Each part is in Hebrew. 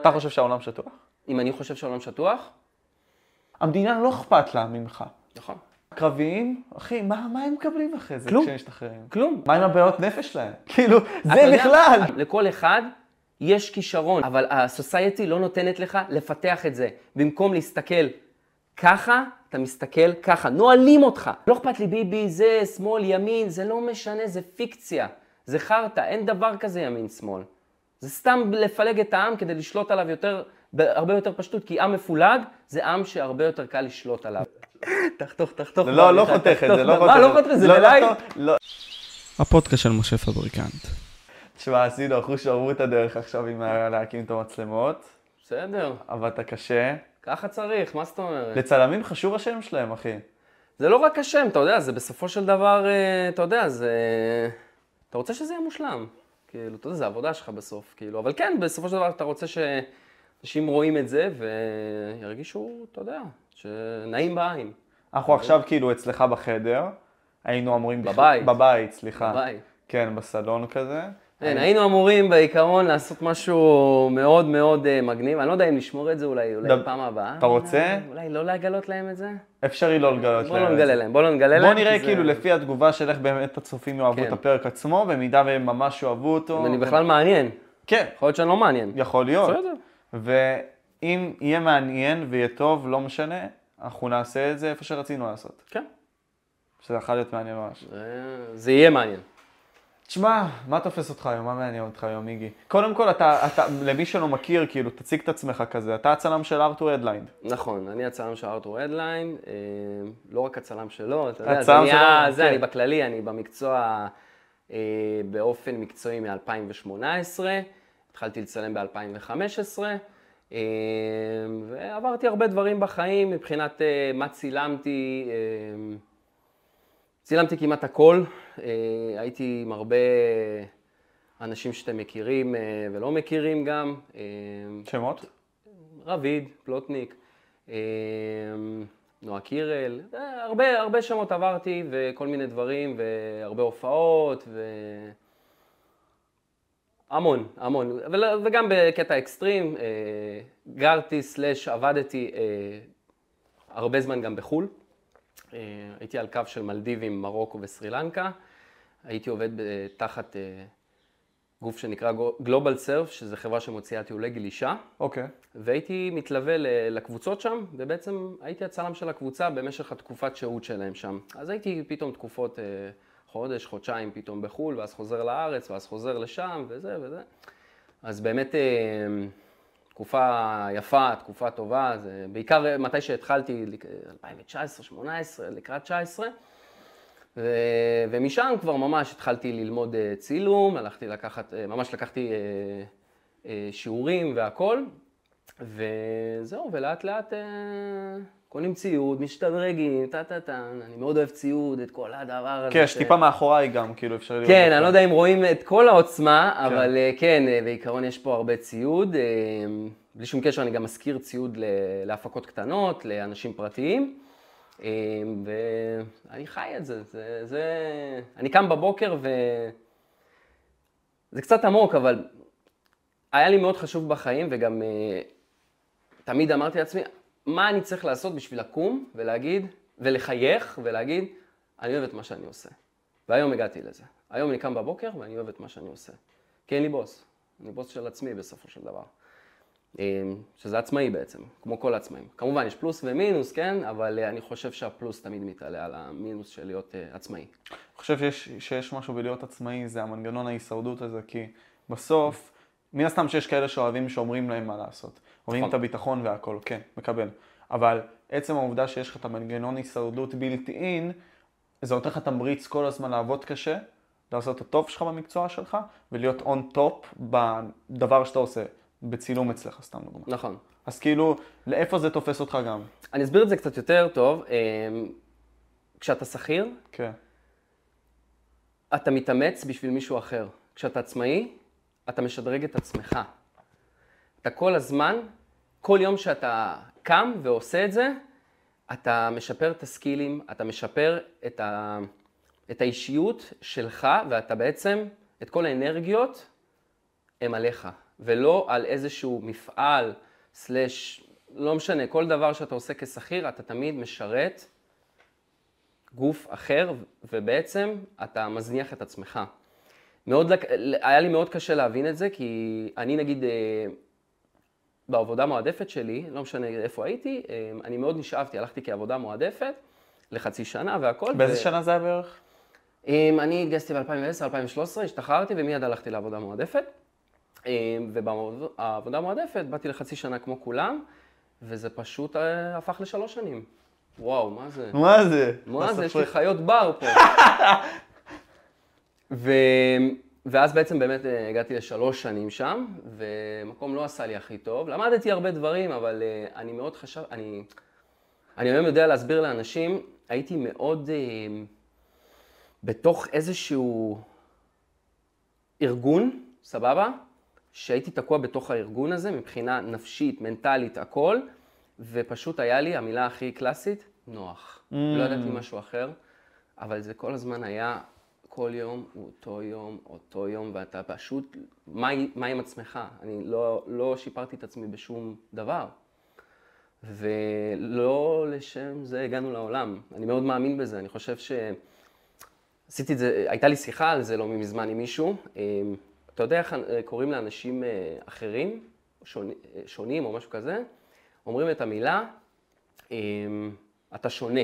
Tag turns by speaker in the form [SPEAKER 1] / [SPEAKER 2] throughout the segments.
[SPEAKER 1] אתה חושב שהעולם שטוח?
[SPEAKER 2] אם אני חושב שהעולם שטוח?
[SPEAKER 1] המדינה לא אכפת לה ממך.
[SPEAKER 2] נכון.
[SPEAKER 1] קרביים, אחי, מה, מה הם מקבלים אחרי זה
[SPEAKER 2] כלום.
[SPEAKER 1] כשהם משתחררים?
[SPEAKER 2] כלום.
[SPEAKER 1] מה עם הבעיות נפש שלהם? כאילו,
[SPEAKER 2] אתה
[SPEAKER 1] זה
[SPEAKER 2] יודע,
[SPEAKER 1] בכלל.
[SPEAKER 2] לכל אחד יש כישרון, אבל הסוסייטי לא נותנת לך לפתח את זה. במקום להסתכל ככה, אתה מסתכל ככה. נועלים אותך. לא אכפת לי ביבי, זה, שמאל, ימין, זה לא משנה, זה פיקציה. זה חרטא, אין דבר כזה ימין-שמאל. זה סתם לפלג את העם כדי לשלוט עליו יותר, הרבה יותר פשטות, כי עם מפולג זה עם שהרבה יותר קל לשלוט עליו. תחתוך, תחתוך.
[SPEAKER 1] לא, לא
[SPEAKER 2] תחתוך.
[SPEAKER 1] חותך את זה, לא חותך.
[SPEAKER 2] מה, לא חותך את זה?
[SPEAKER 1] לא, לא,
[SPEAKER 2] בלייב?
[SPEAKER 1] לא, לא.
[SPEAKER 3] הפודקאסט של משה פבריקנט.
[SPEAKER 1] תשמע, עשינו אחוז שרמוטה דרך עכשיו עם ה- להקים את המצלמות,
[SPEAKER 2] בסדר,
[SPEAKER 1] עבדת קשה.
[SPEAKER 2] ככה צריך, מה זאת אומרת?
[SPEAKER 1] לצלמים חשוב השם שלהם, אחי.
[SPEAKER 2] זה לא רק השם, אתה יודע, זה בסופו של דבר, אה, אתה יודע, זה... אתה רוצה שזה יהיה מושלם. כאילו, אתה יודע, זה העבודה שלך בסוף, כאילו. אבל כן, בסופו של דבר אתה רוצה שאנשים רואים את זה וירגישו, אתה יודע, שנעים בעין.
[SPEAKER 1] אנחנו עכשיו כאילו אצלך בחדר, היינו אמורים... בכלל-
[SPEAKER 2] בבית.
[SPEAKER 1] בבית, סליחה.
[SPEAKER 2] בבית.
[SPEAKER 1] כן, בסלון כזה.
[SPEAKER 2] כן, היינו אמורים בעיקרון לעשות משהו מאוד מאוד אה, מגניב. אני לא יודע אם נשמור את זה אולי, אולי
[SPEAKER 1] דב-
[SPEAKER 2] פעם הבאה.
[SPEAKER 1] אתה רוצה?
[SPEAKER 2] אולי, אולי לא לגלות להם את זה?
[SPEAKER 1] אפשרי לא לגלות
[SPEAKER 2] בוא
[SPEAKER 1] להם
[SPEAKER 2] לא
[SPEAKER 1] את זה.
[SPEAKER 2] נגלה להם, בוא לא נגלה להם.
[SPEAKER 1] בוא
[SPEAKER 2] כי
[SPEAKER 1] נראה
[SPEAKER 2] זה-
[SPEAKER 1] כאילו לפי התגובה של איך באמת הצופים יאהבו
[SPEAKER 2] כן.
[SPEAKER 1] את הפרק עצמו, במידה והם ממש יאהבו אותו.
[SPEAKER 2] אני בכלל מעניין.
[SPEAKER 1] כן,
[SPEAKER 2] יכול להיות שאני לא מעניין.
[SPEAKER 1] יכול להיות.
[SPEAKER 2] בסדר.
[SPEAKER 1] ואם יהיה מעניין ויהיה טוב, לא משנה, אנחנו נעשה את זה איפה שרצינו לעשות.
[SPEAKER 2] כן.
[SPEAKER 1] שזה יכול להיות מעניין ממש.
[SPEAKER 2] זה- אה, זה יהיה מעניין.
[SPEAKER 1] תשמע, מה תופס אותך היום? מה מעניין אותך היום, מיגי? קודם כל, אתה, אתה, למי שלא מכיר, כאילו, תציג את עצמך כזה. אתה הצלם של ארתור הדליינד.
[SPEAKER 2] נכון, אני הצלם של ארתור אדליין, אה, לא רק הצלם שלו, אתה יודע, זה
[SPEAKER 1] הצלם
[SPEAKER 2] נהיה,
[SPEAKER 1] שלו,
[SPEAKER 2] זה,
[SPEAKER 1] כן.
[SPEAKER 2] אני בכללי, אני במקצוע אה, באופן מקצועי מ-2018, התחלתי לצלם ב-2015, אה, ועברתי הרבה דברים בחיים מבחינת אה, מה צילמתי, אה, צילמתי כמעט הכל, אה, הייתי עם הרבה אנשים שאתם מכירים אה, ולא מכירים גם. אה,
[SPEAKER 1] שמות?
[SPEAKER 2] רביד, פלוטניק, אה, נועה קירל, אה, הרבה, הרבה שמות עברתי וכל מיני דברים והרבה הופעות ו... המון, המון, ול- וגם בקטע אקסטרים, אה, גרתי סלאש עבדתי אה, הרבה זמן גם בחו"ל. אה, הייתי על קו של מלדיבים, מרוקו וסרי לנקה. הייתי עובד ב- תחת אה, גוף שנקרא גלובל סרף, שזה חברה שמוציאה טיולי גלישה.
[SPEAKER 1] אוקיי.
[SPEAKER 2] והייתי מתלווה ל- לקבוצות שם, ובעצם הייתי הצלם של הקבוצה במשך התקופת שהות שלהם שם. אז הייתי פתאום תקופות אה, חודש, חודשיים פתאום בחו"ל, ואז חוזר לארץ, ואז חוזר לשם, וזה וזה. אז באמת אה, תקופה יפה, תקופה טובה, זה בעיקר אה, מתי שהתחלתי, אה, לק- 2019, 2018, לקראת 19. ו... ומשם כבר ממש התחלתי ללמוד אה, צילום, הלכתי לקחת, אה, ממש לקחתי אה, אה, שיעורים והכל, וזהו, ולאט לאט אה, קונים ציוד, משתדרגים, טה טה טה, אני מאוד אוהב ציוד, את כל הדבר הזה.
[SPEAKER 1] כן,
[SPEAKER 2] ש-
[SPEAKER 1] יש טיפה מאחוריי גם, כאילו, אפשר לראות.
[SPEAKER 2] אוקיי. כן,
[SPEAKER 1] אותך.
[SPEAKER 2] אני לא יודע אם רואים את כל העוצמה, אבל אה, כן, אה, בעיקרון יש פה הרבה ציוד. אה, בלי שום קשר, אני גם משכיר ציוד ל- להפקות קטנות, לאנשים פרטיים. אה, ואני חי את זה, זה, זה... אני קם בבוקר ו... זה קצת עמוק, אבל היה לי מאוד חשוב בחיים, וגם אה, תמיד אמרתי לעצמי, מה אני צריך לעשות בשביל לקום ולהגיד, ולחייך ולהגיד, אני אוהב את מה שאני עושה. והיום הגעתי לזה. היום אני קם בבוקר ואני אוהב את מה שאני עושה. כי אין לי בוס. אני בוס של עצמי בסופו של דבר. אמ, שזה עצמאי בעצם, כמו כל העצמאים. כמובן, יש פלוס ומינוס, כן? אבל אה, אני חושב שהפלוס תמיד מתעלה על המינוס של להיות אה, עצמאי.
[SPEAKER 1] אני חושב שיש, שיש משהו בלהיות עצמאי, זה המנגנון ההישרדות הזה, כי בסוף, מן הסתם שיש כאלה שאוהבים שאומרים להם מה לעשות. אומרים
[SPEAKER 2] נכון.
[SPEAKER 1] את הביטחון והכל, כן, מקבל. אבל עצם העובדה שיש לך את המנגנון הישרדות בלתי אין, זה נותן לך תמריץ כל הזמן לעבוד קשה, לעשות את הטוב שלך במקצוע שלך, ולהיות און טופ בדבר שאתה עושה, בצילום אצלך, סתם דוגמא.
[SPEAKER 2] נכון.
[SPEAKER 1] אז כאילו, לאיפה זה תופס אותך גם?
[SPEAKER 2] אני אסביר את זה קצת יותר טוב. אמ, כשאתה שכיר,
[SPEAKER 1] כן.
[SPEAKER 2] אתה מתאמץ בשביל מישהו אחר. כשאתה עצמאי, אתה משדרג את עצמך. אתה כל הזמן, כל יום שאתה קם ועושה את זה, אתה משפר את הסקילים, אתה משפר את, ה... את האישיות שלך, ואתה בעצם, את כל האנרגיות, הם עליך. ולא על איזשהו מפעל, סלאש, לא משנה, כל דבר שאתה עושה כשכיר, אתה תמיד משרת גוף אחר, ובעצם אתה מזניח את עצמך. מאוד, לק- היה לי מאוד קשה להבין את זה, כי אני נגיד, אה, בעבודה מועדפת שלי, לא משנה איפה הייתי, אה, אני מאוד נשאבתי, הלכתי כעבודה מועדפת לחצי שנה והכל.
[SPEAKER 1] באיזה
[SPEAKER 2] ו-
[SPEAKER 1] שנה זה היה בערך?
[SPEAKER 2] אמ, אני התגייסתי ב-2010-2013, השתחררתי ומיד הלכתי לעבודה מועדפת. אמ, ובעבודה מועדפת באתי לחצי שנה כמו כולם, וזה פשוט אה, הפך לשלוש שנים. וואו, מה זה?
[SPEAKER 1] מה זה?
[SPEAKER 2] מה זה? יש לי
[SPEAKER 1] ספרי.
[SPEAKER 2] חיות בר פה. ו... ואז בעצם באמת אה, הגעתי לשלוש שנים שם, ומקום לא עשה לי הכי טוב. למדתי הרבה דברים, אבל אה, אני מאוד חשב... אני... אני היום יודע להסביר לאנשים, הייתי מאוד אה, בתוך איזשהו ארגון, סבבה? שהייתי תקוע בתוך הארגון הזה מבחינה נפשית, מנטלית, הכל, ופשוט היה לי, המילה הכי קלאסית, נוח. Mm. לא ידעתי משהו אחר, אבל זה כל הזמן היה, כל יום, הוא אותו יום, אותו יום, ואתה פשוט, מה, מה עם עצמך? אני לא, לא שיפרתי את עצמי בשום דבר. ולא לשם זה הגענו לעולם. אני מאוד מאמין בזה, אני חושב ש... עשיתי את זה, הייתה לי שיחה על זה לא מזמן עם מישהו. אה, אתה יודע איך אה, קוראים לאנשים אה, אחרים, שונ- אה, שונים או משהו כזה, אומרים את המילה, אה, אתה שונה.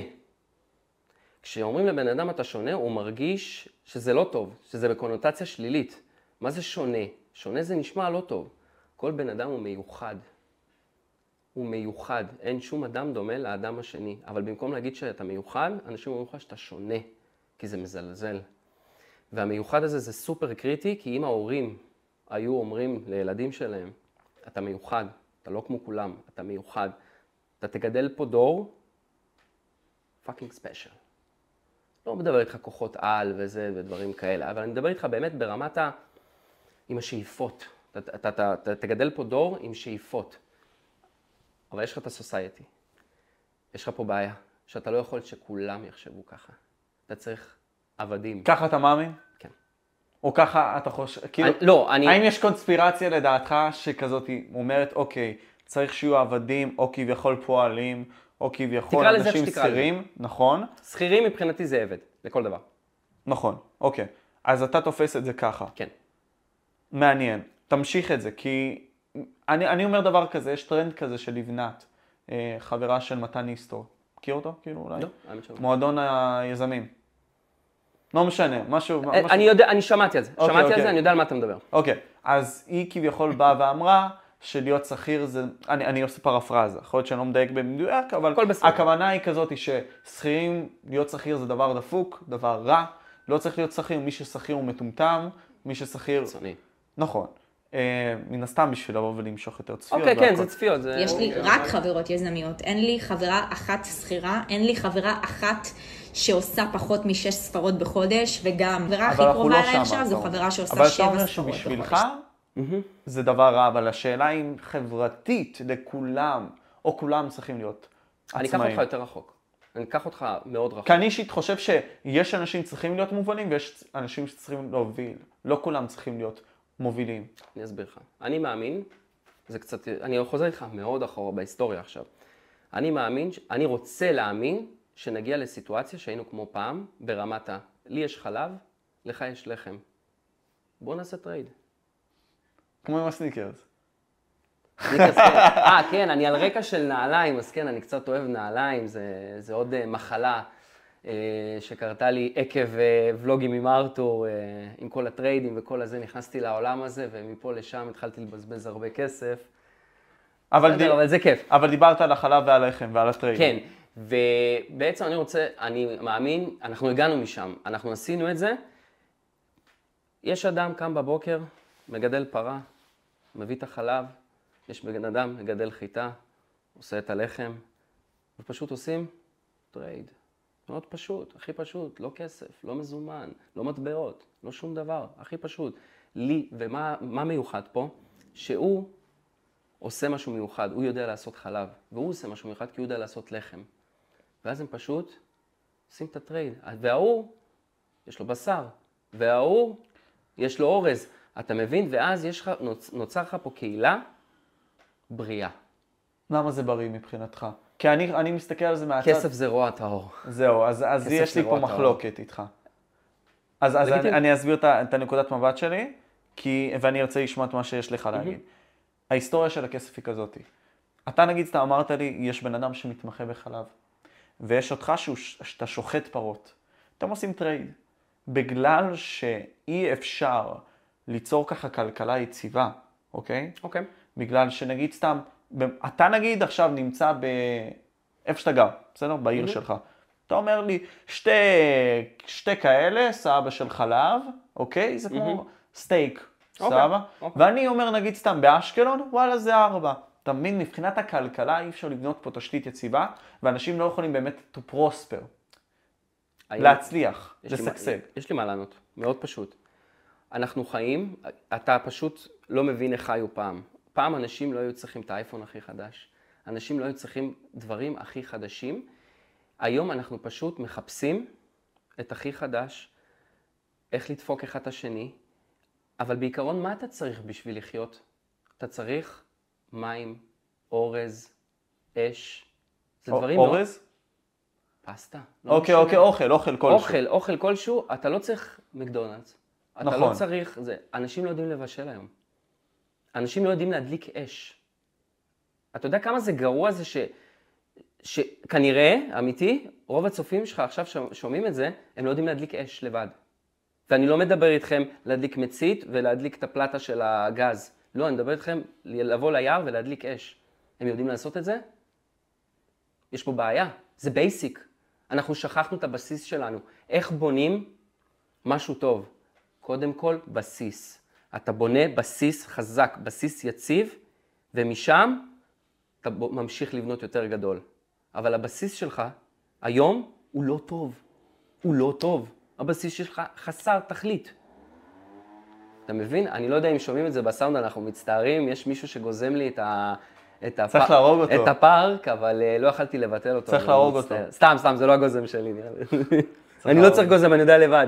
[SPEAKER 2] כשאומרים לבן אדם אתה שונה, הוא מרגיש שזה לא טוב, שזה בקונוטציה שלילית. מה זה שונה? שונה זה נשמע לא טוב. כל בן אדם הוא מיוחד. הוא מיוחד. אין שום אדם דומה לאדם השני. אבל במקום להגיד שאתה מיוחד, אנשים אומרים לך שאתה שונה, כי זה מזלזל. והמיוחד הזה זה סופר קריטי, כי אם ההורים היו אומרים לילדים שלהם, אתה מיוחד, אתה לא כמו כולם, אתה מיוחד, אתה תגדל פה דור פאקינג ספיישל. לא מדבר איתך כוחות על וזה ודברים כאלה, אבל אני מדבר איתך באמת ברמת ה... עם השאיפות. אתה, אתה, אתה, אתה תגדל פה דור עם שאיפות. אבל יש לך את הסוסייטי. יש לך פה בעיה, שאתה לא יכול שכולם יחשבו ככה. אתה צריך עבדים.
[SPEAKER 1] ככה אתה מאמין?
[SPEAKER 2] כן.
[SPEAKER 1] או ככה אתה חושב, כאילו,
[SPEAKER 2] אני- לא, אני...
[SPEAKER 1] האם יש קונספירציה לדעתך שכזאת היא אומרת, אוקיי, צריך שיהיו עבדים, או כביכול פועלים, או כביכול
[SPEAKER 2] תקרא לזה איך
[SPEAKER 1] אנשים
[SPEAKER 2] שתקרא לזה.
[SPEAKER 1] שכירים, נכון?
[SPEAKER 2] שכירים מבחינתי זה עבד, לכל דבר.
[SPEAKER 1] נכון, אוקיי. אז אתה תופס את זה ככה.
[SPEAKER 2] כן.
[SPEAKER 1] מעניין. תמשיך את זה, כי אני, אני אומר דבר כזה, יש טרנד כזה של לבנת, אה, חברה של מתן איסטור. מכיר אותו? כאילו אולי?
[SPEAKER 2] לא, האמת שלא.
[SPEAKER 1] מועדון היזמים. לא משנה, משהו... משהו...
[SPEAKER 2] אה, אני יודע, אני שמעתי על זה.
[SPEAKER 1] אוקיי,
[SPEAKER 2] שמעתי על
[SPEAKER 1] אוקיי.
[SPEAKER 2] זה, אני יודע על מה אתה מדבר.
[SPEAKER 1] אוקיי, אז היא כביכול באה ואמרה שלהיות שכיר זה, אני, אני עושה פרפרזה, יכול להיות שאני לא מדייק במדויק, אבל
[SPEAKER 2] הכל בסדר.
[SPEAKER 1] הכוונה היא כזאת היא ששכירים, להיות שכיר זה דבר דפוק, דבר רע, לא צריך להיות שכיר, מי ששכיר הוא מטומטם, מי ששכיר,
[SPEAKER 2] קיצוני.
[SPEAKER 1] נכון, אה, מן הסתם בשביל לבוא ולמשוך יותר צפיות.
[SPEAKER 2] אוקיי, כן,
[SPEAKER 1] והכל.
[SPEAKER 2] זה צפיות. זה-
[SPEAKER 4] יש
[SPEAKER 1] אוקיי,
[SPEAKER 4] לי רק חברות יזמיות, אין לי חברה אחת שכירה, אין לי חברה אחת שעושה פחות משש ספרות בחודש, וגם החברה הכי
[SPEAKER 1] אבל אנחנו
[SPEAKER 4] קרובה
[SPEAKER 1] לא
[SPEAKER 4] אליי
[SPEAKER 1] שם,
[SPEAKER 4] עכשיו זו
[SPEAKER 1] אתה אומר.
[SPEAKER 4] חברה שעושה שבע
[SPEAKER 1] אבל אתה
[SPEAKER 4] ספרות
[SPEAKER 1] אומר
[SPEAKER 4] בחודש.
[SPEAKER 1] שבשבילך זה דבר רע, אבל השאלה היא חברתית לכולם, או כולם צריכים להיות
[SPEAKER 2] אני אקח
[SPEAKER 1] עצמאים.
[SPEAKER 2] אותך יותר רחוק. אני אקח אותך מאוד רחוק.
[SPEAKER 1] כי אני אישית חושב שיש אנשים צריכים להיות מובלים ויש אנשים שצריכים להוביל. לא כולם צריכים להיות מובילים.
[SPEAKER 2] אני אסביר לך. אני מאמין, זה קצת, אני חוזר איתך מאוד אחורה בהיסטוריה עכשיו. אני מאמין, ש- אני רוצה להאמין שנגיע לסיטואציה שהיינו כמו פעם, ברמת ה... לי יש חלב, לך יש לחם. בוא נעשה טרייד.
[SPEAKER 1] כמו עם הסניקרס.
[SPEAKER 2] אני כזה- אה, כן, אני על רקע של נעליים, אז כן, אני קצת אוהב נעליים, זה, זה עוד אה, מחלה אה, שקרתה לי עקב אה, ולוגים עם ארתור, אה, עם כל הטריידים וכל הזה, נכנסתי לעולם הזה, ומפה לשם התחלתי לבזבז הרבה כסף.
[SPEAKER 1] אבל, די...
[SPEAKER 2] בסדר, אבל זה כיף.
[SPEAKER 1] אבל דיברת על החלב ועל הלחם ועל הטרייל.
[SPEAKER 2] כן, ובעצם אני רוצה, אני מאמין, אנחנו הגענו משם, אנחנו עשינו את זה. יש אדם קם בבוקר, מגדל פרה, מביא את החלב, יש בן אדם מגדל חיטה, עושה את הלחם, ופשוט עושים טרייד. מאוד פשוט, הכי פשוט, לא כסף, לא מזומן, לא מטבעות, לא שום דבר, הכי פשוט. לי, ומה מה מיוחד פה? שהוא עושה משהו מיוחד, הוא יודע לעשות חלב, והוא עושה משהו מיוחד כי הוא יודע לעשות לחם. ואז הם פשוט עושים את הטרייד. וההוא, יש לו בשר, וההוא, יש לו אורז, אתה מבין? ואז יש לך, נוצ- נוצר לך פה קהילה בריאה.
[SPEAKER 1] למה זה בריא מבחינתך? כי אני, אני מסתכל על זה מהצד.
[SPEAKER 2] כסף זה רוע טהור.
[SPEAKER 1] זהו, אז, אז
[SPEAKER 2] כסף
[SPEAKER 1] יש לי
[SPEAKER 2] זה
[SPEAKER 1] פה
[SPEAKER 2] רוע טהור.
[SPEAKER 1] מחלוקת איתך. אז, אז אני,
[SPEAKER 2] לגיטימי.
[SPEAKER 1] אני אסביר את, ה- את הנקודת מבט שלי, כי, ואני ארצה לשמוע את מה שיש לך להגיד. ההיסטוריה של הכסף היא כזאתי. אתה נגיד, אתה אמרת לי, יש בן אדם שמתמחה בחלב, ויש אותך שהוא ש- שאתה שוחט פרות. אתם עושים טרייד. בגלל שאי אפשר ליצור ככה כלכלה יציבה, אוקיי?
[SPEAKER 2] אוקיי.
[SPEAKER 1] בגלל שנגיד סתם, ב- אתה נגיד עכשיו נמצא ב... איפה שאתה גר, בסדר? בעיר
[SPEAKER 2] אוקיי.
[SPEAKER 1] שלך. אתה אומר לי, שתי, שתי כאלה, סבא של חלב, אוקיי? זה כמו סטייק,
[SPEAKER 2] אוקיי,
[SPEAKER 1] סבבה?
[SPEAKER 2] אוקיי.
[SPEAKER 1] ואני אומר נגיד סתם באשקלון, וואלה זה ארבע. אתה מבין, מבחינת הכלכלה אי אפשר לבנות פה תשתית יציבה, ואנשים לא יכולים באמת to prosper, להצליח,
[SPEAKER 2] אוקיי. יש לי מה-
[SPEAKER 1] לשגשג.
[SPEAKER 2] יש לי מה לענות, מאוד פשוט. אנחנו חיים, אתה פשוט לא מבין איך חיו פעם. פעם אנשים לא היו צריכים את האייפון הכי חדש. אנשים לא היו צריכים דברים הכי חדשים. היום אנחנו פשוט מחפשים את הכי חדש, איך לדפוק אחד את השני, אבל בעיקרון מה אתה צריך בשביל לחיות? אתה צריך מים, אורז, אש. זה
[SPEAKER 1] א-
[SPEAKER 2] דברים מאוד...
[SPEAKER 1] אורז?
[SPEAKER 2] פסטה. לא
[SPEAKER 1] אוקיי,
[SPEAKER 2] משנה.
[SPEAKER 1] אוקיי, אוכל, אוכל כלשהו.
[SPEAKER 2] אוכל, אוכל כלשהו, אתה לא צריך מקדונלדס. אתה
[SPEAKER 1] נכון.
[SPEAKER 2] לא צריך זה. אנשים לא יודעים לבשל היום. אנשים לא יודעים להדליק אש. אתה יודע כמה זה גרוע זה ש... שכנראה, אמיתי, רוב הצופים שלך עכשיו ש- שומעים את זה, הם לא יודעים להדליק אש לבד. ואני לא מדבר איתכם להדליק מצית ולהדליק את הפלטה של הגז. לא, אני מדבר איתכם לבוא ליער ולהדליק אש. הם יודעים לעשות את זה? יש פה בעיה, זה בייסיק. אנחנו שכחנו את הבסיס שלנו. איך בונים משהו טוב? קודם כל, בסיס. אתה בונה בסיס חזק, בסיס יציב, ומשם אתה ב- ממשיך לבנות יותר גדול. אבל הבסיס שלך היום הוא לא טוב. הוא לא טוב. הבסיס שלך חסר תכלית. אתה מבין? אני לא יודע אם שומעים את זה בסאונד, אנחנו מצטערים, יש מישהו שגוזם לי את ה... את הפ...
[SPEAKER 1] צריך להרוג אותו.
[SPEAKER 2] את הפארק, אבל אה, לא יכלתי לבטל אותו.
[SPEAKER 1] צריך
[SPEAKER 2] אני
[SPEAKER 1] להרוג
[SPEAKER 2] מצטער.
[SPEAKER 1] אותו.
[SPEAKER 2] סתם, סתם, זה לא הגוזם שלי, נראה לי. אני
[SPEAKER 1] להרוג
[SPEAKER 2] לא צריך גוזם, אני יודע לבד.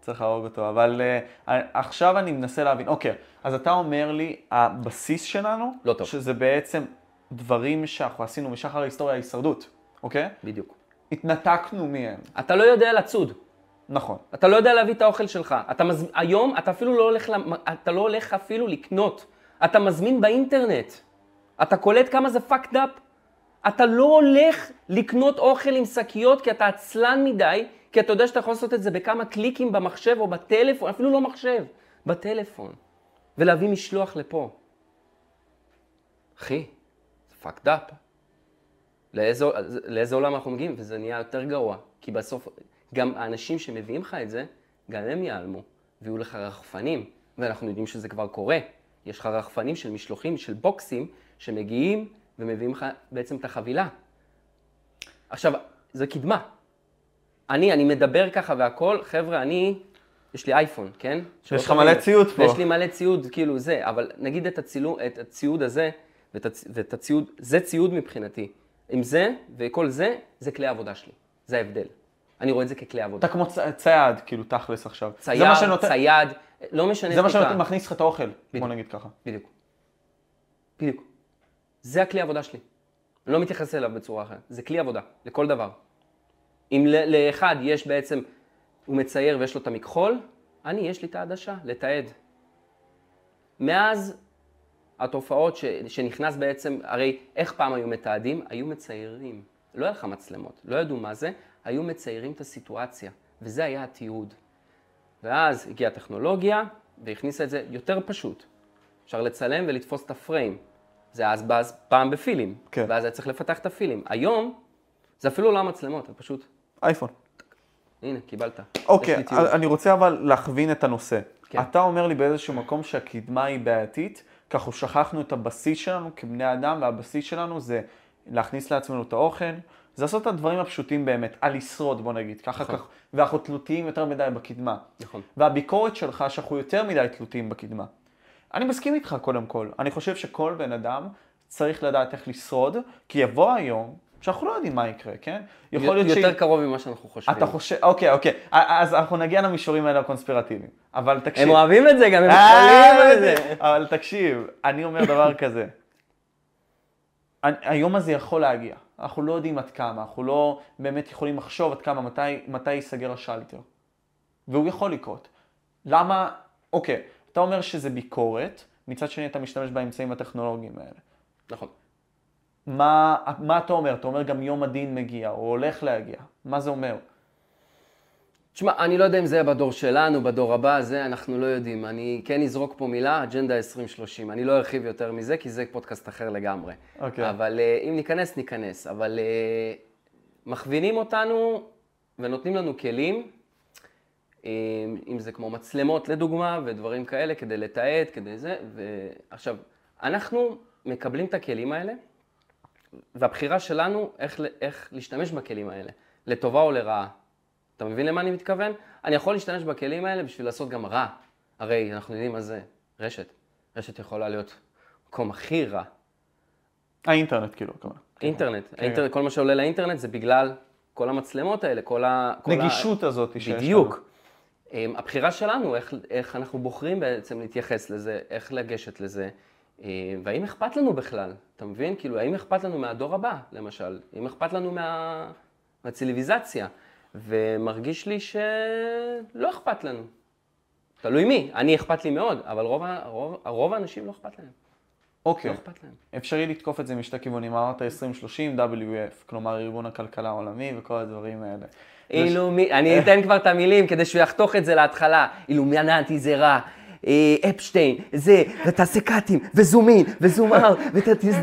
[SPEAKER 1] צריך להרוג אותו, אבל uh, עכשיו אני מנסה להבין. אוקיי, אז אתה אומר לי, הבסיס שלנו,
[SPEAKER 2] לא טוב.
[SPEAKER 1] שזה בעצם דברים שאנחנו עשינו משחר ההיסטוריה ההישרדות, אוקיי?
[SPEAKER 2] בדיוק.
[SPEAKER 1] התנתקנו מהם,
[SPEAKER 2] אתה לא יודע לצוד.
[SPEAKER 1] נכון.
[SPEAKER 2] אתה לא יודע להביא את האוכל שלך. אתה מז... היום אתה אפילו לא הולך, למ... אתה לא הולך אפילו לקנות. אתה מזמין באינטרנט. אתה קולט כמה זה fucked up. אתה לא הולך לקנות אוכל עם שקיות כי אתה עצלן מדי, כי אתה יודע שאתה יכול לעשות את זה בכמה קליקים במחשב או בטלפון, אפילו לא מחשב, בטלפון. ולהביא משלוח לפה. אחי, זה fucked up. לאיזה, לאיזה עולם אנחנו מגיעים, וזה נהיה יותר גרוע. כי בסוף, גם האנשים שמביאים לך את זה, גם הם ייעלמו, ויהיו לך רחפנים, ואנחנו יודעים שזה כבר קורה. יש לך רחפנים של משלוחים, של בוקסים, שמגיעים ומביאים לך בעצם את החבילה. עכשיו, זה קדמה. אני, אני מדבר ככה והכל, חבר'ה, אני, יש לי אייפון, כן? שלא
[SPEAKER 1] לך
[SPEAKER 2] שומעים.
[SPEAKER 1] מלא ציוד פה.
[SPEAKER 2] ויש לי מלא ציוד, כאילו זה, אבל נגיד את, הצילו, את הציוד הזה, ואת, הצ- ואת הציוד, זה ציוד מבחינתי. עם זה וכל זה, זה כלי העבודה שלי. זה ההבדל. אני רואה את זה ככלי עבודה.
[SPEAKER 1] אתה כמו צ... צייד, כאילו, תכלס עכשיו. זה
[SPEAKER 2] צייר,
[SPEAKER 1] מה שנותן-
[SPEAKER 2] צייד, לא משנה
[SPEAKER 1] זה מה
[SPEAKER 2] שנקרא.
[SPEAKER 1] שמכניס לך את האוכל, בוא
[SPEAKER 2] בדיוק.
[SPEAKER 1] נגיד ככה.
[SPEAKER 2] בדיוק. בדיוק. זה הכלי עבודה שלי. אני לא מתייחס אליו בצורה אחרת. זה כלי עבודה, לכל דבר. אם ל- לאחד יש בעצם, הוא מצייר ויש לו את המכחול, אני, יש לי את העדשה, לתעד. מאז התופעות ש, שנכנס בעצם, הרי איך פעם היו מתעדים? היו מציירים. לא היה לך מצלמות, לא ידעו מה זה, היו מציירים את הסיטואציה, וזה היה התיעוד. ואז הגיעה הטכנולוגיה, והכניסה את זה יותר פשוט. אפשר לצלם ולתפוס את הפריים. זה אז באז פעם בפילים,
[SPEAKER 1] כן.
[SPEAKER 2] ואז היה צריך לפתח את הפילים. היום, זה אפילו לא המצלמות, אתה פשוט,
[SPEAKER 1] אייפון.
[SPEAKER 2] הנה, קיבלת.
[SPEAKER 1] אוקיי,
[SPEAKER 2] יש לי תיעוד.
[SPEAKER 1] אני רוצה אבל להכווין את הנושא.
[SPEAKER 2] כן.
[SPEAKER 1] אתה אומר לי באיזשהו מקום שהקדמה היא בעייתית, כי אנחנו שכחנו את הבסיס שלנו כבני אדם, והבסיס שלנו זה להכניס לעצמנו את האוכל, זה לעשות את הדברים הפשוטים באמת, על לשרוד בוא נגיד, ככה
[SPEAKER 2] נכון.
[SPEAKER 1] כך, ואנחנו תלותיים יותר מדי בקדמה.
[SPEAKER 2] נכון.
[SPEAKER 1] והביקורת שלך שאנחנו יותר מדי תלותיים בקדמה. אני מסכים איתך קודם כל, אני חושב שכל בן אדם צריך לדעת איך לשרוד, כי יבוא היום שאנחנו לא יודעים מה יקרה, כן? יכול להיות
[SPEAKER 2] יותר
[SPEAKER 1] שהיא-
[SPEAKER 2] קרוב ממה שאנחנו חושבים.
[SPEAKER 1] אתה חושב, אוקיי, אוקיי. אז אנחנו נגיע למישורים האלה הקונספירטיביים. אבל תקשיב.
[SPEAKER 2] הם אוהבים את זה גם, הם
[SPEAKER 1] אה,
[SPEAKER 2] חולים על זה.
[SPEAKER 1] אבל תקשיב, אני אומר דבר כזה. אני- היום הזה יכול להגיע. אנחנו לא יודעים עד כמה, אנחנו לא באמת יכולים לחשוב עד כמה, מתי, מתי ייסגר השלטר. והוא יכול לקרות. למה, אוקיי, אתה אומר שזה ביקורת, מצד שני אתה משתמש באמצעים הטכנולוגיים האלה.
[SPEAKER 2] נכון.
[SPEAKER 1] מה, מה אתה אומר? אתה אומר גם יום הדין מגיע, או הולך להגיע. מה זה אומר?
[SPEAKER 2] תשמע, אני לא יודע אם זה יהיה בדור שלנו, בדור הבא, זה אנחנו לא יודעים. אני כן אזרוק פה מילה, אג'נדה 2030. אני לא ארחיב יותר מזה, כי זה פודקאסט אחר לגמרי.
[SPEAKER 1] אוקיי.
[SPEAKER 2] אבל אה, אם ניכנס, ניכנס. אבל אה, מכווינים אותנו ונותנים לנו כלים, אה, אם זה כמו מצלמות לדוגמה, ודברים כאלה, כדי לתעד, כדי זה. ועכשיו, אנחנו מקבלים את הכלים האלה, והבחירה שלנו איך, ל- איך להשתמש בכלים האלה, לטובה או לרעה. אתה מבין למה אני מתכוון? אני יכול להשתמש בכלים האלה בשביל לעשות גם רע. הרי אנחנו יודעים מה זה רשת. רשת יכולה להיות מקום הכי רע.
[SPEAKER 1] האינטרנט כאילו, כמובן.
[SPEAKER 2] אינטרנט.
[SPEAKER 1] כן.
[SPEAKER 2] האינטרנט, כל מה שעולה לאינטרנט זה בגלל כל המצלמות האלה, כל ה... כל ה-
[SPEAKER 1] נגישות הזאת שיש לנו.
[SPEAKER 2] בדיוק. אמ, הבחירה שלנו, איך, איך אנחנו בוחרים בעצם להתייחס לזה, איך לגשת לזה, אמ, והאם אכפת לנו בכלל, אתה מבין? כאילו, האם אכפת לנו מהדור הבא, למשל? האם אכפת לנו מה... מהציליביזציה? ומרגיש לי שלא אכפת לנו. תלוי מי, אני אכפת לי מאוד, אבל רוב, ה- רוב, רוב האנשים לא אכפת להם.
[SPEAKER 1] אוקיי.
[SPEAKER 2] לא אכפת להם.
[SPEAKER 1] אפשרי לתקוף את זה משתי כיוונים, אמרת 2030 WF, כלומר ארגון הכלכלה העולמי וכל הדברים האלה.
[SPEAKER 2] אילו מי, אני אתן כבר את המילים כדי שהוא יחתוך את זה להתחלה. אילו מנעתי זה רע. אה, אפשטיין, זה, ותעשה קאטים, וזומין, וזום אאוט,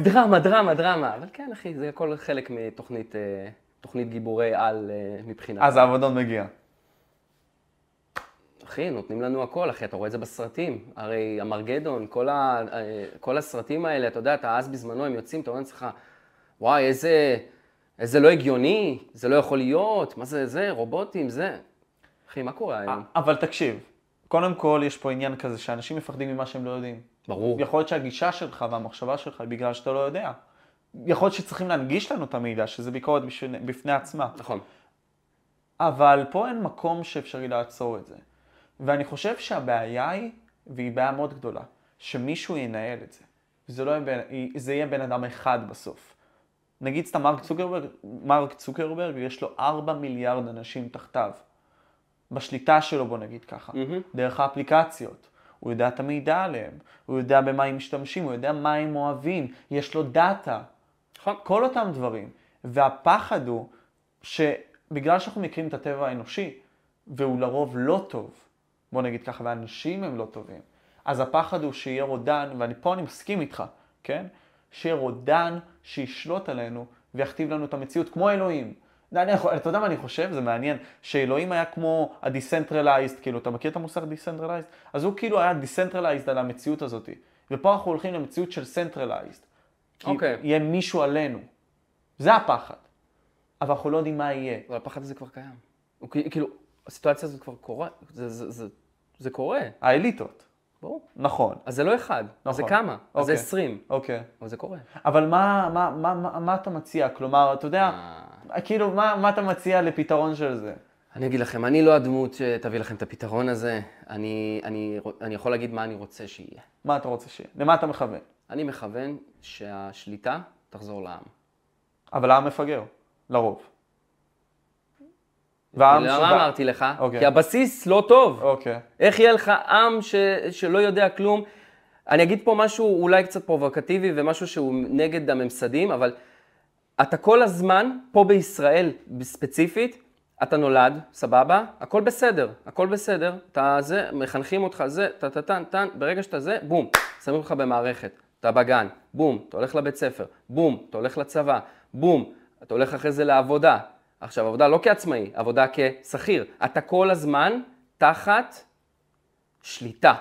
[SPEAKER 2] ודרמה, דרמה, דרמה. אבל כן, אחי, זה הכל חלק מתוכנית אה, תוכנית גיבורי על אה, מבחינת...
[SPEAKER 1] אז האבדון מגיע.
[SPEAKER 2] אחי, נותנים לנו הכל, אחי, אתה רואה את זה בסרטים. הרי המרגדון, כל, ה, אה, כל הסרטים האלה, אתה יודע, אתה אז בזמנו, הם יוצאים, אתה אומר לעצמך, וואי, איזה, איזה לא הגיוני, זה לא יכול להיות, מה זה, זה, רובוטים, זה. אחי, מה קורה היום?
[SPEAKER 1] אבל תקשיב, קודם כל יש פה עניין כזה שאנשים מפחדים ממה שהם לא יודעים.
[SPEAKER 2] ברור.
[SPEAKER 1] יכול להיות שהגישה שלך והמחשבה שלך היא בגלל שאתה לא יודע. יכול להיות שצריכים להנגיש לנו את המידע, שזה ביקורת בשביל- בפני עצמה.
[SPEAKER 2] נכון.
[SPEAKER 1] אבל פה אין מקום שאפשרי לעצור את זה. ואני חושב שהבעיה היא, והיא בעיה מאוד גדולה, שמישהו ינהל את זה. זה, לא יהיה, בן- זה יהיה בן אדם אחד בסוף. נגיד סתם מרק צוקרברג, מרק צוקרברג יש לו 4 מיליארד אנשים תחתיו. בשליטה שלו, בוא נגיד ככה. Mm-hmm. דרך האפליקציות. הוא יודע את המידע עליהם. הוא יודע במה הם משתמשים, הוא יודע מה הם אוהבים. יש לו דאטה.
[SPEAKER 2] נכון.
[SPEAKER 1] כל אותם דברים. והפחד הוא שבגלל שאנחנו מכירים את הטבע האנושי, והוא לרוב לא טוב, בוא נגיד ככה, ואנשים הם לא טובים, אז הפחד הוא שיהיה רודן, ופה אני מסכים איתך, כן? שיהיה רודן שישלוט עלינו ויכתיב לנו את המציאות, כמו אלוהים. אני, יכול- אתה יודע מה אני חושב? זה מעניין. שאלוהים היה כמו ה-decentralized, כאילו, אתה מכיר את המושג decentralized? אז הוא כאילו היה decentralized על המציאות הזאת. ופה אנחנו הולכים למציאות של centralized. כי
[SPEAKER 2] אוקיי.
[SPEAKER 1] יהיה מישהו עלינו. זה הפחד. אבל אנחנו לא יודעים מה יהיה.
[SPEAKER 2] אבל הפחד הזה כבר קיים. הוא כאילו- כאילו, הסיטואציה הזאת כבר קורה, זה, זה, זה, זה קורה,
[SPEAKER 1] האליטות.
[SPEAKER 2] ברור.
[SPEAKER 1] נכון.
[SPEAKER 2] אז זה לא אחד, נכון. זה
[SPEAKER 1] נכון.
[SPEAKER 2] כמה, אז זה
[SPEAKER 1] אוקיי.
[SPEAKER 2] 20,
[SPEAKER 1] אוקיי.
[SPEAKER 2] אבל זה קורה.
[SPEAKER 1] אבל מה, מה, מה, מה, מה אתה מציע? כלומר, אתה יודע,
[SPEAKER 2] אה,
[SPEAKER 1] כאילו, מה, מה אתה מציע לפתרון של זה?
[SPEAKER 2] אני אגיד לכם, אני לא הדמות שתביא לכם את הפתרון הזה, אני, אני, רוצ- אני יכול להגיד מה אני רוצה שיהיה.
[SPEAKER 1] מה אתה רוצה שיהיה? למה אתה מכוון?
[SPEAKER 2] אני מכוון שהשליטה תחזור לעם.
[SPEAKER 1] אבל העם מפגר, לרוב. והעם
[SPEAKER 2] למה לא אמרתי לך?
[SPEAKER 1] אוקיי.
[SPEAKER 2] כי הבסיס לא טוב.
[SPEAKER 1] אוקיי.
[SPEAKER 2] איך יהיה לך עם ש... שלא יודע כלום? אני אגיד פה משהו אולי קצת פרובוקטיבי ומשהו שהוא נגד הממסדים, אבל אתה כל הזמן, פה בישראל ספציפית, אתה נולד, סבבה, הכל בסדר, הכל בסדר, אתה זה, מחנכים אותך זה, טה טה טן טן, ברגע שאתה זה, בום, שמים אותך במערכת, אתה בגן, בום, אתה הולך לבית ספר, בום, אתה הולך לצבא, בום, אתה הולך אחרי זה לעבודה. עכשיו, עבודה לא כעצמאי, עבודה כשכיר. אתה כל הזמן תחת שליטה.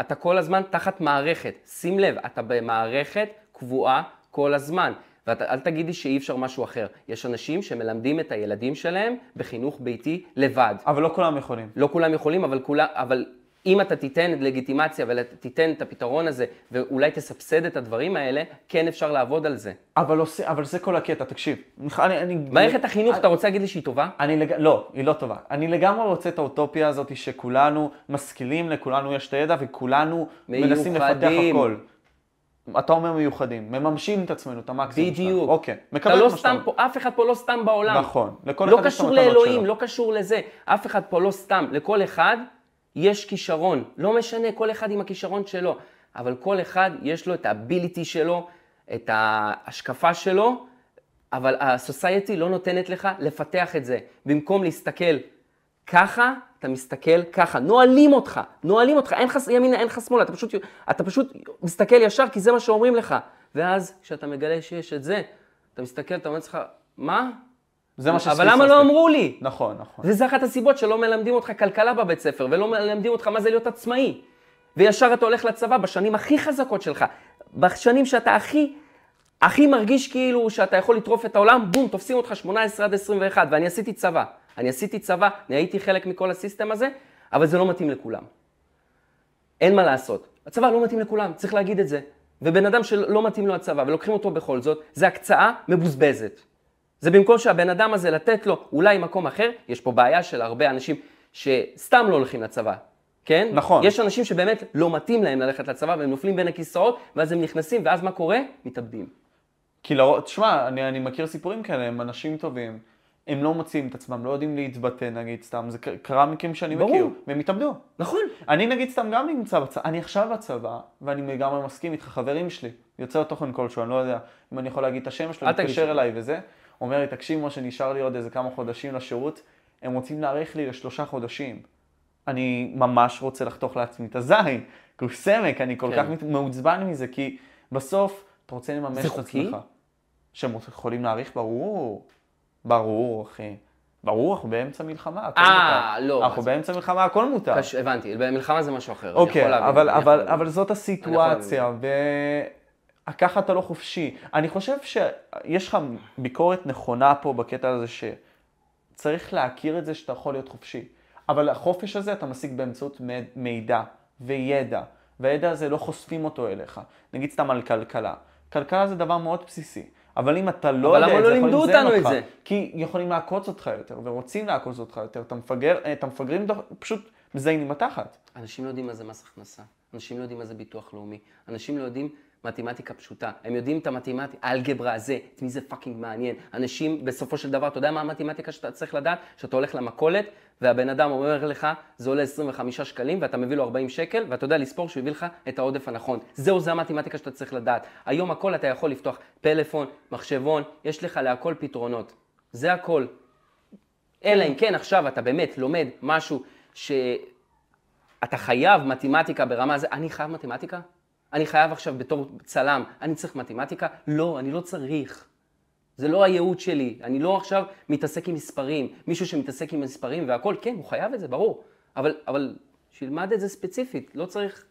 [SPEAKER 2] אתה כל הזמן תחת מערכת. שים לב, אתה במערכת קבועה כל הזמן. ואל תגידי שאי אפשר משהו אחר. יש אנשים שמלמדים את הילדים שלהם בחינוך ביתי לבד.
[SPEAKER 1] אבל לא כולם יכולים.
[SPEAKER 2] לא כולם יכולים, אבל, כולם, אבל אם אתה תיתן לגיטימציה ותיתן את הפתרון הזה, ואולי תסבסד את הדברים האלה, כן אפשר לעבוד על זה.
[SPEAKER 1] אבל, עושה, אבל זה כל הקטע, תקשיב. מיכל, אני, אני,
[SPEAKER 2] מערכת החינוך,
[SPEAKER 1] אני-
[SPEAKER 2] אתה רוצה להגיד לי שהיא טובה?
[SPEAKER 1] אני לג... לא, היא לא טובה. אני לגמרי רוצה את האוטופיה הזאת שכולנו משכילים, לכולנו יש את הידע וכולנו מנסים לפתח
[SPEAKER 2] מיוחדים.
[SPEAKER 1] הכל. אתה אומר מיוחדים, מממשים את עצמנו, את המקסימום שלנו.
[SPEAKER 2] בדיוק.
[SPEAKER 1] אוקיי,
[SPEAKER 2] אתה
[SPEAKER 1] מקבל
[SPEAKER 2] לא
[SPEAKER 1] את מה שאתה
[SPEAKER 2] סתם
[SPEAKER 1] אומר.
[SPEAKER 2] פה, אף אחד פה לא סתם בעולם.
[SPEAKER 1] נכון. לכל
[SPEAKER 2] לא
[SPEAKER 1] אחד יש את
[SPEAKER 2] קשור
[SPEAKER 1] המתנות
[SPEAKER 2] לאלוהים,
[SPEAKER 1] שלו.
[SPEAKER 2] לא קשור לזה. אף אחד פה לא סתם. לכל אחד יש כישרון. לא משנה, כל אחד עם הכישרון שלו. אבל כל אחד יש לו את הביליטי שלו, את ההשקפה שלו, אבל הסוסייטי לא נותנת לך לפתח את זה. במקום להסתכל ככה, אתה מסתכל ככה. נועלים אותך, נועלים אותך. אין לך ימינה, אין לך שמאלה. אתה פשוט, אתה פשוט מסתכל ישר, כי זה מה שאומרים לך. ואז, כשאתה מגלה שיש את זה, אתה מסתכל, אתה אומר לעצמך, מה?
[SPEAKER 1] זה מה שסוויסה
[SPEAKER 2] אבל למה
[SPEAKER 1] עשתה.
[SPEAKER 2] לא אמרו לי?
[SPEAKER 1] נכון, נכון.
[SPEAKER 2] וזה אחת הסיבות שלא מלמדים אותך כלכלה בבית ספר, ולא מלמדים אותך מה זה להיות עצמאי. וישר אתה הולך לצבא בשנים הכי חזקות שלך, בשנים שאתה הכי, הכי מרגיש כאילו שאתה יכול לטרוף את העולם, בום, תופסים אותך 18 עד 21, ואני עשיתי צבא. אני עשיתי צבא, אני הייתי חלק מכל הסיסטם הזה, אבל זה לא מתאים לכולם. אין מה לעשות. הצבא לא מתאים לכולם, צריך להגיד את זה. ובן אדם שלא מתאים לו הצבא, ולוקחים אותו בכל זאת, זה הקצאה מבוזבזת. זה במקום שהבן אדם הזה לתת לו אולי מקום אחר, יש פה בעיה של הרבה אנשים שסתם לא הולכים לצבא, כן?
[SPEAKER 1] נכון.
[SPEAKER 2] יש אנשים שבאמת לא מתאים להם ללכת לצבא, והם נופלים בין הכיסאות, ואז הם נכנסים, ואז מה קורה? מתאבדים.
[SPEAKER 1] כי לרוב, תשמע, אני, אני מכיר סיפורים כאלה, הם אנשים טובים, הם לא מוצאים את עצמם, לא יודעים להתבטא, נגיד סתם, זה ק- קרה מקרים שאני
[SPEAKER 2] ברור.
[SPEAKER 1] מכיר, והם התאבדו.
[SPEAKER 2] נכון.
[SPEAKER 1] אני נגיד סתם גם נמצא בצבא, אני עכשיו בצבא, ואני לגמרי מסכים איתך, חברים שלי, יוצר תוכן כלשהו, אני לא יודע אם אני יכול להגיד את השם שלו,
[SPEAKER 2] אל תגיד
[SPEAKER 1] מתקשר
[SPEAKER 2] שם.
[SPEAKER 1] אליי וזה, אומר לי, תקשיב, משה, נשאר לי עוד איזה כמה חודשים לשירות, הם רוצים להאריך לי לשלושה חודשים. אני ממש רוצה לחתוך לעצמי את הזין, גוש סמק, אני כל
[SPEAKER 2] כן.
[SPEAKER 1] כך מת- מעוצבן מזה, כי בסוף אתה רוצה לממש
[SPEAKER 2] זה
[SPEAKER 1] את
[SPEAKER 2] חוקי?
[SPEAKER 1] עצמך. שהם יכולים להאריך, ברור, ברור, אחי. ברור, אנחנו באמצע מלחמה, הכל
[SPEAKER 2] אה,
[SPEAKER 1] מותר.
[SPEAKER 2] לא,
[SPEAKER 1] אנחנו
[SPEAKER 2] אז-
[SPEAKER 1] באמצע מלחמה, הכל מותר.
[SPEAKER 2] קש... הבנתי, במלחמה זה משהו אחר. אני
[SPEAKER 1] אוקיי,
[SPEAKER 2] יכול להבין,
[SPEAKER 1] אבל,
[SPEAKER 2] אני
[SPEAKER 1] אבל,
[SPEAKER 2] יכול להבין.
[SPEAKER 1] אבל זאת הסיטואציה, וככה אתה לא חופשי. אני חושב שיש לך ביקורת נכונה פה בקטע הזה, שצריך להכיר את זה שאתה יכול להיות חופשי. אבל החופש הזה אתה משיג באמצעות מ- מידע וידע, והידע הזה לא חושפים אותו אליך. נגיד סתם על כלכלה. כלכלה זה דבר מאוד בסיסי. אבל אם אתה לא
[SPEAKER 2] אבל
[SPEAKER 1] יודע
[SPEAKER 2] למה
[SPEAKER 1] את זה,
[SPEAKER 2] לא
[SPEAKER 1] יכולים
[SPEAKER 2] לימדו
[SPEAKER 1] לזיין
[SPEAKER 2] אותנו את
[SPEAKER 1] אותך.
[SPEAKER 2] זה?
[SPEAKER 1] כי יכולים לעקוץ אותך יותר, ורוצים לעקוץ אותך יותר. אתה מפגר, אתה מפגרים, פשוט מזיינים מתחת.
[SPEAKER 2] אנשים לא יודעים מה זה מס הכנסה, אנשים לא יודעים מה זה ביטוח לאומי, אנשים לא יודעים מתמטיקה פשוטה, הם יודעים את המתמטיקה, האלגברה הזה, את מי זה פאקינג מעניין. אנשים, בסופו של דבר, אתה יודע מה המתמטיקה שאתה צריך לדעת? שאתה הולך למכולת, והבן אדם אומר לך, זה עולה 25 שקלים, ואתה מביא לו 40 שקל, ואתה יודע לספור שהוא הביא לך את העודף הנכון. זהו, זה המתמטיקה שאתה צריך לדעת. היום הכל אתה יכול לפתוח פלאפון, מחשבון, יש לך להכל פתרונות. זה הכל. אלא אם כן עכשיו אתה באמת לומד משהו ש... אתה חייב מתמטיקה ברמה זה, אני חייב מתמטיקה? אני חייב עכשיו בתור צלם, אני צריך מתמטיקה? לא, אני לא צריך. זה לא הייעוד שלי, אני לא עכשיו מתעסק עם מספרים, מישהו שמתעסק עם מספרים והכל, כן, הוא חייב את זה, ברור. אבל, אבל שילמד את זה ספציפית, לא צריך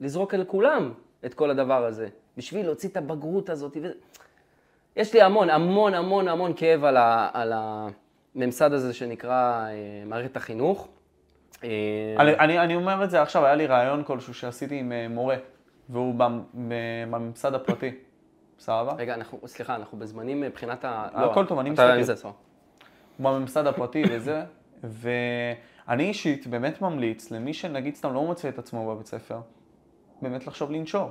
[SPEAKER 2] לזרוק על כולם את כל הדבר הזה, בשביל להוציא את הבגרות הזאת. וזה... יש לי המון, המון, המון, המון כאב על, ה, על הממסד הזה שנקרא אה, מערכת החינוך. אה,
[SPEAKER 1] אני, אני, אני אומר את זה עכשיו, היה לי רעיון כלשהו שעשיתי עם אה, מורה, והוא במ- ב- בממסד הפרטי. סבבה?
[SPEAKER 2] רגע, אנחנו, סליחה, אנחנו בזמנים אה, מבחינת ה...
[SPEAKER 1] לא,
[SPEAKER 2] לא,
[SPEAKER 1] הכל טוב, אני
[SPEAKER 2] אתה
[SPEAKER 1] מסתכל.
[SPEAKER 2] עם זה, סבבה.
[SPEAKER 1] הוא בממסד הפרטי וזה, ואני אישית באמת ממליץ למי שנגיד סתם לא מוצא את עצמו בבית ספר, באמת לחשוב לנשור.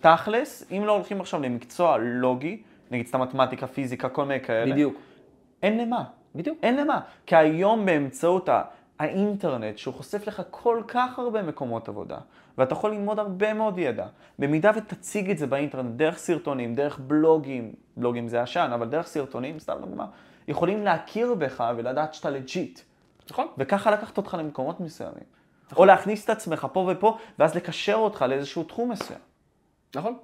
[SPEAKER 1] תכלס, אם לא הולכים עכשיו למקצוע לוגי, נגיד סתם מתמטיקה, פיזיקה, כל מיני כאלה,
[SPEAKER 2] בדיוק.
[SPEAKER 1] אין למה.
[SPEAKER 2] בדיוק.
[SPEAKER 1] אין למה. כי היום באמצעות ה- האינטרנט, שהוא חושף לך כל כך הרבה מקומות עבודה, ואתה יכול ללמוד הרבה מאוד ידע, במידה ותציג את זה באינטרנט, דרך סרטונים, דרך בלוגים, בלוגים זה עשן, אבל דרך סרטונים, סתם דוגמה, יכולים להכיר בך ולדעת שאתה לג'יט,
[SPEAKER 2] נכון.
[SPEAKER 1] וככה לקחת אותך למקומות מסוימים. או להכניס את עצמך פה ופה, ואז לקשר אותך לאיזשהו תחום מסוים.
[SPEAKER 2] נכון.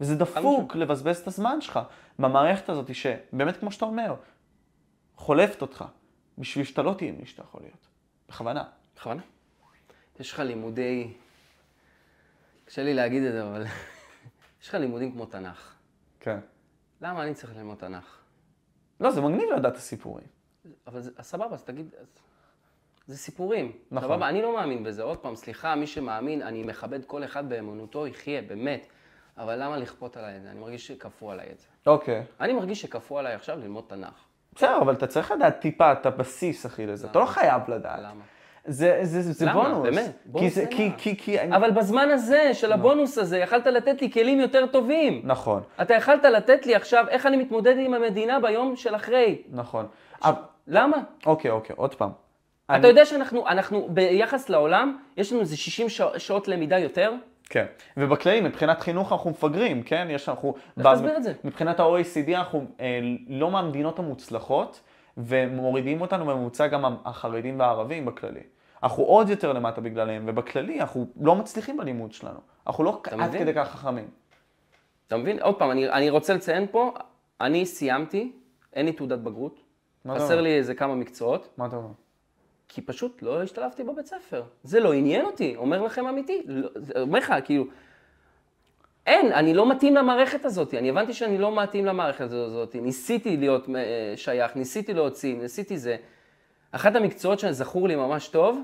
[SPEAKER 1] וזה דפוק לבזבז את הזמן שלך במערכת הזאת, שבאמת, כמו שאתה אומר, חולפת אותך, בשביל שאתה לא תהיה מי שאתה יכול להיות. בכוונה.
[SPEAKER 2] בכוונה. יש לך לימודי... קשה לי להגיד את זה, אבל... יש לך לימודים כמו תנ"ך.
[SPEAKER 1] כן.
[SPEAKER 2] למה אני צריך ללמוד תנ"ך?
[SPEAKER 1] לא, זה מגניב לדעת את הסיפורים.
[SPEAKER 2] אבל זה, אז סבבה, אז תגיד... אז... זה סיפורים.
[SPEAKER 1] נכון.
[SPEAKER 2] נכון. סבבה, אני לא מאמין בזה. עוד פעם, סליחה, מי שמאמין, אני מכבד כל אחד באמונתו, יחיה, באמת. אבל למה לכפות עליי את זה? אני מרגיש שכפו עליי את זה.
[SPEAKER 1] אוקיי.
[SPEAKER 2] אני מרגיש שכפו עליי עכשיו ללמוד תנ"ך.
[SPEAKER 1] בסדר, אבל אתה צריך לדעת טיפה את הבסיס, אחי, לזה. אתה לא חייב לדעת.
[SPEAKER 2] למה?
[SPEAKER 1] זה, זה, זה, זה
[SPEAKER 2] למה?
[SPEAKER 1] בונוס.
[SPEAKER 2] באמת,
[SPEAKER 1] כי
[SPEAKER 2] בונוס
[SPEAKER 1] זה,
[SPEAKER 2] למה?
[SPEAKER 1] כי, כי, כי, אני-
[SPEAKER 2] אבל בזמן הזה, של הבונוס הזה, יכלת לתת לי כלים יותר טובים.
[SPEAKER 1] נכון,
[SPEAKER 2] אתה יכלת לתת לי עכשיו איך אני מתמודד עם המדינה ביום של אחרי.
[SPEAKER 1] נכון. אבל-
[SPEAKER 2] למה?
[SPEAKER 1] אוקיי, אוקיי, עוד פעם. אני-
[SPEAKER 2] אתה יודע שאנחנו, אנחנו, ביחס לעולם, יש לנו איזה 60 שע- שעות למידה יותר?
[SPEAKER 1] כן. ובכללי, מבחינת חינוך אנחנו מפגרים, כן? יש אנחנו...
[SPEAKER 2] איך תסביר את זה?
[SPEAKER 1] מבחינת ה-OECD אנחנו אה, לא מהמדינות המוצלחות, ומורידים אותנו בממוצע גם החרדים והערבים בכללי. אנחנו עוד יותר למטה בגללם, ובכללי אנחנו לא מצליחים בלימוד שלנו. אנחנו לא עד
[SPEAKER 2] מבין?
[SPEAKER 1] כדי כך חכמים.
[SPEAKER 2] אתה מבין? עוד פעם, אני, אני רוצה לציין פה, אני סיימתי, אין לי תעודת בגרות,
[SPEAKER 1] מה אתה
[SPEAKER 2] חסר
[SPEAKER 1] אומר?
[SPEAKER 2] לי איזה כמה מקצועות,
[SPEAKER 1] מה אתה אומר?
[SPEAKER 2] כי פשוט לא השתלבתי בבית ספר. זה לא עניין אותי, אומר לכם אמיתי. לא, זה- אומר לך, כאילו, אין, אני לא מתאים למערכת הזאת. אני הבנתי שאני לא מתאים למערכת הזאת. ניסיתי להיות אה, שייך, ניסיתי להוציא, ניסיתי זה. אחת המקצועות שזכור לי ממש טוב,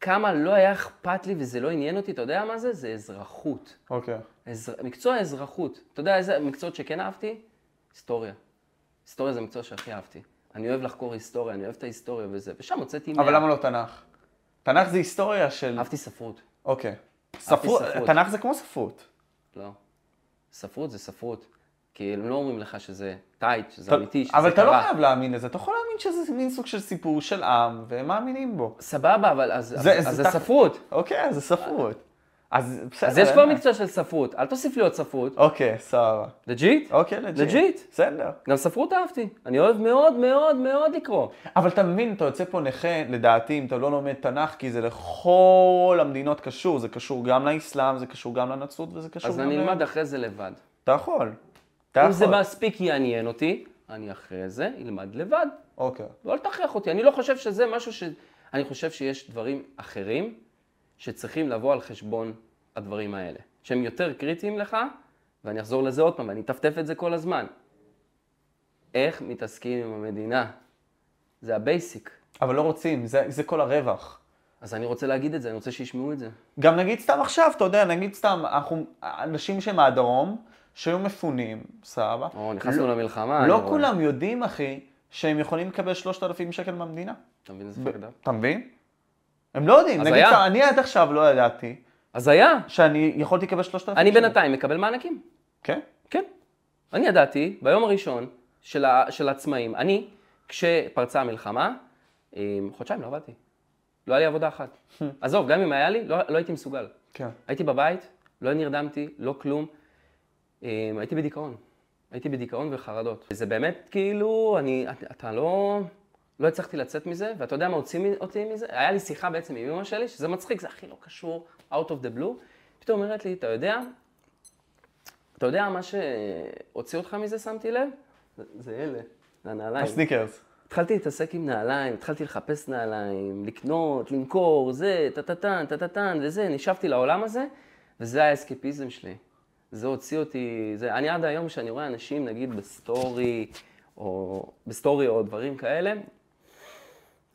[SPEAKER 2] כמה לא היה אכפת לי וזה לא עניין אותי, אתה יודע מה זה? זה אזרחות.
[SPEAKER 1] אוקיי.
[SPEAKER 2] אזר... מקצוע האזרחות. אתה יודע איזה מקצועות שכן אהבתי? היסטוריה. היסטוריה זה המקצוע שהכי אהבתי. אני אוהב לחקור היסטוריה, אני אוהב את ההיסטוריה וזה, ושם הוצאתי מאה.
[SPEAKER 1] אבל למה לא תנ"ך? תנ"ך זה היסטוריה של...
[SPEAKER 2] אהבתי ספרות.
[SPEAKER 1] אוקיי. ספרות,
[SPEAKER 2] ספרות.
[SPEAKER 1] תנ"ך זה כמו ספרות.
[SPEAKER 2] לא. ספרות זה ספרות. כי הם לא אומרים לך שזה טייט, שזה
[SPEAKER 1] אתה-
[SPEAKER 2] אמיתי, שזה קרה.
[SPEAKER 1] אבל אתה לא חייב להאמין לזה, אתה יכול להאמין שזה מין סוג של סיפור של עם, והם מאמינים בו.
[SPEAKER 2] סבבה, אבל אז אז-
[SPEAKER 1] זה-
[SPEAKER 2] אז
[SPEAKER 1] זה
[SPEAKER 2] זה
[SPEAKER 1] תח-
[SPEAKER 2] ספרות.
[SPEAKER 1] אוקיי, אז זה ספרות. אז בסדר.
[SPEAKER 2] אז יש
[SPEAKER 1] אין
[SPEAKER 2] כבר
[SPEAKER 1] בעיה.
[SPEAKER 2] מקצוע של ספרות, אל תוסיף לי עוד ספרות.
[SPEAKER 1] אוקיי, סבבה.
[SPEAKER 2] לג'יט?
[SPEAKER 1] אוקיי, לג'יט.
[SPEAKER 2] לג'יט.
[SPEAKER 1] בסדר.
[SPEAKER 2] גם ספרות אהבתי. אני אוהב מאוד מאוד מאוד לקרוא.
[SPEAKER 1] אבל אתה מבין, אתה יוצא פה נכה, לדעתי, אם אתה לא לומד תנ"ך, כי זה לכל המדינות קשור. זה קשור גם לאסלאם, זה קשור גם לנצרות, וזה קשור
[SPEAKER 2] אז
[SPEAKER 1] גם...
[SPEAKER 2] אני
[SPEAKER 1] ל-
[SPEAKER 2] אלמד אחרי זה לבד.
[SPEAKER 1] אתה יכול. אתה יכול.
[SPEAKER 2] אם זה מספיק יעניין אותי, אני אחרי זה אלמד לבד.
[SPEAKER 1] אוקיי.
[SPEAKER 2] לא לתכריח אותי. אני לא חושב שזה משהו ש... אני חושב שיש דברים אחרים שצריכים לבוא על חשבון הדברים האלה. שהם יותר קריטיים לך, ואני אחזור לזה עוד פעם, ואני אטפטף את זה כל הזמן. איך מתעסקים עם המדינה? זה הבייסיק.
[SPEAKER 1] אבל לא רוצים, זה, זה כל הרווח.
[SPEAKER 2] אז אני רוצה להגיד את זה, אני רוצה שישמעו את זה.
[SPEAKER 1] גם נגיד סתם עכשיו, אתה יודע, נגיד סתם, אנחנו, אנשים שמהדרום, שהיו מפונים, סבבה.
[SPEAKER 2] או, נכנסנו למלחמה.
[SPEAKER 1] לא
[SPEAKER 2] אה, אני רואה.
[SPEAKER 1] כולם יודעים, אחי, שהם יכולים לקבל 3,000 שקל מהמדינה.
[SPEAKER 2] אתה מבין איזה פחדה?
[SPEAKER 1] אתה מבין? הם לא יודעים.
[SPEAKER 2] אז
[SPEAKER 1] נגיד,
[SPEAKER 2] היה.
[SPEAKER 1] סתם, אני עד עכשיו לא ידעתי
[SPEAKER 2] אז היה.
[SPEAKER 1] שאני יכולתי לקבל 3,000
[SPEAKER 2] אני
[SPEAKER 1] שקל.
[SPEAKER 2] בינתיים מקבל מענקים.
[SPEAKER 1] כן?
[SPEAKER 2] כן. אני ידעתי, ביום הראשון של, ה, של העצמאים, אני, כשפרצה המלחמה, אמ, חודשיים לא עבדתי. לא היה לי עבודה אחת. עזוב, גם אם היה לי, לא, לא הייתי מסוגל.
[SPEAKER 1] כן.
[SPEAKER 2] הייתי בבית, לא נרדמתי, לא כלום. אמ, הייתי בדיכאון. הייתי בדיכאון וחרדות. זה באמת כאילו, אני, אתה לא... לא הצלחתי לצאת מזה, ואתה יודע מה הוציא מ- אותי מזה? היה לי שיחה בעצם עם אמא שלי, שזה מצחיק, זה הכי לא קשור, out of the blue. פתאום אומרת לי, אתה יודע, אתה יודע מה שהוציא אותך מזה, שמתי לב? זה- זה אלה, זה הנעליים.
[SPEAKER 1] הסניקרס.
[SPEAKER 2] התחלתי להתעסק עם נעליים, התחלתי לחפש נעליים, לקנות, למכור, זה, טה-טה-טן, טה-טה-טן וזה, נשאבתי לעולם הזה, וזה היה האסקפיזם שלי. זה הוציא אותי, זה, אני עד היום כשאני רואה אנשים, נגיד בסטורי, או בסטורי או דברים כאלה,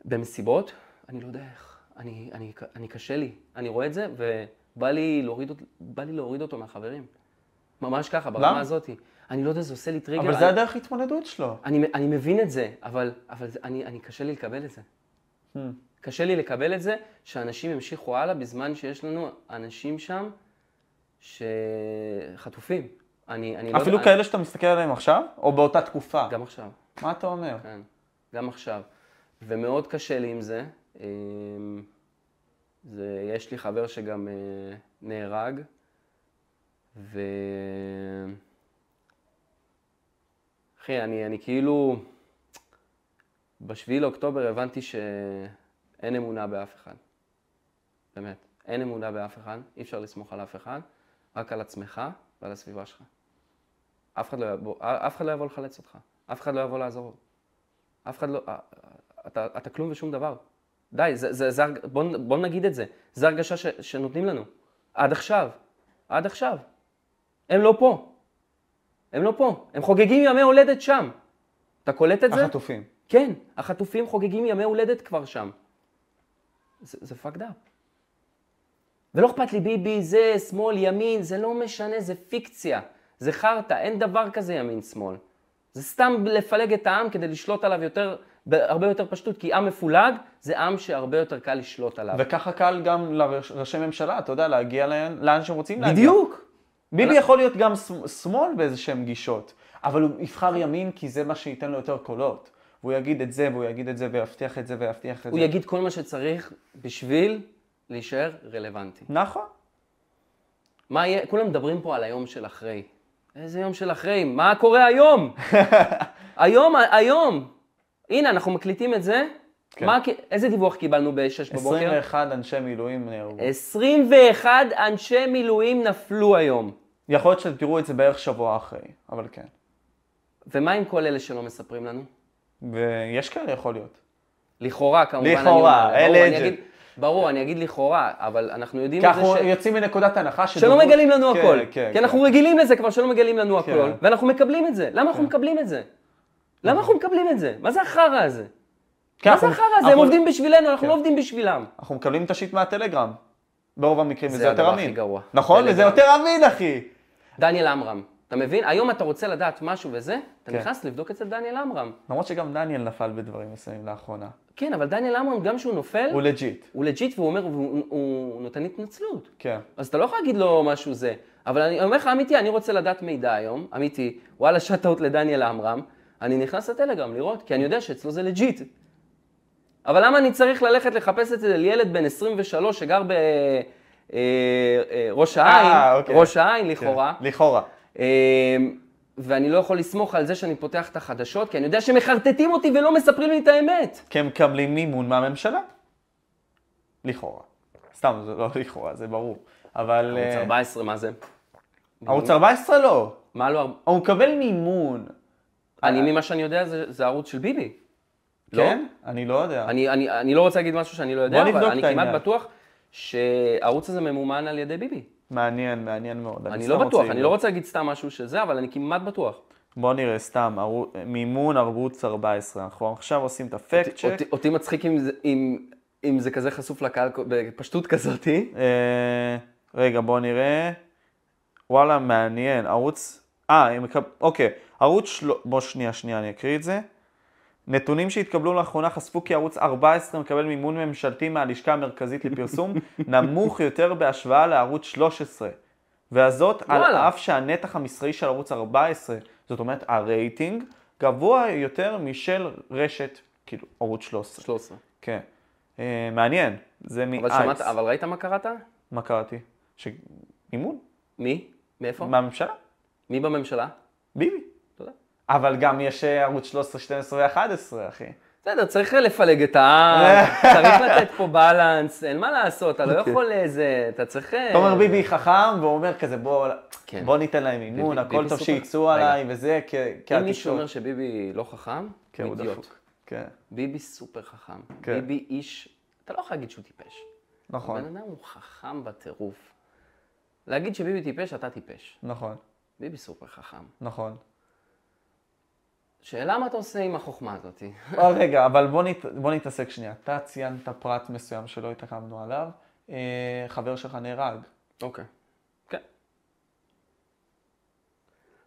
[SPEAKER 2] במסיבות, אני לא יודע איך, אני, אני, אני קשה לי, אני רואה את זה, ובא לי להוריד, אות- בא לי להוריד אותו מהחברים. ממש ככה,
[SPEAKER 1] למה?
[SPEAKER 2] ברמה הזאת. אני לא יודע, זה עושה לי טריגר.
[SPEAKER 1] אבל
[SPEAKER 2] אני-
[SPEAKER 1] זה הדרך התמודדות שלו.
[SPEAKER 2] אני, אני מבין את זה, אבל, אבל זה- אני, אני קשה לי לקבל את זה.
[SPEAKER 1] Hmm.
[SPEAKER 2] קשה לי לקבל את זה שאנשים ימשיכו הלאה בזמן שיש לנו אנשים שם שחטופים. אני, אני לא...
[SPEAKER 1] אפילו
[SPEAKER 2] אני,
[SPEAKER 1] כאלה שאתה מסתכל עליהם עכשיו, או באותה תקופה.
[SPEAKER 2] גם עכשיו,
[SPEAKER 1] מה אתה אומר?
[SPEAKER 2] כן. גם עכשיו. ומאוד קשה לי עם זה. אמ, זה יש לי חבר שגם אה, נהרג, ו... אחי, אני, אני כאילו... בשביעי לאוקטובר הבנתי שאין אמונה באף אחד. באמת. אין אמונה באף אחד, אי אפשר לסמוך על אף אחד, רק על עצמך ועל הסביבה שלך. אף אחד לא יבוא, אף אחד לא יבוא לחלץ אותך, אף אחד לא יבוא לעזור. אף אחד לא... אתה, אתה כלום ושום דבר. די, זה, זה, זה, הרג- בוא, נ- בוא נגיד את זה. זו הרגשה ש, שנותנים לנו. עד עכשיו. עד עכשיו. הם לא פה. הם לא פה. הם חוגגים ימי הולדת שם. אתה קולט את זה?
[SPEAKER 1] החטופים.
[SPEAKER 2] כן, החטופים חוגגים ימי הולדת כבר שם. זה, זה fucked up. ולא אכפת לי ביבי, זה, שמאל, ימין, זה לא משנה, זה פיקציה. זה חרטא, אין דבר כזה ימין-שמאל. זה סתם לפלג את העם כדי לשלוט עליו יותר, הרבה יותר פשטות, כי עם מפולג זה עם שהרבה יותר קל לשלוט עליו.
[SPEAKER 1] וככה קל גם לראשי ממשלה, אתה יודע, להגיע לאן, לאן שהם רוצים להגיע.
[SPEAKER 2] בדיוק.
[SPEAKER 1] ביבי יכול להיות גם שמ- שמאל באיזה שהם גישות, אבל הוא יבחר ימין כי זה מה שייתן לו יותר קולות. והוא יגיד את זה, והוא יגיד את זה, ויבטיח את זה, ויבטיח את
[SPEAKER 2] הוא
[SPEAKER 1] זה.
[SPEAKER 2] יגיד כל מה שצריך בשביל להישאר רלוונטי.
[SPEAKER 1] נכון.
[SPEAKER 2] מה יהיה, כולם מדברים פה על היום של אחרי. איזה יום של אחרי? מה קורה היום? היום, היום. הנה, אנחנו מקליטים את זה.
[SPEAKER 1] כן.
[SPEAKER 2] מה, כי- איזה דיווח קיבלנו ב-6 בבוקר?
[SPEAKER 1] 21 אנשי מילואים נהרגו.
[SPEAKER 2] 21 אנשי מילואים נפלו היום.
[SPEAKER 1] יכול להיות שתראו את זה בערך שבוע אחרי, אבל כן.
[SPEAKER 2] ומה עם כל אלה שלא מספרים לנו?
[SPEAKER 1] ויש כאלה, יכול להיות.
[SPEAKER 2] לכאורה, כמובן. אני
[SPEAKER 1] לכאורה,
[SPEAKER 2] אומר, ברור,
[SPEAKER 1] אלה
[SPEAKER 2] אני
[SPEAKER 1] את זה.
[SPEAKER 2] אגיד- ברור, אני אגיד לכאורה, אבל אנחנו יודעים
[SPEAKER 1] כי
[SPEAKER 2] את זה
[SPEAKER 1] אנחנו
[SPEAKER 2] ש...
[SPEAKER 1] יוצאים מנקודת הנחה
[SPEAKER 2] שלא
[SPEAKER 1] שדיברו-
[SPEAKER 2] מגלים לנו
[SPEAKER 1] כן,
[SPEAKER 2] הכל.
[SPEAKER 1] כן,
[SPEAKER 2] כי
[SPEAKER 1] כן.
[SPEAKER 2] אנחנו רגילים לזה כבר שלא מגלים לנו
[SPEAKER 1] כן.
[SPEAKER 2] הכל, ואנחנו מקבלים את זה. למה אנחנו מקבלים את זה? למה אנחנו מקבלים את זה? מה זה החרא הזה?
[SPEAKER 1] כן,
[SPEAKER 2] מה זה
[SPEAKER 1] אנחנו-
[SPEAKER 2] החרא הזה? הם
[SPEAKER 1] אנחנו-
[SPEAKER 2] עובדים בשבילנו, אנחנו
[SPEAKER 1] כן.
[SPEAKER 2] לא עובדים בשבילם.
[SPEAKER 1] אנחנו מקבלים את השיט מהטלגרם. ברוב המקרים,
[SPEAKER 2] זה
[SPEAKER 1] וזה יותר
[SPEAKER 2] הדבר
[SPEAKER 1] אמין.
[SPEAKER 2] הכי גרוע.
[SPEAKER 1] נכון? וזה
[SPEAKER 2] טלגרם.
[SPEAKER 1] יותר אמין, אחי.
[SPEAKER 2] דניאל עמרם, אתה מבין? היום אתה רוצה לדעת משהו וזה, אתה
[SPEAKER 1] כן.
[SPEAKER 2] נכנס לבדוק אצל דניאל עמרם.
[SPEAKER 1] למרות שגם דניאל נפל בדברים מסוימים לאחרונה.
[SPEAKER 2] כן, אבל דניאל עמרם, גם כשהוא נופל,
[SPEAKER 1] הוא לג'יט.
[SPEAKER 2] הוא לג'יט והוא אומר, והוא- הוא- הוא נותן התנצלות.
[SPEAKER 1] כן.
[SPEAKER 2] אז אתה לא יכול להגיד לו משהו זה. אבל אני אומר לך, אמיתי, אני רוצה לדעת מידע היום, אמיתי, וואלה, שאט-אוט לדניאל עמרם, אני נכנס לטלגרם לראות, כי אני יודע שאצלו זה לג'יט. אבל למה אני צריך ללכת לחפש את זה לילד בן 23 שגר בראש אה, אה, ראש העין,
[SPEAKER 1] אוקיי.
[SPEAKER 2] ראש העין לכאורה,
[SPEAKER 1] כן. לכאורה.
[SPEAKER 2] אה, ואני לא יכול לסמוך על זה שאני פותח את החדשות, כי אני יודע שמחרטטים אותי ולא מספרים לי את האמת.
[SPEAKER 1] כי הם מקבלים מימון מהממשלה. לכאורה. סתם, זה לא לכאורה, זה ברור. אבל...
[SPEAKER 2] ערוץ
[SPEAKER 1] אה,
[SPEAKER 2] 14, מה זה?
[SPEAKER 1] ערוץ 14 לא.
[SPEAKER 2] מה לא... ערוץ-
[SPEAKER 1] הוא מקבל מימון. אה,
[SPEAKER 2] אני, ממה שאני יודע, זה זה הערוץ של ביבי. לא?
[SPEAKER 1] כן? אני לא יודע.
[SPEAKER 2] אני, אני, אני לא רוצה להגיד משהו שאני לא יודע,
[SPEAKER 1] בוא נבדוק
[SPEAKER 2] אבל אני
[SPEAKER 1] את העניין.
[SPEAKER 2] כמעט בטוח שהערוץ הזה ממומן על ידי ביבי.
[SPEAKER 1] מעניין, מעניין מאוד.
[SPEAKER 2] אני
[SPEAKER 1] סתם
[SPEAKER 2] לא
[SPEAKER 1] רוצה
[SPEAKER 2] בטוח,
[SPEAKER 1] לבדוק.
[SPEAKER 2] אני לא רוצה להגיד סתם משהו שזה, אבל אני כמעט בטוח.
[SPEAKER 1] בוא נראה, סתם, ערו- מימון ערוץ 14. אנחנו עכשיו עושים את הפקט צ'ק.
[SPEAKER 2] אותי, אותי מצחיק אם, זה- אם, אם זה כזה חשוף לקהל כ- בפשטות כזאתי.
[SPEAKER 1] אה, רגע, בוא נראה. וואלה, מעניין. ערוץ... אה, הם מקב... אוקיי. ערוץ של... בוא, שנייה, שנייה, אני אקריא את זה. נתונים שהתקבלו לאחרונה חשפו כי ערוץ 14 מקבל מימון ממשלתי מהלשכה המרכזית לפרסום נמוך יותר בהשוואה לערוץ 13. והזאת על
[SPEAKER 2] וואלה.
[SPEAKER 1] אף שהנתח המסחרי של ערוץ 14, זאת אומרת הרייטינג, גבוה יותר משל רשת, כאילו, ערוץ 13.
[SPEAKER 2] 13.
[SPEAKER 1] כן. אה, מעניין, זה
[SPEAKER 2] אבל,
[SPEAKER 1] מאייס.
[SPEAKER 2] שמעת, אבל ראית מה קראת?
[SPEAKER 1] מה קראתי? שמימון?
[SPEAKER 2] מי? מאיפה?
[SPEAKER 1] מהממשלה?
[SPEAKER 2] מי בממשלה?
[SPEAKER 1] ביבי.
[SPEAKER 2] תודה.
[SPEAKER 1] אבל גם יש אה, ערוץ 13, 12 ו-11,
[SPEAKER 2] אה,
[SPEAKER 1] אחי.
[SPEAKER 2] בסדר, צריך לפלג את העם, צריך לתת פה בלנס, אין מה לעשות, אתה לא יכול איזה, אתה צריך...
[SPEAKER 1] אתה אומר אוקיי. ביבי חכם, והוא אומר כזה, בוא,
[SPEAKER 2] אה, כן.
[SPEAKER 1] בוא ניתן להם מימון,
[SPEAKER 2] ביבי-
[SPEAKER 1] הכל
[SPEAKER 2] ביבי
[SPEAKER 1] טוב
[SPEAKER 2] סופר-
[SPEAKER 1] שיצאו
[SPEAKER 2] רגע.
[SPEAKER 1] עליי וזה, כ-
[SPEAKER 2] אם מישהו
[SPEAKER 1] כהתקשורת.
[SPEAKER 2] אומר שביבי לא חכם,
[SPEAKER 1] כן,
[SPEAKER 2] הוא
[SPEAKER 1] הוא
[SPEAKER 2] אידיוט.
[SPEAKER 1] דפוק. כן,
[SPEAKER 2] ביבי סופר חכם.
[SPEAKER 1] כן.
[SPEAKER 2] ביבי איש, אתה לא יכול להגיד שהוא טיפש. הבן
[SPEAKER 1] נכון,
[SPEAKER 2] אדם הוא חכם בטירוף. להגיד שביבי טיפש, אתה טיפש.
[SPEAKER 1] נכון,
[SPEAKER 2] ביבי סופר חכם.
[SPEAKER 1] נכון.
[SPEAKER 2] שאלה מה אתה עושה עם החוכמה הזאת?
[SPEAKER 1] עוד רגע, אבל בוא, נת... בוא נתעסק שנייה. אתה ציינת פרט מסוים שלא התעכבנו עליו, אה, חבר שלך נהרג.
[SPEAKER 2] אוקיי. כן.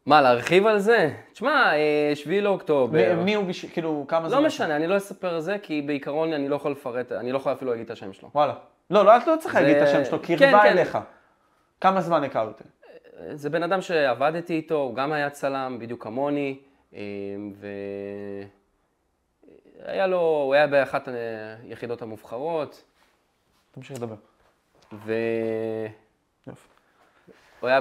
[SPEAKER 2] מה, להרחיב על זה? תשמע, אה, שביעי לאוקטובר.
[SPEAKER 1] מי, מי הוא בשביל, כאילו, כמה
[SPEAKER 2] לא משנה, אני לא אספר על זה, כי בעיקרון אני לא יכול לפרט, אני לא יכול אפילו להגיד את השם שלו.
[SPEAKER 1] וואלה. לא, לא, את לא צריכה
[SPEAKER 2] זה-
[SPEAKER 1] להגיד את השם שלו,
[SPEAKER 2] כן,
[SPEAKER 1] קרבה
[SPEAKER 2] כן.
[SPEAKER 1] אליך. כמה זמן הכרתם?
[SPEAKER 2] זה בן אדם שעבדתי איתו, הוא גם היה צלם, בדיוק כמוני, אה, ו... היה לו, הוא היה באחת היחידות המובחרות,
[SPEAKER 1] תמשיך לדבר.
[SPEAKER 2] ו...
[SPEAKER 1] יופי.
[SPEAKER 2] הוא היה,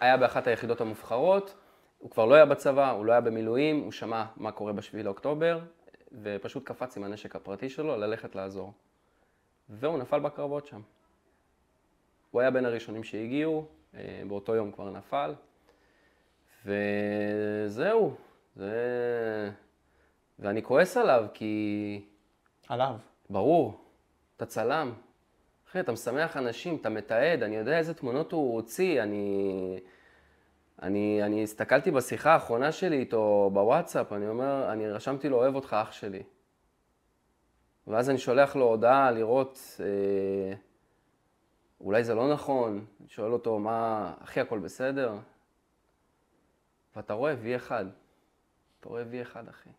[SPEAKER 2] היה באחת היחידות המובחרות, הוא כבר לא היה בצבא, הוא לא היה במילואים, הוא שמע מה קורה בשביעי לאוקטובר, ופשוט קפץ עם הנשק הפרטי שלו ללכת לעזור. והוא נפל בקרבות שם. הוא היה בין הראשונים שהגיעו, אה, באותו יום כבר נפל, וזהו. זה... ואני כועס עליו, כי
[SPEAKER 1] עליו.
[SPEAKER 2] ברור, אתה צלם. אחי, אתה משמח אנשים, אתה מתעד, אני יודע איזה תמונות הוא הוציא, אני... אני, אני הסתכלתי בשיחה האחרונה שלי איתו בוואטסאפ, אני אומר, אני רשמתי לו, אוהב אותך אח שלי. ואז אני שולח לו הודעה לראות, אה, אולי זה לא נכון, אני שואל אותו, מה, אחי, הכל בסדר? ואתה רואה V1, אתה רואה V1, אחי.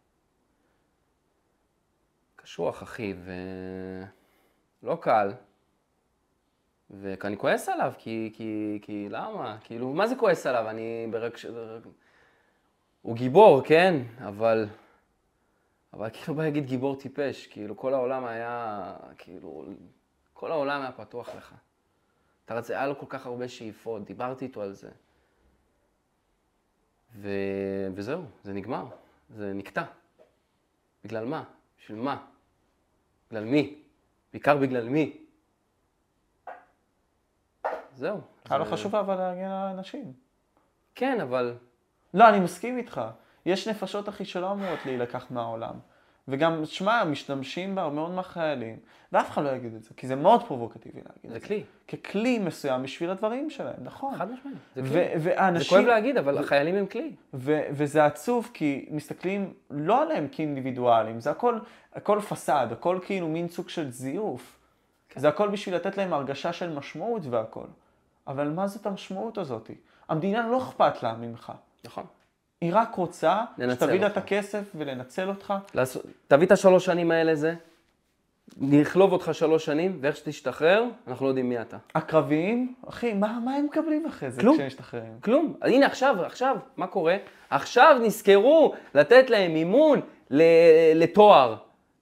[SPEAKER 2] קשוח, אחי, ולא קל. ואני כועס עליו, כי, כי, כי למה? כאילו, מה זה כועס עליו? אני ברק... הוא גיבור, כן, אבל... אבל כאילו בא להגיד גיבור טיפש, כאילו כל העולם היה, כאילו, כל העולם היה פתוח לך. אתה רצה, היה לו כל כך הרבה שאיפות, דיברתי איתו על זה. ו... וזהו, זה נגמר, זה נקטע. בגלל מה? בשביל מה? בגלל מי? בעיקר בגלל מי? זהו.
[SPEAKER 1] היה לו
[SPEAKER 2] זה-
[SPEAKER 1] חשוב אבל להגן על האנשים.
[SPEAKER 2] כן, אבל
[SPEAKER 1] לא, אני מסכים איתך. יש נפשות, אחי, שלא אמורות להילקח מהעולם. וגם, שמע, משתמשים בה הרבה מאוד מהחיילים, ואף אחד לא יגיד את זה, כי זה מאוד פרובוקטיבי להגיד
[SPEAKER 2] זה
[SPEAKER 1] את זה.
[SPEAKER 2] כלי,
[SPEAKER 1] ככלי מסוים בשביל הדברים שלהם, נכון.
[SPEAKER 2] חד משמעית, זה כלי.
[SPEAKER 1] ו-
[SPEAKER 2] זה
[SPEAKER 1] והאנשים,
[SPEAKER 2] כואב להגיד, אבל החיילים הם כלי.
[SPEAKER 1] ו- וזה עצוב כי מסתכלים לא עליהם כאינדיבידואלים, זה הכל, הכל פסאד, הכל כאילו מין סוג של זיוף. כן. זה הכל בשביל לתת להם הרגשה של משמעות והכל. אבל מה זאת המשמעות הזאת? המדינה לא אכפת לה ממך.
[SPEAKER 2] נכון.
[SPEAKER 1] היא רק רוצה
[SPEAKER 2] לנצל
[SPEAKER 1] שתביא לה את
[SPEAKER 2] אותך.
[SPEAKER 1] הכסף ולנצל אותך.
[SPEAKER 2] לעשות, תביא את השלוש שנים האלה זה, נכלוב אותך שלוש שנים, ואיך שתשתחרר, אנחנו לא יודעים מי אתה.
[SPEAKER 1] הקרביים, אחי, מה, מה הם מקבלים אחרי זה
[SPEAKER 2] כלום.
[SPEAKER 1] כשהם משתחררים?
[SPEAKER 2] כלום. אז הנה עכשיו, עכשיו, מה קורה? עכשיו נזכרו לתת להם מימון ל- לתואר.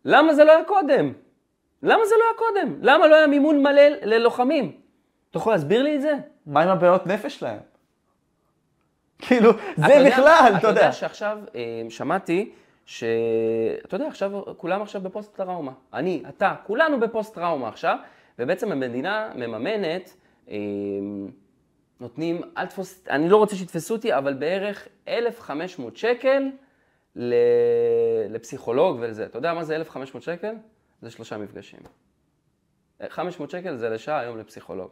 [SPEAKER 2] למה זה לא היה קודם? למה זה לא היה קודם? למה לא היה מימון מלא ללוחמים? אתה יכול להסביר לי את זה?
[SPEAKER 1] מה עם הבעיות נפש להם? כאילו,
[SPEAKER 2] אתה
[SPEAKER 1] זה
[SPEAKER 2] יודע-
[SPEAKER 1] בכלל, אתה יודע.
[SPEAKER 2] שעכשיו, אה, שמעתי, ש... אתה יודע, עכשיו, כולם עכשיו בפוסט-טראומה. אני, אתה, כולנו בפוסט-טראומה עכשיו, ובעצם המדינה מממנת, אה, נותנים, אל תפוס, אני לא רוצה שיתפסו אותי, אבל בערך 1,500 שקל ל... לפסיכולוג ולזה. אתה יודע מה זה 1,500 שקל? זה שלושה מפגשים. 500 שקל זה לשעה היום לפסיכולוג.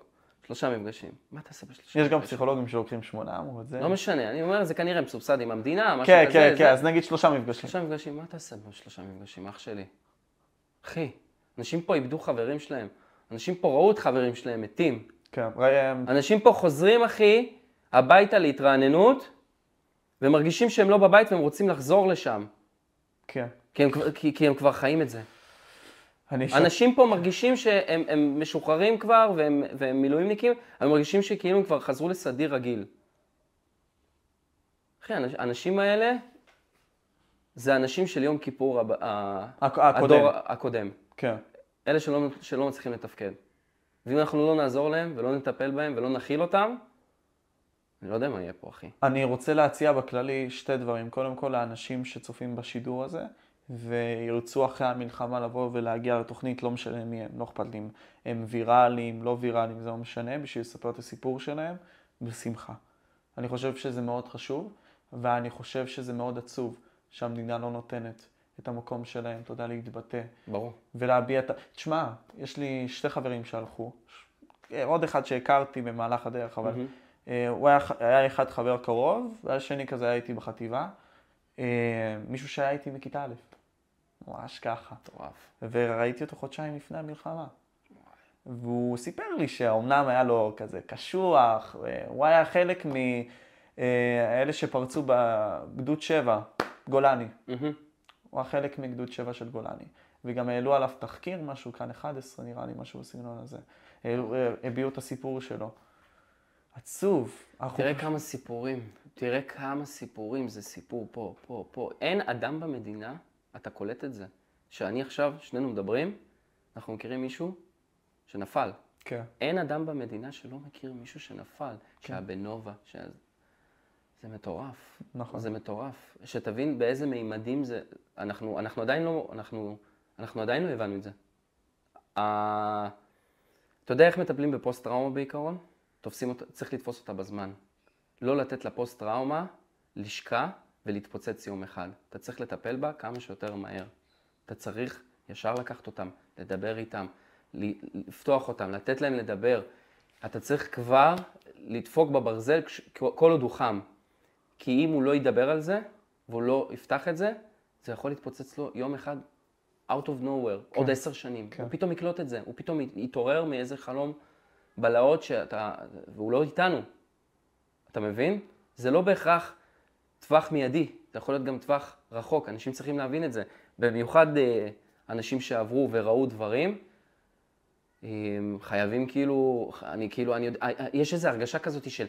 [SPEAKER 2] שלושה מפגשים. מה תעשה בשלושה
[SPEAKER 1] יש גם
[SPEAKER 2] מפגשים?
[SPEAKER 1] פסיכולוגים שלוקחים 800, זה...
[SPEAKER 2] לא משנה, אני אומר, זה כנראה מסובסד עם המדינה, משהו
[SPEAKER 1] כן,
[SPEAKER 2] כזה.
[SPEAKER 1] כן,
[SPEAKER 2] זה-
[SPEAKER 1] כן, אז נגיד שלושה מפגשים.
[SPEAKER 2] שלושה מפגשים, מה תעשה בשלושה מפגשים, אח שלי? אחי, אנשים פה איבדו חברים שלהם. אנשים פה ראו את חברים שלהם מתים.
[SPEAKER 1] כן, ראם,
[SPEAKER 2] אנשים פה חוזרים, אחי, הביתה להתרעננות, ומרגישים שהם לא בבית והם רוצים לחזור לשם.
[SPEAKER 1] כן.
[SPEAKER 2] כי הם, כבר- כי, כי הם כבר חיים את זה.
[SPEAKER 1] אני שוב,
[SPEAKER 2] אנשים פה מרגישים שהם הם משוחררים כבר והם, והם מילואימניקים, אבל מרגישים שכאילו הם כבר חזרו לסדיר רגיל. אחי, האנש- האנשים האלה, זה האנשים של יום כיפור הב- ה-
[SPEAKER 1] הק- הקודם.
[SPEAKER 2] הדור הקודם.
[SPEAKER 1] אה, כן.
[SPEAKER 2] אלה שלא, שלא מצליחים לתפקד. ואם אנחנו לא נעזור להם ולא נטפל בהם ולא נכיל אותם, אני לא יודע מה יהיה פה, אחי.
[SPEAKER 1] אני רוצה להציע בכללי שתי דברים. קודם כל, לאנשים שצופים בשידור הזה, וירצו אחרי המלחמה לבוא ולהגיע לתוכנית, לא משנה מי הם, לא אכפת לי אם הם ויראליים, לא ויראליים, זה לא משנה, בשביל לספר את הסיפור שלהם, בשמחה. אני חושב שזה מאוד חשוב, ואני חושב שזה מאוד עצוב שהמדינה לא נותנת את המקום שלהם, אתה יודע, להתבטא.
[SPEAKER 2] ברור.
[SPEAKER 1] ולהביע את ה... תשמע, יש לי שתי חברים שהלכו, ש- עוד אחד שהכרתי במהלך הדרך, אבל
[SPEAKER 2] מהמם.
[SPEAKER 1] אה, הוא היה, ח- היה אחד חבר קרוב, והשני כזה היה איתי בחטיבה, אה, מישהו שהיה איתי מכיתה א', ממש ככה.
[SPEAKER 2] מטורף.
[SPEAKER 1] וראיתי אותו חודשיים לפני המלחמה. והוא סיפר לי שאומנם היה לו כזה קשוח, אה, הוא היה חלק מאלה שפרצו בגדוד 7, גולני.
[SPEAKER 2] מהמם.
[SPEAKER 1] הוא היה חלק מגדוד 7 של גולני. וגם העלו עליו תחקיר, משהו כאן 11 נראה לי, משהו בסגנון הזה. העלו- אה, הביעו את הסיפור שלו. עצוב. אנחנו-
[SPEAKER 2] תראה כמה סיפורים, תראה כמה סיפורים, זה סיפור פה, פה, פה. אין אדם במדינה, אתה קולט את זה, שאני עכשיו, שנינו מדברים, אנחנו מכירים מישהו שנפל.
[SPEAKER 1] כן.
[SPEAKER 2] אין אדם במדינה שלא מכיר מישהו שנפל, שהיה בנובה, שהיה... זה מטורף.
[SPEAKER 1] נכון.
[SPEAKER 2] זה מטורף. שתבין באיזה מימדים זה... אנחנו, אנחנו עדיין לא... אנחנו, אנחנו עדיין לא הבנו את זה. ה... אתה יודע איך מטפלים בפוסט-טראומה בעיקרון? תופסים אותה, צריך לתפוס אותה בזמן. לא לתת לפוסט-טראומה לשקע ולהתפוצץ יום אחד. אתה צריך לטפל בה כמה שיותר מהר. אתה צריך ישר לקחת אותם, לדבר איתם, ל- לפתוח אותם, לתת להם לדבר. אתה צריך כבר לדפוק בברזל כש- כל עוד הוא חם. כי אם הוא לא ידבר על זה, והוא לא יפתח את זה, זה יכול להתפוצץ לו יום אחד out of nowhere, עוד עשר שנים. הוא פתאום יקלוט את זה, הוא פתאום ית- יתעורר מאיזה חלום בלהות שאתה, והוא לא איתנו. אתה מבין? זה לא בהכרח טווח מיידי, זה יכול להיות גם טווח רחוק, אנשים צריכים להבין את זה. במיוחד אה, אנשים שעברו וראו דברים, הם חייבים כאילו, אני כאילו, אני יודע, אה, אה, יש איזו הרגשה כזאת של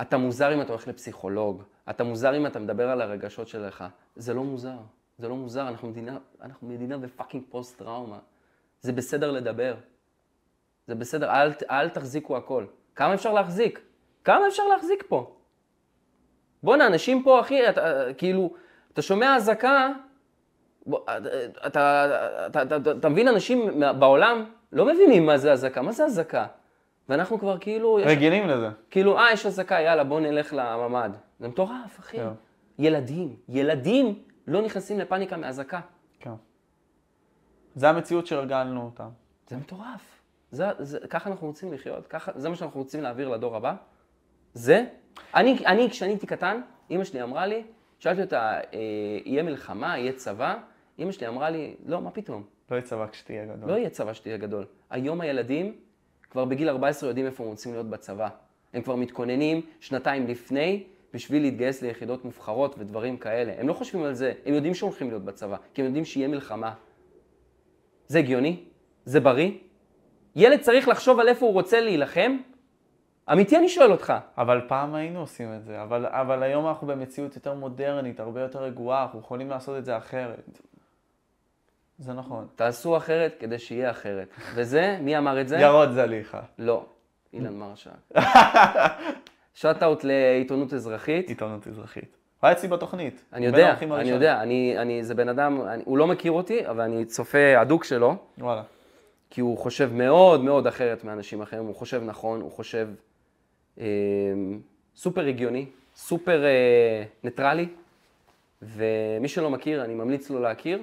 [SPEAKER 2] אתה מוזר אם אתה הולך לפסיכולוג, אתה מוזר אם אתה מדבר על הרגשות שלך. זה לא מוזר, זה לא מוזר, אנחנו מדינה, אנחנו מדינה בפאקינג פוסט טראומה. זה בסדר לדבר. זה בסדר, אל, ת- אל תחזיקו הכל. כמה אפשר להחזיק? כמה אפשר להחזיק פה? בואנה, אנשים פה, אחי, אתה, כאילו, אתה שומע אזעקה, בוא, אתה, אתה, אתה, אתה, אתה, אתה מבין, אנשים מה- בעולם לא מבינים מה זה אזעקה, מה זה אזעקה? ואנחנו כבר כאילו... יש-
[SPEAKER 1] רגילים לזה.
[SPEAKER 2] כאילו, אה, יש אזעקה, יאללה, בוא נלך לממ"ד. זה מטורף, אחי.
[SPEAKER 1] כן.
[SPEAKER 2] ילדים, ילדים לא נכנסים לפאניקה מאזעקה.
[SPEAKER 1] כן. זה המציאות שהרגלנו אותה.
[SPEAKER 2] זה מטורף. זה, זה, ככה אנחנו רוצים לחיות, ככה, זה מה שאנחנו רוצים להעביר לדור הבא. זה, אני, אני כשאני הייתי קטן, אימא שלי אמרה לי, שאלתי אותה, אה, יהיה מלחמה, יהיה צבא? אימא שלי אמרה לי, לא, מה פתאום?
[SPEAKER 1] לא יצבא כשתהיה גדול.
[SPEAKER 2] לא יהיה צבא שתהיה גדול. היום הילדים כבר בגיל 14 יודעים איפה הם רוצים להיות בצבא. הם כבר מתכוננים שנתיים לפני בשביל להתגייס ליחידות מובחרות ודברים כאלה. הם לא חושבים על זה, הם יודעים שהם הולכים להיות בצבא, כי הם יודעים שיהיה מלחמה. זה הגיוני? זה בריא? ילד צריך לחשוב על איפה הוא רוצה להילחם? אמיתי אני שואל אותך.
[SPEAKER 1] אבל פעם היינו עושים את זה, אבל, אבל היום אנחנו במציאות יותר מודרנית, הרבה יותר רגועה, אנחנו יכולים לעשות את זה אחרת. זה נכון.
[SPEAKER 2] תעשו אחרת כדי שיהיה אחרת. וזה, מי אמר את זה?
[SPEAKER 1] ירוד זליכה.
[SPEAKER 2] לא, אילן מרשק. שאט אאוט לעיתונות אזרחית.
[SPEAKER 1] עיתונות אזרחית. הוא היה אצלי בתוכנית.
[SPEAKER 2] אני
[SPEAKER 1] בין
[SPEAKER 2] יודע,
[SPEAKER 1] האורחים
[SPEAKER 2] אני
[SPEAKER 1] הראשונים.
[SPEAKER 2] יודע, אני, אני, זה בן אדם, אני, הוא לא מכיר אותי, אבל אני צופה הדוק שלו,
[SPEAKER 1] וואלה.
[SPEAKER 2] כי הוא חושב מאוד מאוד אחרת מאנשים אחרים, הוא חושב נכון, הוא חושב אה, סופר הגיוני, סופר אה, ניטרלי, ומי שלא מכיר, אני ממליץ לו להכיר.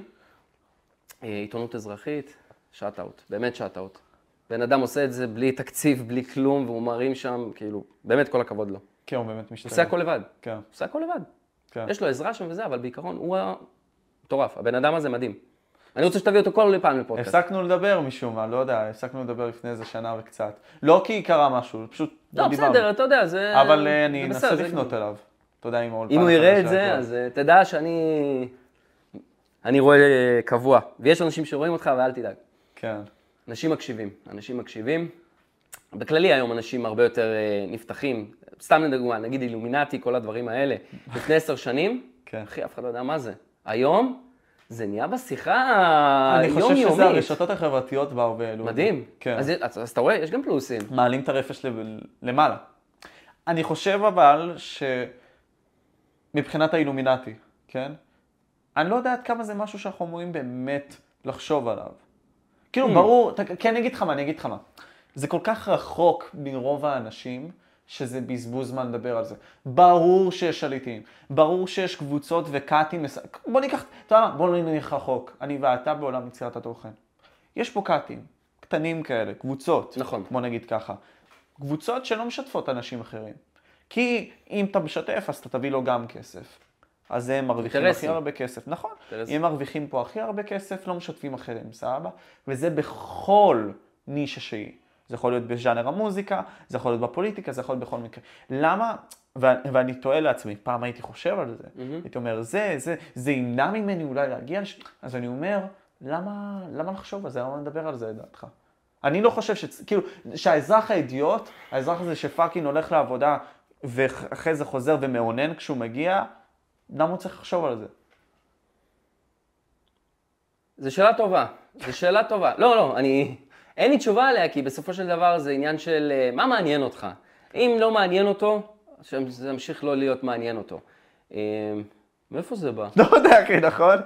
[SPEAKER 2] אה, עיתונות אזרחית, שאט אאוט, באמת שאט אאוט. בן אדם עושה את זה בלי תקציב, בלי כלום, והוא מרים שם, כאילו, באמת כל הכבוד לו. הוא
[SPEAKER 1] כן, הוא באמת משתלם.
[SPEAKER 2] עושה הכל לבד, הוא
[SPEAKER 1] כן,
[SPEAKER 2] עושה הכל לבד.
[SPEAKER 1] כן.
[SPEAKER 2] יש לו עזרה שם וזה, אבל בעיקרון הוא ה- מטורף. הבן אדם הזה מדהים. אני רוצה שתביא אותו כל פעם לפודקאסט.
[SPEAKER 1] הפסקנו לדבר משום מה, לא יודע, הפסקנו לדבר לפני איזה שנה וקצת. לא כי קרה משהו, פשוט
[SPEAKER 2] לא,
[SPEAKER 1] דיברנו.
[SPEAKER 2] בסדר, אתה יודע, זה...
[SPEAKER 1] אבל
[SPEAKER 2] זה
[SPEAKER 1] אה, אני אנסה
[SPEAKER 2] בסדר, זה
[SPEAKER 1] לפנות
[SPEAKER 2] גם-
[SPEAKER 1] אליו. אתה יודע אם האולפן...
[SPEAKER 2] אם הוא יראה את
[SPEAKER 1] החדש
[SPEAKER 2] זה,
[SPEAKER 1] היה
[SPEAKER 2] אז אה, תדע שאני... אני רואה אה, קבוע. ויש אנשים שרואים אותך, ואל תדאג.
[SPEAKER 1] כן,
[SPEAKER 2] אנשים מקשיבים, אנשים מקשיבים. בכללי היום אנשים הרבה יותר אה, נפתחים. סתם לדוגמה, נגיד אילומינטי, כל הדברים האלה. לפני עשר שנים,
[SPEAKER 1] כן.
[SPEAKER 2] אחי, אף אחד לא יודע מה זה. היום, זה נהיה בשיחה יומיומית.
[SPEAKER 1] אני חושב שזה הרשתות החברתיות באו והעלו. את זה.
[SPEAKER 2] מדהים.
[SPEAKER 1] כן.
[SPEAKER 2] אז, אז, אז אתה רואה, יש גם פלוסים.
[SPEAKER 1] מעלים את הרפש ל- למעלה. אני חושב אבל שמבחינת האילומינטי, כן? אני לא יודע עד כמה זה משהו שאנחנו אמורים באמת לחשוב עליו. כאילו, ברור, אתה, כן, אני אגיד לך מה, אני אגיד לך מה. זה כל כך רחוק מרוב האנשים, שזה בזבוז זמן לדבר על זה. ברור שיש שליטים, ברור שיש קבוצות וקאטים, מס- בוא ניקח, אתה יודע מה, בוא נלך רחוק. אני ואתה בעולם יצירת התוכן. יש פה קאטים, קטנים כאלה, קבוצות.
[SPEAKER 2] נכון.
[SPEAKER 1] בוא נגיד ככה. קבוצות שלא משתפות אנשים אחרים. כי אם אתה משתף, אז אתה תביא לו גם כסף. אז הם מרוויחים הכי
[SPEAKER 2] אינטרסים.
[SPEAKER 1] הרבה כסף, נכון?
[SPEAKER 2] אינטרסים.
[SPEAKER 1] הם מרוויחים פה הכי הרבה כסף, לא משתפים אחרים, סבבה? וזה בכל נישה שהיא. זה יכול להיות בז'אנר המוזיקה, זה יכול להיות בפוליטיקה, זה יכול להיות בכל מקרה. למה, ו- ואני תוהה לעצמי, פעם הייתי חושב על זה, הייתי אומר, זה, זה, זה ימנע ממני אולי להגיע לש... אז אני אומר, למה, למה לחשוב על זה, למה לדבר על זה לדעתך? אני לא חושב ש... כאילו, שהאזרח האידיוט, האזרח הזה שפאקינג הולך לעבודה ואחרי זה חוזר ומאונן כשהוא מגיע, למה הוא צריך לחשוב על זה?
[SPEAKER 2] זו שאלה טובה. זו שאלה טובה. לא, לא, אני... אין לי תשובה עליה, כי בסופו של דבר זה עניין של אה, מה מעניין אותך. אם לא מעניין אותו, שזה ימשיך לא להיות מעניין אותו. אה, מאיפה זה בא?
[SPEAKER 1] לא יודע, אחי, נכון?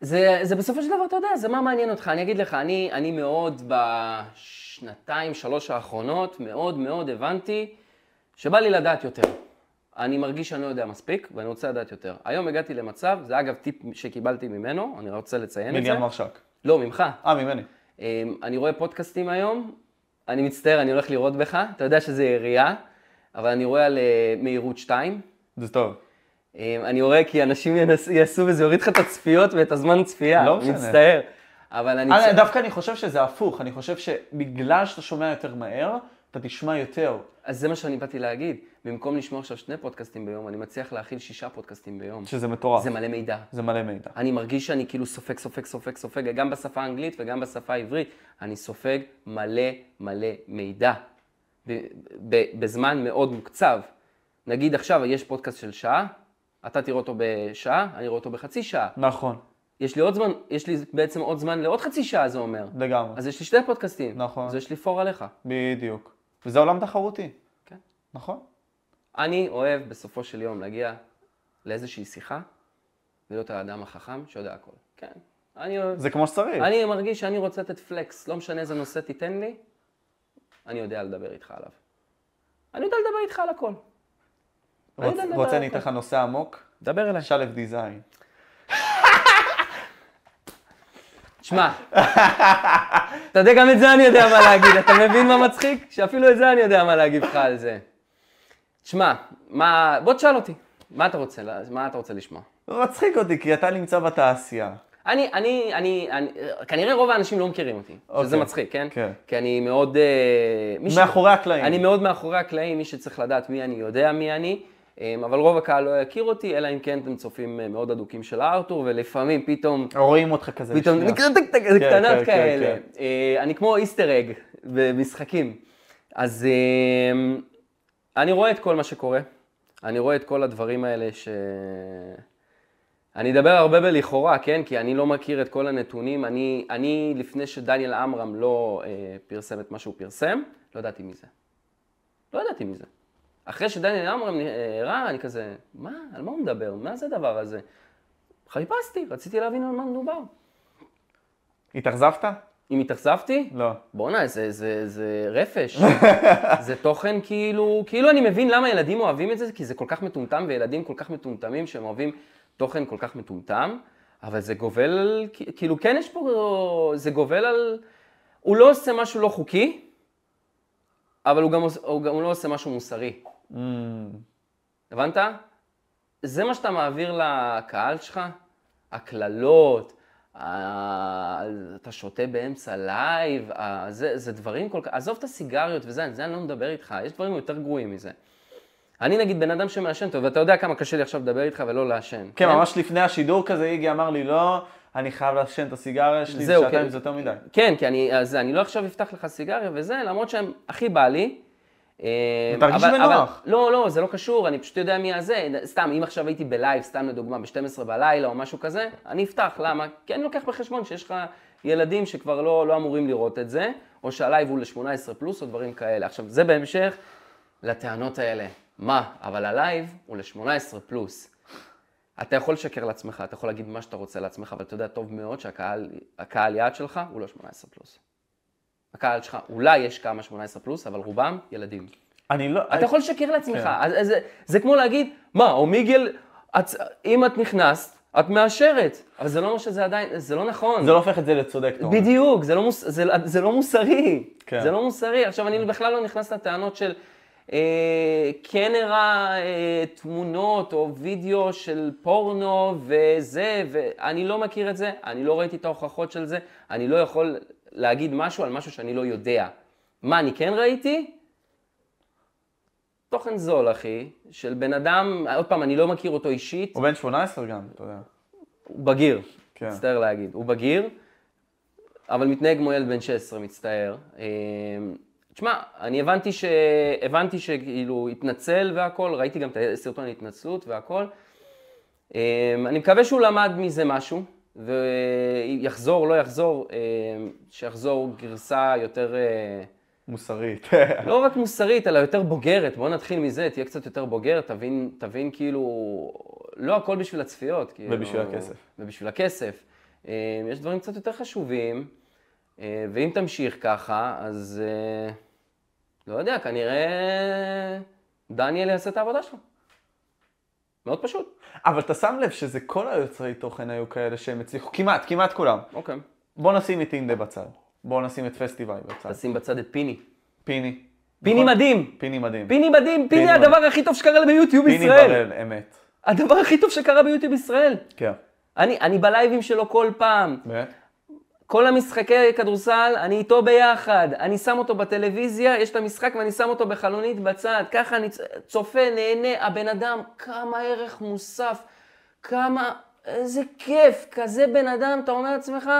[SPEAKER 2] זה, זה בסופו של דבר, אתה יודע, זה מה מעניין אותך. אני אגיד לך, אני, אני מאוד בשנתיים, שלוש האחרונות, מאוד מאוד הבנתי שבא לי לדעת יותר. אני מרגיש שאני לא יודע מספיק, ואני רוצה לדעת יותר. היום הגעתי למצב, זה אגב טיפ שקיבלתי ממנו, אני רוצה לציין את זה.
[SPEAKER 1] מיליאן מרשק.
[SPEAKER 2] לא, ממך.
[SPEAKER 1] אה, ממני.
[SPEAKER 2] אמ, אני רואה פודקאסטים היום, אני מצטער, אני הולך לראות בך, אתה יודע שזה יריעה, אבל אני רואה על אה, מהירות 2,
[SPEAKER 1] זה טוב.
[SPEAKER 2] אה, אני רואה כי אנשים ינס- יעשו וזה יוריד לך את הצפיות ואת הזמן צפייה.
[SPEAKER 1] לא משנה.
[SPEAKER 2] מצטער. אבל אני...
[SPEAKER 1] אני,
[SPEAKER 2] צ-
[SPEAKER 1] אה, דווקא אני חושב שזה הפוך, אני חושב שבגלל שאתה שומע יותר מהר, אתה תשמע יותר.
[SPEAKER 2] אז זה מה שאני באתי להגיד. במקום לשמוע עכשיו שני פודקאסטים ביום, אני מצליח להכיל שישה פודקאסטים ביום.
[SPEAKER 1] שזה מטורף.
[SPEAKER 2] זה מלא מידע.
[SPEAKER 1] זה מלא מידע.
[SPEAKER 2] אני מרגיש שאני כאילו סופג, סופג, סופג, סופג, גם בשפה האנגלית וגם בשפה העברית. אני סופג מלא מלא מידע. ב- ב- בזמן מאוד מוקצב. נגיד עכשיו יש פודקאסט של שעה, אתה תראה אותו בשעה, אני אראה אותו בחצי שעה.
[SPEAKER 1] נכון,
[SPEAKER 2] יש לי עוד זמן, יש לי בעצם עוד זמן לעוד חצי שעה, זה אומר.
[SPEAKER 1] לגמרי.
[SPEAKER 2] אז יש לי שתי פודקאסטים.
[SPEAKER 1] נכון.
[SPEAKER 2] אז יש לי פור עליך.
[SPEAKER 1] בדיוק. וזה עולם תחרותי.
[SPEAKER 2] כן.
[SPEAKER 1] נכון.
[SPEAKER 2] אני אוהב בסופו של יום להגיע לאיזושהי שיחה, ולהיות האדם החכם שיודע הכל. כן. אני אוהב.
[SPEAKER 1] זה כמו שצריך.
[SPEAKER 2] אני מרגיש שאני רוצה לתת פלקס, לא משנה איזה נושא תיתן לי, אני יודע לדבר איתך עליו. אני יודע לדבר איתך על הכל. אני
[SPEAKER 1] רוצ-
[SPEAKER 2] לא יודע לדבר
[SPEAKER 1] רוצה
[SPEAKER 2] על
[SPEAKER 1] אני אתן
[SPEAKER 2] הכל.
[SPEAKER 1] לך נושא עמוק?
[SPEAKER 2] דבר אליי.
[SPEAKER 1] שלף דיזיין.
[SPEAKER 2] שמע, אתה יודע, גם את זה אני יודע מה להגיד. אתה מבין מה מצחיק? שאפילו את זה אני יודע מה להגיד לך על זה. שמע, מה... בוא תשאל אותי. מה אתה רוצה? מה אתה רוצה לשמוע?
[SPEAKER 1] מצחיק אותי, כי אתה נמצא בתעשייה.
[SPEAKER 2] אני, אני, אני, אני, כנראה רוב האנשים לא מכירים אותי, okay. שזה
[SPEAKER 1] אוקיי.
[SPEAKER 2] מצחיק, כן?
[SPEAKER 1] כן.
[SPEAKER 2] כי אני מאוד... אה, מי
[SPEAKER 1] מאחורי הקלעים.
[SPEAKER 2] אני מאוד מאחורי הקלעים, מי שצריך לדעת מי אני יודע מי אני, אה, אבל רוב הקהל לא יכיר אותי, אלא אם כן אתם צופים אה, מאוד אדוקים של ארתור, ולפעמים פתאום,
[SPEAKER 1] רואים אותך כזה
[SPEAKER 2] פתאום,
[SPEAKER 1] לשנייה.
[SPEAKER 2] טק, טק, זה
[SPEAKER 1] כן,
[SPEAKER 2] קטנות
[SPEAKER 1] כן,
[SPEAKER 2] כאלה.
[SPEAKER 1] כן,
[SPEAKER 2] אה, אני כמו איסטר אג במשחקים. אז אה, אני רואה את כל מה שקורה, אני רואה את כל הדברים האלה ש... אני אדבר הרבה בלכאורה, כן? כי אני לא מכיר את כל הנתונים. אני, אני לפני שדניאל עמרם לא אה, פרסם את מה שהוא פרסם, לא ידעתי מי זה. לא ידעתי מי זה. אחרי שדניאל עמרם אה, הראה, אני כזה, מה? על מה הוא מדבר? מה זה הדבר הזה? חיפשתי, רציתי להבין על מה מדובר.
[SPEAKER 1] התאכזבת?
[SPEAKER 2] אם התאכזבתי?
[SPEAKER 1] לא.
[SPEAKER 2] בואנה, זה, זה, זה רפש. זה תוכן כאילו, כאילו אני מבין למה ילדים אוהבים את זה, כי זה כל כך מטומטם, וילדים כל כך מטומטמים שהם אוהבים תוכן כל כך מטומטם, אבל זה גובל, כאילו כן יש פה, זה גובל על... הוא לא עושה משהו לא חוקי, אבל הוא גם, עוש- הוא גם לא עושה משהו מוסרי.
[SPEAKER 1] Mm.
[SPEAKER 2] הבנת? זה מה שאתה מעביר לקהל שלך? הקללות, ה- אתה שותה באמצע לייב, ה- זה, זה דברים כל כך... עזוב את הסיגריות וזה, על זה אני לא מדבר איתך, יש דברים יותר גרועים מזה. אני נגיד בן אדם שמעשן טוב, ואתה יודע כמה קשה לי עכשיו לדבר איתך ולא לעשן.
[SPEAKER 1] כן, ממש לפני השידור כזה, איגי אמר לי, לא, אני חייב לעשן את הסיגריה שלי,
[SPEAKER 2] זהו,
[SPEAKER 1] שעתיים
[SPEAKER 2] כן.
[SPEAKER 1] זה יותר מדי.
[SPEAKER 2] כן, כי אני, אז אני לא עכשיו אפתח לך סיגריה וזה, למרות שהם הכי בא לי. אמ,
[SPEAKER 1] תרגיש
[SPEAKER 2] אבל-
[SPEAKER 1] בנוח.
[SPEAKER 2] אבל- לא, לא, זה לא קשור, אני פשוט יודע מי הזה. סתם, אם עכשיו הייתי בלייב, סתם לדוגמה, ב-12 בלילה או משהו כזה, אני אפתח, למה? כי אני לוקח בחשבון שיש לך ילדים שכבר לא, לא אמורים לראות את זה, או שהלייב הוא ל-18 פלוס או דברים כאלה. עכשיו, זה בהמשך לטענות האלה. מה, אבל הלייב הוא ל-18 פלוס. אתה יכול לשקר לעצמך, אתה יכול להגיד מה שאתה רוצה לעצמך, אבל אתה יודע טוב מאוד שהקהל הקהל יעד שלך הוא לא 18 פלוס. הקהל שלך, אולי יש כמה 18 פלוס, אבל רובם ילדים.
[SPEAKER 1] אני לא...
[SPEAKER 2] אתה יכול לשקר לעצמך. אז, אז, זה, זה כמו להגיד, מה, או מיגל, את, אם את נכנסת, את מאשרת. אבל זה לא אומר שזה עדיין, זה לא נכון.
[SPEAKER 1] זה לא הופך את זה לצודק, אתה אומר.
[SPEAKER 2] בדיוק, זה לא, מוס, זה, זה לא מוסרי.
[SPEAKER 1] כן.
[SPEAKER 2] זה לא מוסרי. עכשיו, אני בכלל לא נכנס לטענות של אה, כן הראה אה, תמונות או וידאו של פורנו וזה, ואני לא מכיר את זה, אני לא ראיתי את ההוכחות של זה, אני לא יכול להגיד משהו על משהו שאני לא יודע. מה אני כן ראיתי? תוכן זול, אחי, של בן אדם, עוד פעם, אני לא מכיר אותו אישית,
[SPEAKER 1] הוא בן 18 גם, אתה יודע.
[SPEAKER 2] הוא בגיר,
[SPEAKER 1] כן.
[SPEAKER 2] מצטער להגיד, הוא בגיר, אבל מתנהג כמו ילד בן 16, מצטער. אה, תשמע, אני הבנתי, ש... הבנתי שכאילו התנצל והכל, ראיתי גם את הסרטון ההתנצלות והכל. אה, אני מקווה שהוא למד מזה משהו, ויחזור, לא יחזור, אה, שיחזור גרסה יותר... אה,
[SPEAKER 1] מוסרית.
[SPEAKER 2] לא רק מוסרית, אלא יותר בוגרת. בוא נתחיל מזה, תהיה קצת יותר בוגר, תבין, תבין כאילו, לא הכל בשביל הצפיות. כאילו,
[SPEAKER 1] ובשביל הכסף.
[SPEAKER 2] ובשביל הכסף. אה, יש דברים קצת יותר חשובים, אה, ואם תמשיך ככה, אז אה, לא יודע, כנראה דניאל יעשה את העבודה שלו. מאוד פשוט.
[SPEAKER 1] אבל אתה שם לב שזה כל היוצרי תוכן היו כאלה שהם הצליחו, כמעט, כמעט כולם.
[SPEAKER 2] אוקיי.
[SPEAKER 1] בוא נשים את אינדה בצד. בוא נשים את פסטיבי בצד.
[SPEAKER 2] תשים בצד את פיני.
[SPEAKER 1] נכון. פיני. נכון?
[SPEAKER 2] פיני מדהים!
[SPEAKER 1] פיני מדהים.
[SPEAKER 2] פיני מדהים! פיני
[SPEAKER 1] מדהים.
[SPEAKER 2] הדבר הכי טוב שקרה לי ביוטיוב
[SPEAKER 1] פיני
[SPEAKER 2] ישראל!
[SPEAKER 1] בראל, אמת.
[SPEAKER 2] הדבר הכי טוב שקרה ביוטיוב ישראל.
[SPEAKER 1] כן.
[SPEAKER 2] אני, אני בלייבים שלו כל פעם.
[SPEAKER 1] באמת?
[SPEAKER 2] כל המשחקי כדורסל, אני איתו ביחד. אני שם אותו בטלוויזיה, יש את המשחק ואני שם אותו בחלונית בצד. ככה אני צ- צופה, נהנה. הבן אדם, כמה ערך מוסף, כמה... איזה כיף, כזה בן אדם, אתה אומר לעצמך,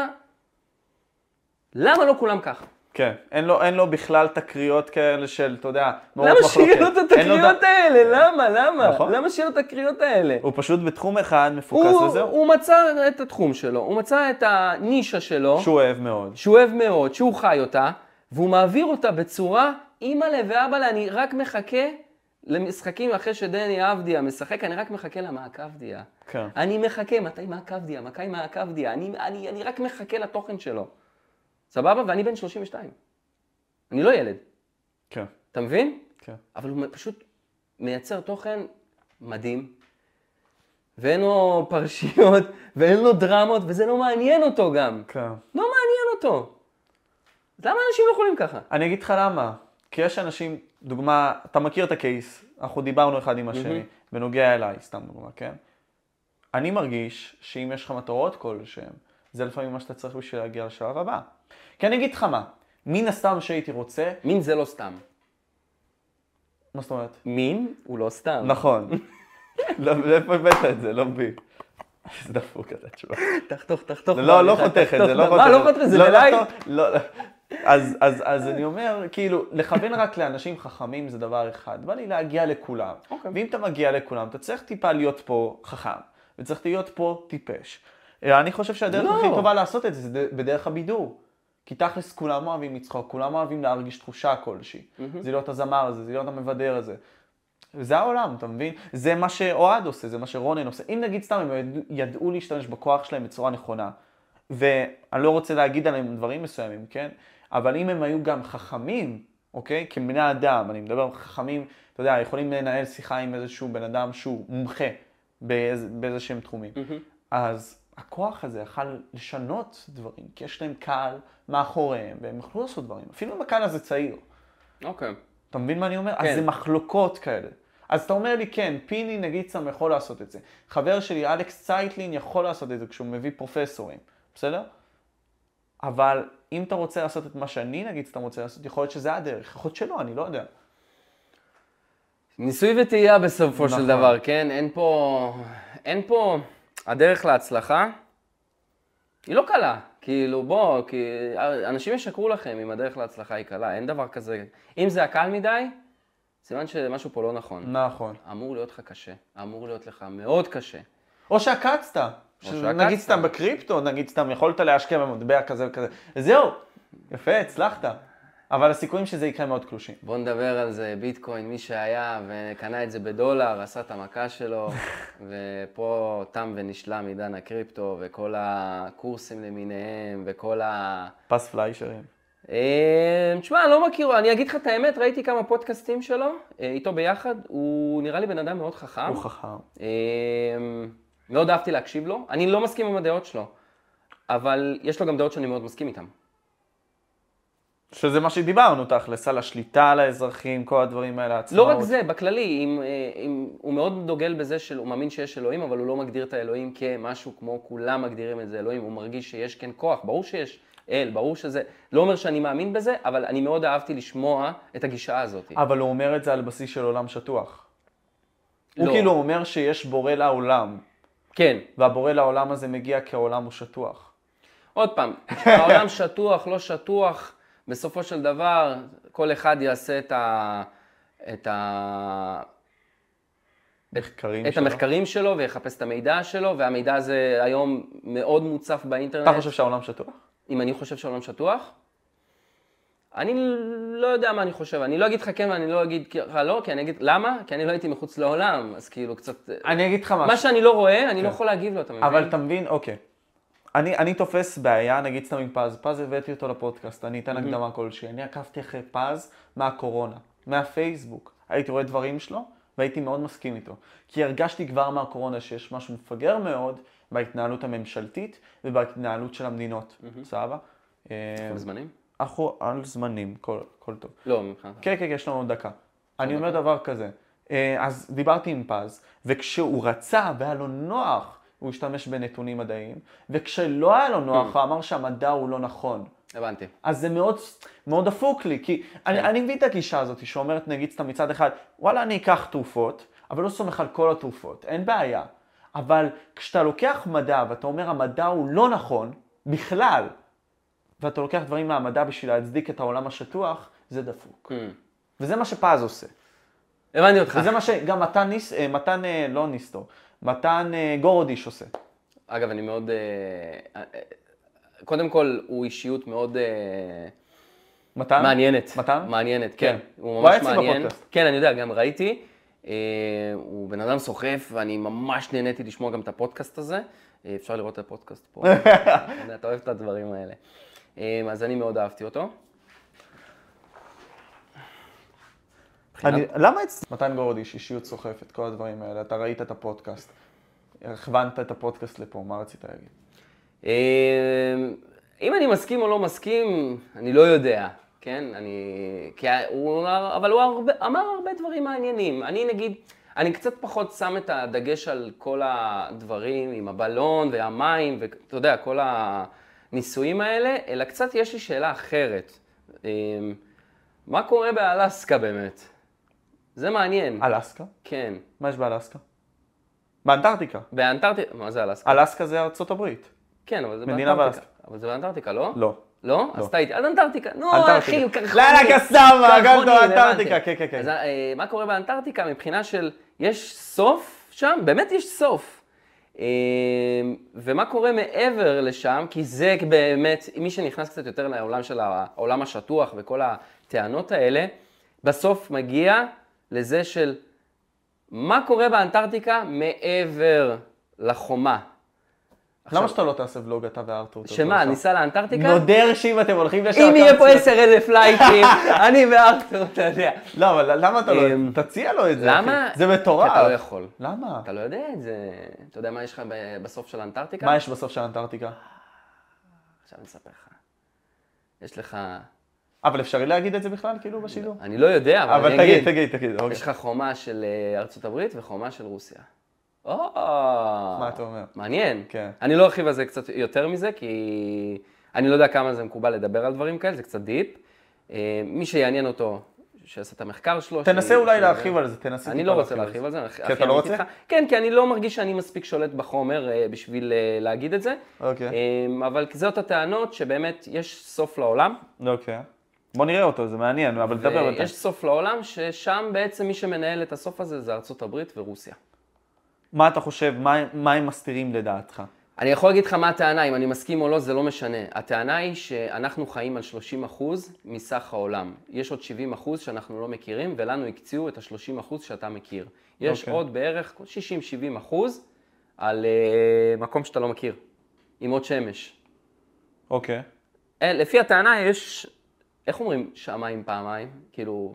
[SPEAKER 2] למה לא כולם ככה?
[SPEAKER 1] כן. אין לו, אין לו בכלל תקריות כאלה של, אתה יודע, מורות
[SPEAKER 2] למה שיהיה לו
[SPEAKER 1] מחלוקת.
[SPEAKER 2] את
[SPEAKER 1] אוקיי. אין לו
[SPEAKER 2] התקריות
[SPEAKER 1] ד-
[SPEAKER 2] האלה? למה? למה?
[SPEAKER 1] נכון.
[SPEAKER 2] למה שיהיה לו את התקריות האלה?
[SPEAKER 1] הוא פשוט בתחום אחד מפוקס
[SPEAKER 2] הוא,
[SPEAKER 1] וזהו.
[SPEAKER 2] הוא מצא את התחום שלו, הוא מצא את הנישה שלו.
[SPEAKER 1] שהוא אוהב מאוד.
[SPEAKER 2] שהוא אוהב מאוד, שהוא חי אותה, והוא מעביר אותה בצורה, אימא'לה ואבא'לה, אני רק מחכה למשחקים אחרי שדני אבדיה משחק, אני רק מחכה למעקבדיה.
[SPEAKER 1] כן.
[SPEAKER 2] אני מחכה, מתי מעקבדיה? מתי מעקבדיה? אני, אני, אני רק מחכה לתוכן שלו. סבבה? ואני בן 32. אני לא ילד,
[SPEAKER 1] כן.
[SPEAKER 2] אתה מבין?
[SPEAKER 1] כן.
[SPEAKER 2] אבל הוא פשוט מייצר תוכן מדהים, ואין לו פרשיות, ואין לו דרמות, וזה לא מעניין אותו גם.
[SPEAKER 1] כן.
[SPEAKER 2] לא מעניין אותו. אז למה אנשים לא יכולים ככה?
[SPEAKER 1] אני אגיד לך למה. כי יש אנשים, דוגמה, אתה מכיר את הקייס, אנחנו דיברנו אחד עם השני, בנוגע אליי, סתם דוגמה, כן? אני מרגיש שאם יש לך מטרות כלשהן, זה לפעמים מה שאתה צריך בשביל להגיע לשלב הבא. כי אני אגיד לך מה, מן הסתם שהייתי רוצה,
[SPEAKER 2] מין זה לא סתם.
[SPEAKER 1] מה זאת אומרת?
[SPEAKER 2] מין הוא לא סתם.
[SPEAKER 1] נכון. לא, לאיפה הבאת את זה? לא בי. איזה דפוק אתה תשובה.
[SPEAKER 2] תחתוך, תחתוך.
[SPEAKER 1] לא, לא
[SPEAKER 2] בעריכה,
[SPEAKER 1] חותך את
[SPEAKER 2] תחתוך
[SPEAKER 1] זה, לא
[SPEAKER 2] ב-
[SPEAKER 1] חותך.
[SPEAKER 2] מה, לא חותך את זה?
[SPEAKER 1] לא,
[SPEAKER 2] בלייב?
[SPEAKER 1] לא, לא, לא. אז, אז, אז אני אומר, כאילו, לכוון רק לאנשים חכמים זה דבר אחד, בא לי להגיע לכולם.
[SPEAKER 2] אוקיי.
[SPEAKER 1] ואם אתה מגיע לכולם, אתה צריך טיפה להיות פה חכם, וצריך להיות פה טיפש. אה, אני חושב שהדרך
[SPEAKER 2] לא.
[SPEAKER 1] הכי טובה לעשות את זה, זה ד- בדרך הבידור. כי תכלס כולם אוהבים לצחוק, כולם אוהבים להרגיש תחושה כלשהי. זה להיות הזמר הזה, זה להיות המבדר הזה. זה העולם, אתה מבין? זה מה שאוהד עושה, זה מה שרונן עושה. אם נגיד סתם, הם ידעו- ידעו להשתמש בכוח שלהם בצורה נכונה, ואני לא רוצה להגיד עליהם דברים מסוימים, כן? אבל אם הם היו גם חכמים, אוקיי? כבני אדם, אני מדבר על חכמים, אתה יודע, יכולים לנהל שיחה עם איזשהו בן אדם שהוא מומחה באיז, באיזה שהם תחומים. אז הכוח הזה יכל לשנות דברים, כי יש להם קהל מאחוריהם, והם יכלו לעשות דברים, אפילו אם הקהל הזה צעיר.
[SPEAKER 2] אוקיי.
[SPEAKER 1] אתה מבין מה אני אומר?
[SPEAKER 2] כן.
[SPEAKER 1] אז זה מחלוקות כאלה. אז אתה אומר לי, כן, פיני נגיד סם יכול לעשות את זה. חבר שלי, אלכס צייטלין, יכול לעשות את זה כשהוא מביא פרופסורים, בסדר? אבל אם אתה רוצה לעשות את מה שאני נגיד סתם רוצה לעשות, יכול להיות שזה הדרך, יכול להיות שלא, אני לא יודע.
[SPEAKER 2] ניסוי וטעייה בסופו
[SPEAKER 1] נכון.
[SPEAKER 2] של דבר, כן? אין פה... אין פה... הדרך להצלחה היא לא קלה. כאילו, בוא, כי אנשים ישקרו לכם אם הדרך להצלחה היא קלה, אין דבר כזה. אם זה הקל מדי, סימן שמשהו פה לא נכון.
[SPEAKER 1] נכון.
[SPEAKER 2] אמור להיות לך קשה, אמור להיות לך מאוד קשה.
[SPEAKER 1] או שעקצת. שזה
[SPEAKER 2] שעקצת.
[SPEAKER 1] נגיד סתם בקריפטו, נגיד סתם יכולת להשקיע במטבע כזה וכזה. זהו, יפה, הצלחת. אבל הסיכויים שזה יקרה מאוד קלושים.
[SPEAKER 2] בואו נדבר על זה, ביטקוין, מי שהיה וקנה את זה בדולר, עשה את המכה שלו, ופה תם ונשלם עידן הקריפטו, וכל הקורסים למיניהם, וכל ה...
[SPEAKER 1] פס פליישרים.
[SPEAKER 2] אה, תשמע, לא מכיר, אני אגיד לך את האמת, ראיתי כמה פודקאסטים שלו, אה, איתו ביחד, הוא נראה לי בן אדם מאוד חכם.
[SPEAKER 1] הוא חכם.
[SPEAKER 2] אה, מאוד אהבתי להקשיב לו, אני לא מסכים עם הדעות שלו, אבל יש לו גם דעות שאני מאוד מסכים איתן.
[SPEAKER 1] שזה מה שדיברנו, תכלס, על השליטה על האזרחים, כל הדברים האלה,
[SPEAKER 2] לא
[SPEAKER 1] העצמאות.
[SPEAKER 2] רק זה, בכללי, אם, אה, אם, הוא מאוד דוגל בזה שהוא מאמין שיש אלוהים, אבל הוא לא מגדיר את האלוהים כמשהו כמו כולם מגדירים את זה אלוהים, הוא מרגיש שיש כן כוח, ברור שיש אל, ברור שזה, לא אומר שאני מאמין בזה, אבל אני מאוד אהבתי לשמוע את הגישה הזאת.
[SPEAKER 1] אבל הוא אומר את זה על בסיס של עולם שטוח.
[SPEAKER 2] לא.
[SPEAKER 1] הוא כאילו אומר שיש בורא לעולם,
[SPEAKER 2] כן,
[SPEAKER 1] והבורא לעולם הזה מגיע כי העולם הוא שטוח.
[SPEAKER 2] עוד פעם, העולם שטוח, לא שטוח, בסופו של דבר, כל אחד יעשה את ה... את ה...
[SPEAKER 1] מחקרים
[SPEAKER 2] את המחקרים שלו ויחפש את המידע שלו, והמידע הזה היום מאוד מוצף באינטרנט.
[SPEAKER 1] אתה חושב שהעולם שטוח?
[SPEAKER 2] אם אני חושב שהעולם שטוח? אני לא יודע מה אני חושב, אני לא אגיד לך כן ואני לא אגיד לך לא, כי אני אגיד, למה? כי אני לא הייתי מחוץ לעולם, אז כאילו קצת...
[SPEAKER 1] אני אגיד לך
[SPEAKER 2] מה
[SPEAKER 1] משהו.
[SPEAKER 2] שאני לא רואה, אני לא יכול להגיב לו, אתה מבין?
[SPEAKER 1] כן. אבל אתה מבין, אוקיי. אני, אני תופס בעיה, נגיד סתם עם פז, פז הבאתי אותו לפודקאסט, אני אתן הקדמה כלשהי, אני עקבתי אחרי פז מהקורונה, מהפייסבוק, הייתי רואה דברים שלו והייתי מאוד מסכים איתו, כי הרגשתי כבר מהקורונה שיש משהו מפגר מאוד בהתנהלות הממשלתית ובהתנהלות של המדינות, סבבה? אה,
[SPEAKER 2] אתם זמנים?
[SPEAKER 1] אנחנו על זמנים, כל, כל טוב.
[SPEAKER 2] לא, מבחינת...
[SPEAKER 1] כן, כן, כן, יש לנו עוד דקה. אני אומר דבר כזה, אה, אז דיברתי עם פז, וכשהוא רצה והיה לו נוח, הוא השתמש בנתונים מדעיים, וכשלא היה לו נוח, הוא אמר שהמדע הוא לא נכון.
[SPEAKER 2] הבנתי.
[SPEAKER 1] אז זה מאוד, מאוד דפוק לי, כי אני, אני מבין את הגישה הזאת שאומרת, נגיד, סתם מצד אחד, וואלה, אני אקח תרופות, אבל לא סומך על כל התרופות, אין בעיה. אבל כשאתה לוקח מדע ואתה אומר, המדע הוא לא נכון, בכלל, ואתה לוקח דברים מהמדע בשביל להצדיק את העולם השטוח, זה דפוק. וזה מה שפז עושה.
[SPEAKER 2] Hmm. הבנתי אותך.
[SPEAKER 1] וזה מה שגם מתן, ניס, אה, מתן אה, לא ניסטור, מתן אה, גורודיש עושה.
[SPEAKER 2] אגב, אני מאוד... אה, אה, אה, קודם כל, הוא אישיות מאוד אה,
[SPEAKER 1] מתן?
[SPEAKER 2] מעניינת.
[SPEAKER 1] מתן?
[SPEAKER 2] מעניינת,
[SPEAKER 1] כן.
[SPEAKER 2] כן. הוא
[SPEAKER 1] הוא היה
[SPEAKER 2] ממש
[SPEAKER 1] אצלי
[SPEAKER 2] מעניין.
[SPEAKER 1] בפודקאסט.
[SPEAKER 2] כן, אני יודע, גם ראיתי. אה, הוא בן אדם סוחף, ואני ממש נהניתי לשמוע גם את הפודקאסט הזה. אה, אפשר לראות את הפודקאסט פה. אני יודע, אתה אוהב את הדברים האלה. אה, אז אני מאוד אהבתי אותו.
[SPEAKER 1] אני, למה אצלי? מתן גורדיש, אישיות סוחפת, כל הדברים האלה. אתה ראית את הפודקאסט, הכוונת את הפודקאסט לפה, מה רצית להגיד?
[SPEAKER 2] אה, אם אני מסכים או לא מסכים, אני לא יודע, כן? אני... כי הוא אמר, אבל הוא הרבה, אמר הרבה דברים מעניינים. אני נגיד, אני קצת פחות שם את הדגש על כל הדברים עם הבלון והמים, ואתה יודע, כל הניסויים האלה, אלא קצת יש לי שאלה אחרת. אה, מה קורה באלסקה באמת? זה מעניין.
[SPEAKER 1] אלסקה?
[SPEAKER 2] כן.
[SPEAKER 1] מה יש באלסקה? באנטארקטיקה.
[SPEAKER 2] באנטארקטיקה, מה זה אלסקה?
[SPEAKER 1] אלסקה זה ארצות הברית.
[SPEAKER 2] כן, אבל זה
[SPEAKER 1] אה. מדינה
[SPEAKER 2] באנטארקטיקה. אבל זה באנטארקטיקה, לא?
[SPEAKER 1] לא.
[SPEAKER 2] לא? אז טעיתי. אז אנטארקטיקה. נו,
[SPEAKER 1] אנטארקטיקה.
[SPEAKER 2] אחי, קרחונים.
[SPEAKER 1] לאללה, קסאמה, גם
[SPEAKER 2] קרחונים,
[SPEAKER 1] טוב, אנטארקטיקה, כן,
[SPEAKER 2] הבנתי.
[SPEAKER 1] כן, כן.
[SPEAKER 2] אז אה, מה קורה באנטארקטיקה מבחינה של, יש סוף שם? באמת יש סוף. אה, ומה קורה מעבר לשם? כי זה באמת, מי שנכנס קצת יותר לעולם של העולם השטוח וכל הטענות האלה, בסוף מגיע לזה של מה קורה באנטארקטיקה מעבר לחומה.
[SPEAKER 1] למה שאתה לא תעשה ולוג אתה וארתור?
[SPEAKER 2] שמה, ניסע לאנטארקטיקה?
[SPEAKER 1] נודר שאם אתם הולכים לשם...
[SPEAKER 2] אם יהיה
[SPEAKER 1] אתה
[SPEAKER 2] פה
[SPEAKER 1] מצליח-
[SPEAKER 2] 10 אלף לייקים, אני וארתור, אתה יודע.
[SPEAKER 1] לא, אבל למה אתה לא...
[SPEAKER 2] אמ,
[SPEAKER 1] תציע לו את זה,
[SPEAKER 2] למה?
[SPEAKER 1] אחי. זה
[SPEAKER 2] כי אתה לא
[SPEAKER 1] מטורף.
[SPEAKER 2] יכול.
[SPEAKER 1] למה?
[SPEAKER 2] אתה לא יודע את זה. אתה יודע מה יש לך ב- בסוף של האנטארקטיקה?
[SPEAKER 1] מה יש בסוף של האנטארקטיקה?
[SPEAKER 2] עכשיו אני אספר לך. יש לך...
[SPEAKER 1] אבל אפשרי להגיד את זה בכלל, כאילו, בשידור?
[SPEAKER 2] אני לא יודע, אבל
[SPEAKER 1] אבל
[SPEAKER 2] אני אגיד.
[SPEAKER 1] תגיד, תגיד, תגיד, אוקיי.
[SPEAKER 2] יש לך חומה של אה, ארצות הברית וחומה של רוסיה. או!
[SPEAKER 1] מה אתה אומר?
[SPEAKER 2] מעניין.
[SPEAKER 1] כן.
[SPEAKER 2] אני לא ארחיב על זה קצת יותר מזה, כי אני לא יודע כמה זה מקובל לדבר על דברים כאלה, זה קצת דיפ. אה, מי שיעניין אותו, שיעשה את המחקר שלו.
[SPEAKER 1] תנסה
[SPEAKER 2] ש-
[SPEAKER 1] אולי
[SPEAKER 2] ש-
[SPEAKER 1] להרחיב על זה, תנסה
[SPEAKER 2] אני
[SPEAKER 1] טיפה
[SPEAKER 2] לא רוצה
[SPEAKER 1] זה.
[SPEAKER 2] להרחיב על זה, אחי,
[SPEAKER 1] כי אתה
[SPEAKER 2] אחי,
[SPEAKER 1] לא
[SPEAKER 2] אני
[SPEAKER 1] רוצה?
[SPEAKER 2] איתך. כן, כי אני לא מרגיש שאני מספיק שולט בחומר אה, בשביל אה, להגיד את זה.
[SPEAKER 1] אוקיי.
[SPEAKER 2] אה, אבל כי זאת הטענות שבאמת יש סוף לעולם.
[SPEAKER 1] אוקיי. בוא נראה אותו, זה מעניין, אבל תדבר בינתיים.
[SPEAKER 2] אה, יש סוף לעולם, ששם בעצם מי שמנהל את הסוף הזה זה ארצות הברית ורוסיה.
[SPEAKER 1] מה אתה חושב, מה- מה הם מסתירים לדעתך?
[SPEAKER 2] אני יכול להגיד לך מה הטענה, אם אני מסכים או לא, זה לא משנה. הטענה היא שאנחנו חיים על 30% מסך העולם. יש עוד 70% שאנחנו לא מכירים, ולנו הקציעו את ה-30% שאתה מכיר. יש okay.
[SPEAKER 1] אוקיי.
[SPEAKER 2] עוד בערך 60-70% על uh, מקום שאתה לא מכיר, עם עוד שמש.
[SPEAKER 1] אוקיי.
[SPEAKER 2] אה, לפי הטענה יש, איך אומרים שמיים פעמיים? כאילו,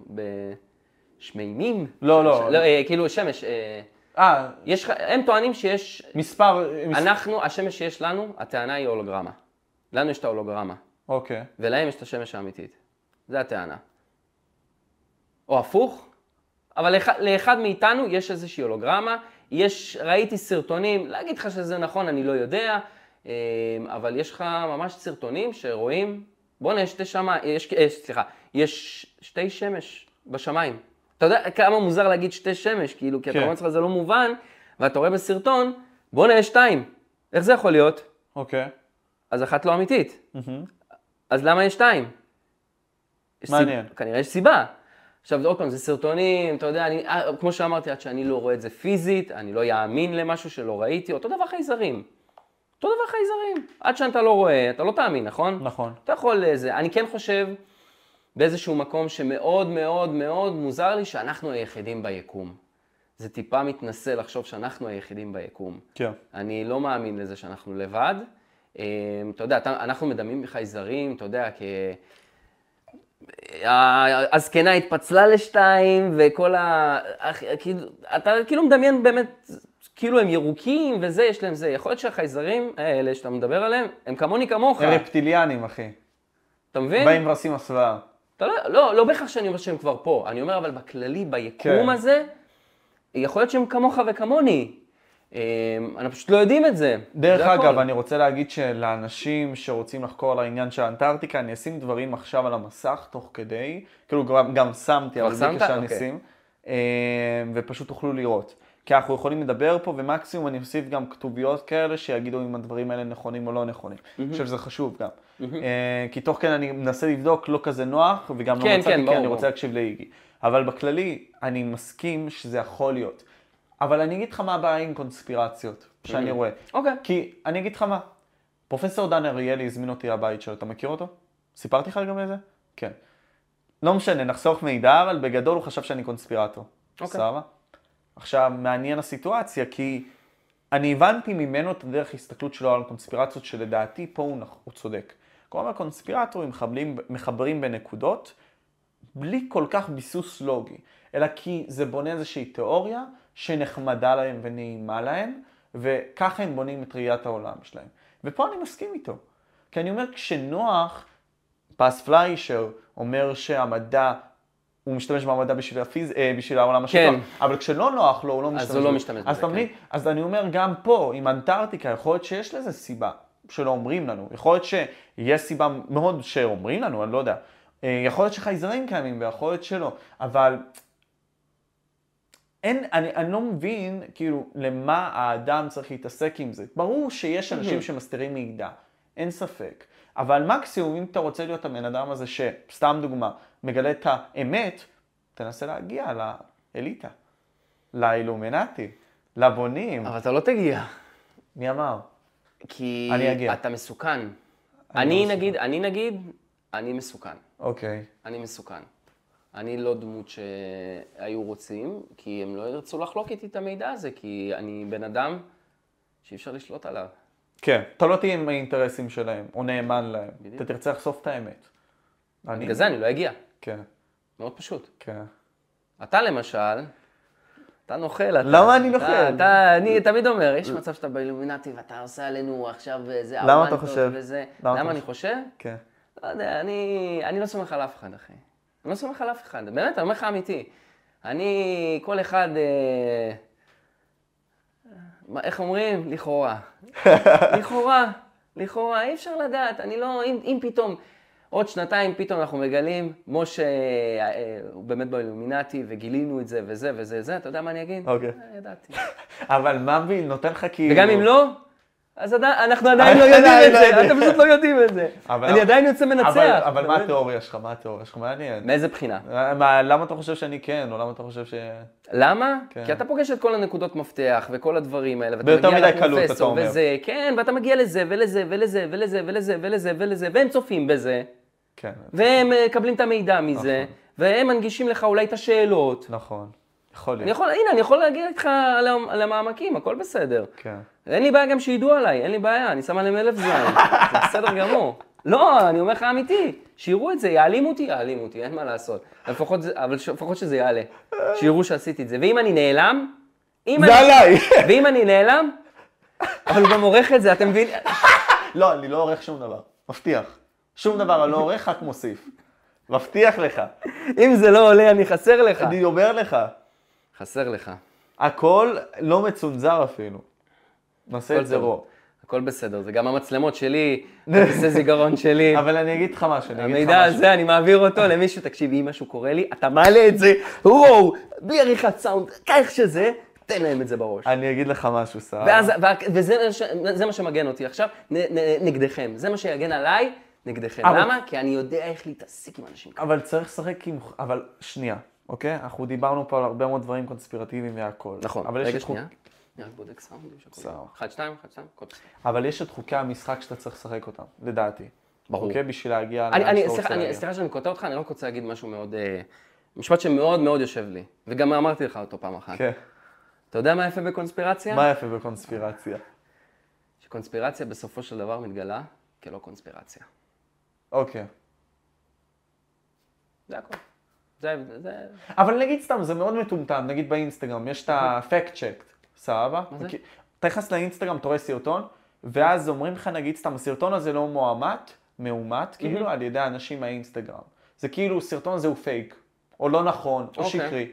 [SPEAKER 2] בשמימים?
[SPEAKER 1] לא, לא.
[SPEAKER 2] לא אה, כאילו, שמש. אה,
[SPEAKER 1] אה,
[SPEAKER 2] יש, לך- הם טוענים שיש
[SPEAKER 1] מספר... מס-
[SPEAKER 2] אנחנו, השמש שיש לנו, הטענה היא הולוגרמה. לנו יש את ההולוגרמה,
[SPEAKER 1] אוקיי.
[SPEAKER 2] ולהם יש את השמש האמיתית. זו הטענה. או הפוך, אבל לאחד, לאחד מאיתנו יש איזושהי הולוגרמה, יש, ראיתי סרטונים, להגיד לך שזה נכון, אני לא יודע, אה, אבל יש לך ממש סרטונים שרואים, בואנה, יש שתי שמיים, יש, אה, סליחה, יש שתי שמש בשמיים. אתה יודע כמה מוזר להגיד שתי שמש, כאילו, כי אתה
[SPEAKER 1] כן.
[SPEAKER 2] אומר לעצמך זה לא מובן, ואתה רואה בסרטון, בואנה, יש שתיים. איך זה יכול להיות?
[SPEAKER 1] אוקיי.
[SPEAKER 2] אז אחת לא אמיתית.
[SPEAKER 1] מהמם.
[SPEAKER 2] אז למה יש שתיים? יש
[SPEAKER 1] מעניין.
[SPEAKER 2] סיב... כנראה יש סיבה. עכשיו, זה עוד פעם, זה סרטונים, אתה יודע, אני, אה, כמו שאמרתי, עד שאני לא רואה את זה פיזית, אני לא יאמין למשהו שלא ראיתי, אותו דבר חייזרים. אותו דבר חייזרים. עד שאתה לא רואה, אתה לא תאמין, נכון?
[SPEAKER 1] נכון.
[SPEAKER 2] אתה יכול לזה. אני כן חושב, באיזשהו מקום שמאוד מאוד מאוד מוזר לי, שאנחנו היחידים ביקום. זה טיפה מתנשא לחשוב שאנחנו היחידים ביקום.
[SPEAKER 1] כן.
[SPEAKER 2] אני לא מאמין לזה שאנחנו לבד. אמ, אתה יודע, אתה, אנחנו מדמים חייזרים, אתה יודע, כ... ה- הזקנה התפצלה לשתיים, וכל ה... אך- כאילו, אתה כאילו מדמיין באמת, כאילו הם ירוקים וזה, יש להם זה. יכול להיות שהחייזרים האלה שאתה מדבר עליהם, הם כמוני כמוך,
[SPEAKER 1] הם רפטיליאנים, אחי.
[SPEAKER 2] אתה מבין?
[SPEAKER 1] באים ועושים הסוואה.
[SPEAKER 2] אתה לא, לא, לא בהכרח שאני אומר שהם כבר פה, אני אומר אבל בכללי, ביקום
[SPEAKER 1] כן.
[SPEAKER 2] הזה, יכול להיות שהם כמוך וכמוני. אה, אנחנו פשוט לא יודעים את זה.
[SPEAKER 1] דרך
[SPEAKER 2] זה
[SPEAKER 1] אגב,
[SPEAKER 2] הכל.
[SPEAKER 1] אני רוצה להגיד שלאנשים שרוצים לחקור על העניין של האנטארקטיקה, אני אשים דברים עכשיו על המסך תוך כדי, כאילו גם, גם שמתי,
[SPEAKER 2] כבר
[SPEAKER 1] אבל בלי
[SPEAKER 2] שמת?
[SPEAKER 1] קשר אני
[SPEAKER 2] אוקיי.
[SPEAKER 1] אשים, אמ, ופשוט תוכלו לראות. כי אנחנו יכולים לדבר פה, ומקסימום אני אוסיף גם כתוביות כאלה שיגידו אם הדברים האלה נכונים או לא נכונים. אני חושב שזה חשוב גם. אה, כי תוך כן אני מנסה לבדוק, לא כזה נוח, וגם לא
[SPEAKER 2] כן, כן,
[SPEAKER 1] מצאתי, כי
[SPEAKER 2] ברור,
[SPEAKER 1] אני
[SPEAKER 2] ברור.
[SPEAKER 1] רוצה להקשיב לאיגי. אבל בכללי, אני מסכים שזה יכול להיות. אבל אני אגיד לך מה הבעיה עם קונספירציות, שאני רואה.
[SPEAKER 2] אוקיי.
[SPEAKER 1] כי אני אגיד לך מה, פרופסור דן אריאלי הזמין אותי לבית שלו, אתה מכיר אותו? סיפרתי לך לגבי זה? כן. לא משנה, נחסוך מידע, אבל בגדול הוא חשב שאני קונספירטור.
[SPEAKER 2] אוקיי.
[SPEAKER 1] סבבה? עכשיו, מעניין הסיטואציה, כי אני הבנתי ממנו את הדרך ההסתכלות שלו על קונספירציות, שלדעתי פה הוא, נכ- הוא צודק. כלומר, קונספירטורים מחברים, מחברים בנקודות בלי כל כך ביסוס לוגי, אלא כי זה בונה איזושהי תיאוריה שנחמדה להם ונעימה להם, וככה הם בונים את ראיית העולם שלהם. ופה אני מסכים איתו. כי אני אומר, כשנוח, פס פליישר אומר שהמדע, הוא משתמש במדע בשביל, הפיז... אה, בשביל העולם
[SPEAKER 2] כן.
[SPEAKER 1] השלטון, אבל כשלא נוח לו, הוא לא
[SPEAKER 2] אז
[SPEAKER 1] משתמש
[SPEAKER 2] הוא לא
[SPEAKER 1] בזה.
[SPEAKER 2] משתמש
[SPEAKER 1] אז
[SPEAKER 2] בזה,
[SPEAKER 1] אתה
[SPEAKER 2] כן.
[SPEAKER 1] מבין? אז אני אומר, גם פה, עם אנטארקטיקה, יכול להיות שיש לזה סיבה שלא אומרים לנו. יכול להיות שיש סיבה מאוד שאומרים לנו, אני לא יודע. אה, יכול להיות שחייזרים קיימים ויכול להיות שלא, אבל אין, אני, אני לא מבין, כאילו, למה האדם צריך להתעסק עם זה. ברור שיש אנשים שמסתירים מידע, אין ספק. אבל מקסימום, אם אתה רוצה להיות הבן אדם הזה שסתם דוגמה, מגלה את האמת, תנסה להגיע לאליטה, לאילומינטי, לבונים.
[SPEAKER 2] אבל אתה לא תגיע.
[SPEAKER 1] מי אמר?
[SPEAKER 2] כי
[SPEAKER 1] אני לא אגיע.
[SPEAKER 2] אתה מסוכן. אני נגיד, אני נגיד, אני מסוכן.
[SPEAKER 1] אוקיי.
[SPEAKER 2] אני מסוכן. אני לא דמות שהיו רוצים, כי הם לא ירצו לחלוק איתי את המידע הזה, כי אני בן אדם שאי אפשר לשלוט עליו.
[SPEAKER 1] כן, אתה לא תהיה עם האינטרסים שלהם, או נאמן להם.
[SPEAKER 2] בדיוק.
[SPEAKER 1] אתה תרצה לחשוף את האמת. אני...
[SPEAKER 2] בגלל זה אני לא אגיע.
[SPEAKER 1] כן,
[SPEAKER 2] מאוד פשוט.
[SPEAKER 1] כן.
[SPEAKER 2] אתה למשל, אתה נוכל. אתה,
[SPEAKER 1] למה אני נוכל?
[SPEAKER 2] אתה, אתה, אני תמיד אומר, יש מצב שאתה באילומינטי ואתה עושה עלינו עכשיו זה
[SPEAKER 1] למה אתה
[SPEAKER 2] ארמנטות
[SPEAKER 1] חושב?
[SPEAKER 2] וזה.
[SPEAKER 1] למה אתה
[SPEAKER 2] למה אני
[SPEAKER 1] חושב?
[SPEAKER 2] חושב?
[SPEAKER 1] כן.
[SPEAKER 2] לא יודע, אני, אני לא סומך על אף אחד, אחי. אני לא סומך על אף אחד, באמת, אני אומר לך אמיתי. אני, כל אחד, אה, מה, איך אומרים? לכאורה. לכאורה, לכאורה, אי אפשר לדעת. אני לא, אם, אם פתאום, עוד שנתיים פתאום אנחנו מגלים, משה אה, אה, הוא באמת באילומינטי, וגילינו את זה וזה וזה זה, אתה יודע מה אני אגיד?
[SPEAKER 1] אוקיי.
[SPEAKER 2] אה, ידעתי.
[SPEAKER 1] אבל מה בי נותן לך כאילו...
[SPEAKER 2] וגם אם לא, אז עדיין, אנחנו עדיין לא יודעים
[SPEAKER 1] עדיין
[SPEAKER 2] את
[SPEAKER 1] לא
[SPEAKER 2] זה,
[SPEAKER 1] יודעים.
[SPEAKER 2] אתם פשוט לא יודעים את זה.
[SPEAKER 1] אבל-
[SPEAKER 2] אני עדיין יוצא מנצח.
[SPEAKER 1] אבל,
[SPEAKER 2] אתה
[SPEAKER 1] אבל מה
[SPEAKER 2] מבין?
[SPEAKER 1] התיאוריה שלך? מה התיאוריה שלך? מעניין.
[SPEAKER 2] מאיזה בחינה?
[SPEAKER 1] מה, למה אתה חושב שאני כן, או למה אתה חושב ש...
[SPEAKER 2] למה?
[SPEAKER 1] כן.
[SPEAKER 2] כי אתה פוגש את כל הנקודות מפתח וכל הדברים האלה, ואתה
[SPEAKER 1] ביותר
[SPEAKER 2] מגיע
[SPEAKER 1] מדי קלות, אתה
[SPEAKER 2] לפרופסור
[SPEAKER 1] אומר.
[SPEAKER 2] וזה, כן, ואתה מגיע לזה ולזה ולזה ולזה ולזה ולזה ולזה, והם צופים בזה,
[SPEAKER 1] כן,
[SPEAKER 2] והם אה, מקבלים את המידע מזה, והם מנגישים לך אולי את השאלות.
[SPEAKER 1] נכון. יכול
[SPEAKER 2] אני
[SPEAKER 1] להיות.
[SPEAKER 2] יכול, הנה, אני יכול להגיע איתך על ה- על המעמקים, הכל בסדר.
[SPEAKER 1] כן.
[SPEAKER 2] אין לי בעיה גם שידעו עליי, אין לי בעיה, אני שם עליהם אלף זין, זה בסדר גמור. לא, אני אומר לך אמיתי, שיראו את זה, יעלימו אותי, יעלימו אותי, אין מה לעשות. לפחות זה- אבל ש- לפחות שזה יעלה, שיראו שעשיתי את זה. ואם אני נעלם, אם
[SPEAKER 1] זה
[SPEAKER 2] אני,
[SPEAKER 1] עליי!
[SPEAKER 2] ואם אני נעלם, אבל הוא גם עורך את זה, אתה מבין?
[SPEAKER 1] לא, אני לא עורך שום דבר. מבטיח. שום דבר אני לא עורך, רק מוסיף. מבטיח לך.
[SPEAKER 2] אם זה לא עולה, אני חסר לך.
[SPEAKER 1] אני אומר לך.
[SPEAKER 2] חסר לך,
[SPEAKER 1] הכל לא מצונזר אפילו. נעשה
[SPEAKER 2] הכל
[SPEAKER 1] את זה
[SPEAKER 2] טוב.
[SPEAKER 1] רוע.
[SPEAKER 2] הכל בסדר, זה גם המצלמות שלי, הכיסא זיגרון שלי.
[SPEAKER 1] אבל אני אגיד לך משהו, אני אגיד לך
[SPEAKER 2] המידע
[SPEAKER 1] משהו.
[SPEAKER 2] הזה, אני מעביר אותו למישהו, תקשיב, אם משהו קורה לי, אתה מעלה את זה, וואו, בלי עריכת סאונד, כך שזה, תן להם את זה בראש.
[SPEAKER 1] אני אגיד לך משהו, סער.
[SPEAKER 2] ואז, וה- וזה מה ש- זה מה שמגן אותי עכשיו, נ- נ- נגדכם. זה מה שיגן עליי, נגדכם.
[SPEAKER 1] אבל-
[SPEAKER 2] למה? כי אני יודע איך להתעסק עם אנשים כאלה.
[SPEAKER 1] אבל צריך לשחק עם... אבל שנייה, אוקיי? אנחנו דיברנו פה על הרבה מאוד דברים קונספירטיביים והכול.
[SPEAKER 2] נכון,
[SPEAKER 1] אבל יש
[SPEAKER 2] רגע
[SPEAKER 1] את חוק-
[SPEAKER 2] שנייה. אני רק בודק סאונדים שהכל.
[SPEAKER 1] סבבה.
[SPEAKER 2] אחד, שתיים, אחד, שתיים, הכל בסדר.
[SPEAKER 1] אבל יש את חוקי המשחק שאתה צריך לשחק אותם, לדעתי.
[SPEAKER 2] ברור.
[SPEAKER 1] אוקיי? בשביל להגיע...
[SPEAKER 2] אני,
[SPEAKER 1] לאן
[SPEAKER 2] אני,
[SPEAKER 1] שאתה לא רוצה
[SPEAKER 2] סליחה, אני,
[SPEAKER 1] להגיע.
[SPEAKER 2] סליחה שאני קוטע אותך, אני רק רוצה להגיד משהו מאוד, אה, משפט שמאוד מאוד יושב לי, וגם אמרתי לך אותו פעם אחת.
[SPEAKER 1] כן.
[SPEAKER 2] אתה יודע מה יפה בקונספירציה?
[SPEAKER 1] מה יפה בקונספירציה?
[SPEAKER 2] שקונספירציה בסופו של דבר מתגלה כלא קונספירציה.
[SPEAKER 1] אוקיי.
[SPEAKER 2] זה הכל. זה, ההבדל, זה...
[SPEAKER 1] אבל נגיד סתם, זה מאוד מטומטם, נגיד באינסטגרם, יש את ה-fact check, סבבה?
[SPEAKER 2] אוקיי. מה זה?
[SPEAKER 1] כי- אתה נכנס לאינסטגרם, אתה רואה סרטון, ואז אומרים לך, נגיד סתם, הסרטון הזה לא מועמת,
[SPEAKER 2] Mhm.
[SPEAKER 1] מאומת, כאילו, על ידי האנשים מהאינסטגרם. זה כאילו, סרטון הזה הוא פייק, או לא נכון, או
[SPEAKER 2] אוקיי.
[SPEAKER 1] שקרי.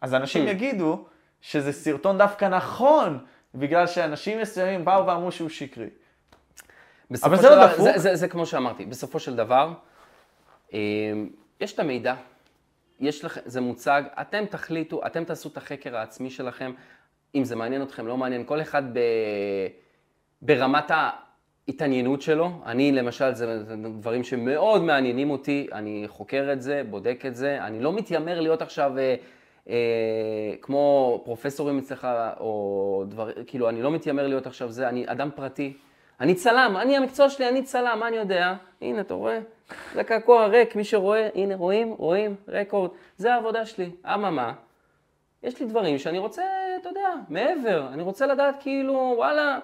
[SPEAKER 1] אז אנשים יגידו שזה סרטון דווקא נכון, בגלל שאנשים מסוימים באו ואמרו שהוא שקרי.
[SPEAKER 2] בסופו
[SPEAKER 1] אבל
[SPEAKER 2] של
[SPEAKER 1] זה לא
[SPEAKER 2] דבר-
[SPEAKER 1] דפוק.
[SPEAKER 2] זה, זה, זה כמו שאמרתי, בסופו של דבר, אה, יש את המידע, יש לכם, זה מוצג, אתם תחליטו, אתם תעשו את החקר העצמי שלכם, אם זה מעניין אתכם, לא מעניין, כל אחד ב, ברמת ההתעניינות שלו. אני למשל, זה זה דברים שמאוד מעניינים אותי, אני חוקר את זה, בודק את זה, אני לא מתיימר להיות עכשיו... אה, אה, כמו פרופסורים אצלך, או דבר, כאילו, אני לא מתיימר להיות עכשיו זה, אני אדם פרטי, אני צלם, אני המקצוע שלי, אני צלם, מה אני יודע? הנה, אתה רואה? זה קעקוע ריק, מי שרואה, הנה, רואים, רואים, רקורד. זה העבודה שלי. אממה, יש לי דברים שאני רוצה, אתה יודע, מעבר. אני רוצה לדעת כאילו, וואלה,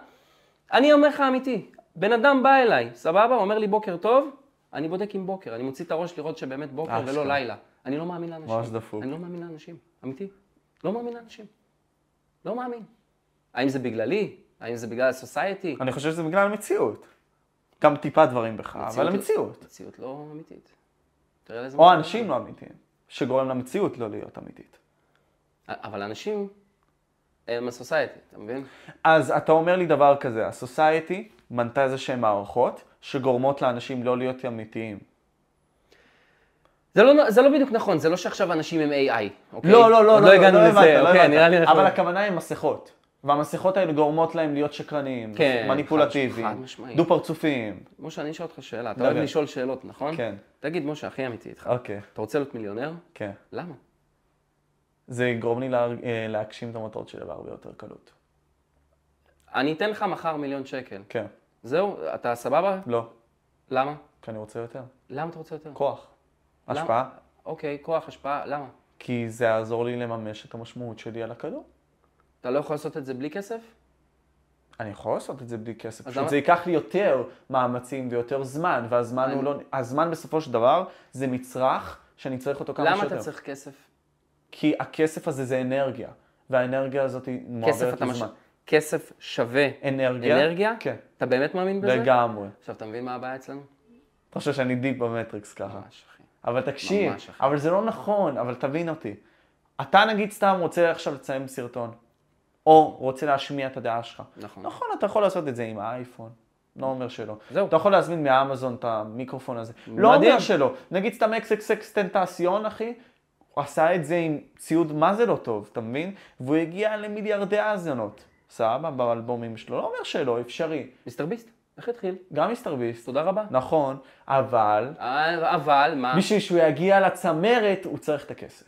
[SPEAKER 2] אני אומר לך אמיתי, בן אדם בא אליי, סבבה? אומר לי בוקר טוב, אני בודק עם בוקר, אני מוציא את הראש לראות שבאמת בוקר
[SPEAKER 1] אשכרה.
[SPEAKER 2] ולא לילה. אני לא מאמין לאנשים.
[SPEAKER 1] ממש דפוק.
[SPEAKER 2] אני לא מאמין לאנשים, אמיתי. לא מאמין לאנשים. לא מאמין. האם זה בגללי? האם זה בגלל הסוסייטי?
[SPEAKER 1] אני חושב שזה בגלל המציאות. גם טיפה דברים בך, אבל המציאות.
[SPEAKER 2] מציאות אוקיי. לא אמיתית. תראה לאיזה...
[SPEAKER 1] או
[SPEAKER 2] מצב.
[SPEAKER 1] האנשים לא אמיתיים, שגורם למציאות לא להיות אמיתית.
[SPEAKER 2] אבל אנשים הם הסוסייטי, אתה מבין?
[SPEAKER 1] אז אתה אומר לי דבר כזה, הסוסייטי מנתה איזה שהן מערכות שגורמות לאנשים לא להיות אמיתיים.
[SPEAKER 2] זה לא, זה לא בדיוק נכון, זה לא שעכשיו אנשים הם AI, אוקיי?
[SPEAKER 1] לא, לא, לא,
[SPEAKER 2] עוד
[SPEAKER 1] לא,
[SPEAKER 2] הגענו
[SPEAKER 1] לא
[SPEAKER 2] לזה,
[SPEAKER 1] הבנת, לא
[SPEAKER 2] אוקיי,
[SPEAKER 1] הבנת.
[SPEAKER 2] נראה לי נכון.
[SPEAKER 1] אבל הכוונה היא מסכות. והמסכות האלה גורמות להם להיות שקרניים,
[SPEAKER 2] כן,
[SPEAKER 1] מניפולטיביים,
[SPEAKER 2] חד משמעית.
[SPEAKER 1] דו-פרצופיים.
[SPEAKER 2] משה, אני אשאל אותך שאלה, אתה
[SPEAKER 1] דבר.
[SPEAKER 2] אוהב לשאול שאלות, נכון?
[SPEAKER 1] לא כן.
[SPEAKER 2] תגיד, משה, הכי אמיתי איתך.
[SPEAKER 1] אוקיי,
[SPEAKER 2] אתה רוצה להיות מיליונר?
[SPEAKER 1] כן.
[SPEAKER 2] למה?
[SPEAKER 1] זה יגרום לי להר- אה, להגשים את המטרות שלי בהרבה יותר קלות.
[SPEAKER 2] אני אתן לך מחר מיליון שקל.
[SPEAKER 1] כן.
[SPEAKER 2] זהו, אתה סבבה?
[SPEAKER 1] לא,
[SPEAKER 2] למה?
[SPEAKER 1] כי אני רוצה יותר.
[SPEAKER 2] למה אתה רוצה יותר?
[SPEAKER 1] כוח.
[SPEAKER 2] למה?
[SPEAKER 1] השפעה.
[SPEAKER 2] אוקיי, כוח, השפעה, למה?
[SPEAKER 1] כי זה יעזור לי לממש את המשמעות שלי על הכדור.
[SPEAKER 2] אתה לא יכול לעשות את זה בלי כסף?
[SPEAKER 1] אני יכול לעשות את זה בלי כסף,
[SPEAKER 2] אז
[SPEAKER 1] פשוט
[SPEAKER 2] למה-
[SPEAKER 1] זה ייקח לי יותר מאמצים ויותר זמן, והזמן הוא
[SPEAKER 2] אני-
[SPEAKER 1] לא... הזמן בסופו של דבר זה מצרך שאני צריך אותו כמה שיותר.
[SPEAKER 2] למה אתה צריך כסף?
[SPEAKER 1] כי הכסף הזה זה אנרגיה, והאנרגיה הזאת היא
[SPEAKER 2] כסף
[SPEAKER 1] מועברת
[SPEAKER 2] אתה מש...
[SPEAKER 1] לזמן.
[SPEAKER 2] כסף שווה
[SPEAKER 1] אנרגיה?
[SPEAKER 2] אנרגיה?
[SPEAKER 1] כן.
[SPEAKER 2] אתה באמת מאמין בזה?
[SPEAKER 1] לגמרי. נכון.
[SPEAKER 2] עכשיו, אתה מבין מה הבעיה אצלנו?
[SPEAKER 1] אתה חושב שאני דיפ במטריקס ככה.
[SPEAKER 2] ממש, אחי.
[SPEAKER 1] אבל תקשיב,
[SPEAKER 2] ממש, אחי.
[SPEAKER 1] אבל זה לא נכון, אבל תבין אותי. אתה נגיד סתם רוצה עכשיו לצלם סרטון, או רוצה להשמיע את הדעה שלך.
[SPEAKER 2] נכון.
[SPEAKER 1] נכון, אתה יכול לעשות את זה עם האייפון. לא אומר שלא.
[SPEAKER 2] Mm. זהו.
[SPEAKER 1] אתה יכול להזמין מהאמזון את המיקרופון הזה. לא
[SPEAKER 2] מדהים.
[SPEAKER 1] אומר שלא. נגיד סתם XXX טנטסיון, אחי, הוא עשה את זה עם ציוד מה זה לא טוב, אתה מבין? והוא הגיע למיליארדי האזנות. סבבה, באלבומים שלו. לא אומר שלא, אפשרי.
[SPEAKER 2] מיסטר ביסט, איך התחיל?
[SPEAKER 1] גם מיסטר ביסט.
[SPEAKER 2] תודה רבה.
[SPEAKER 1] נכון, אבל
[SPEAKER 2] אה, אבל מה?
[SPEAKER 1] בשביל שהוא יגיע לצמרת, הוא צריך את הכסף.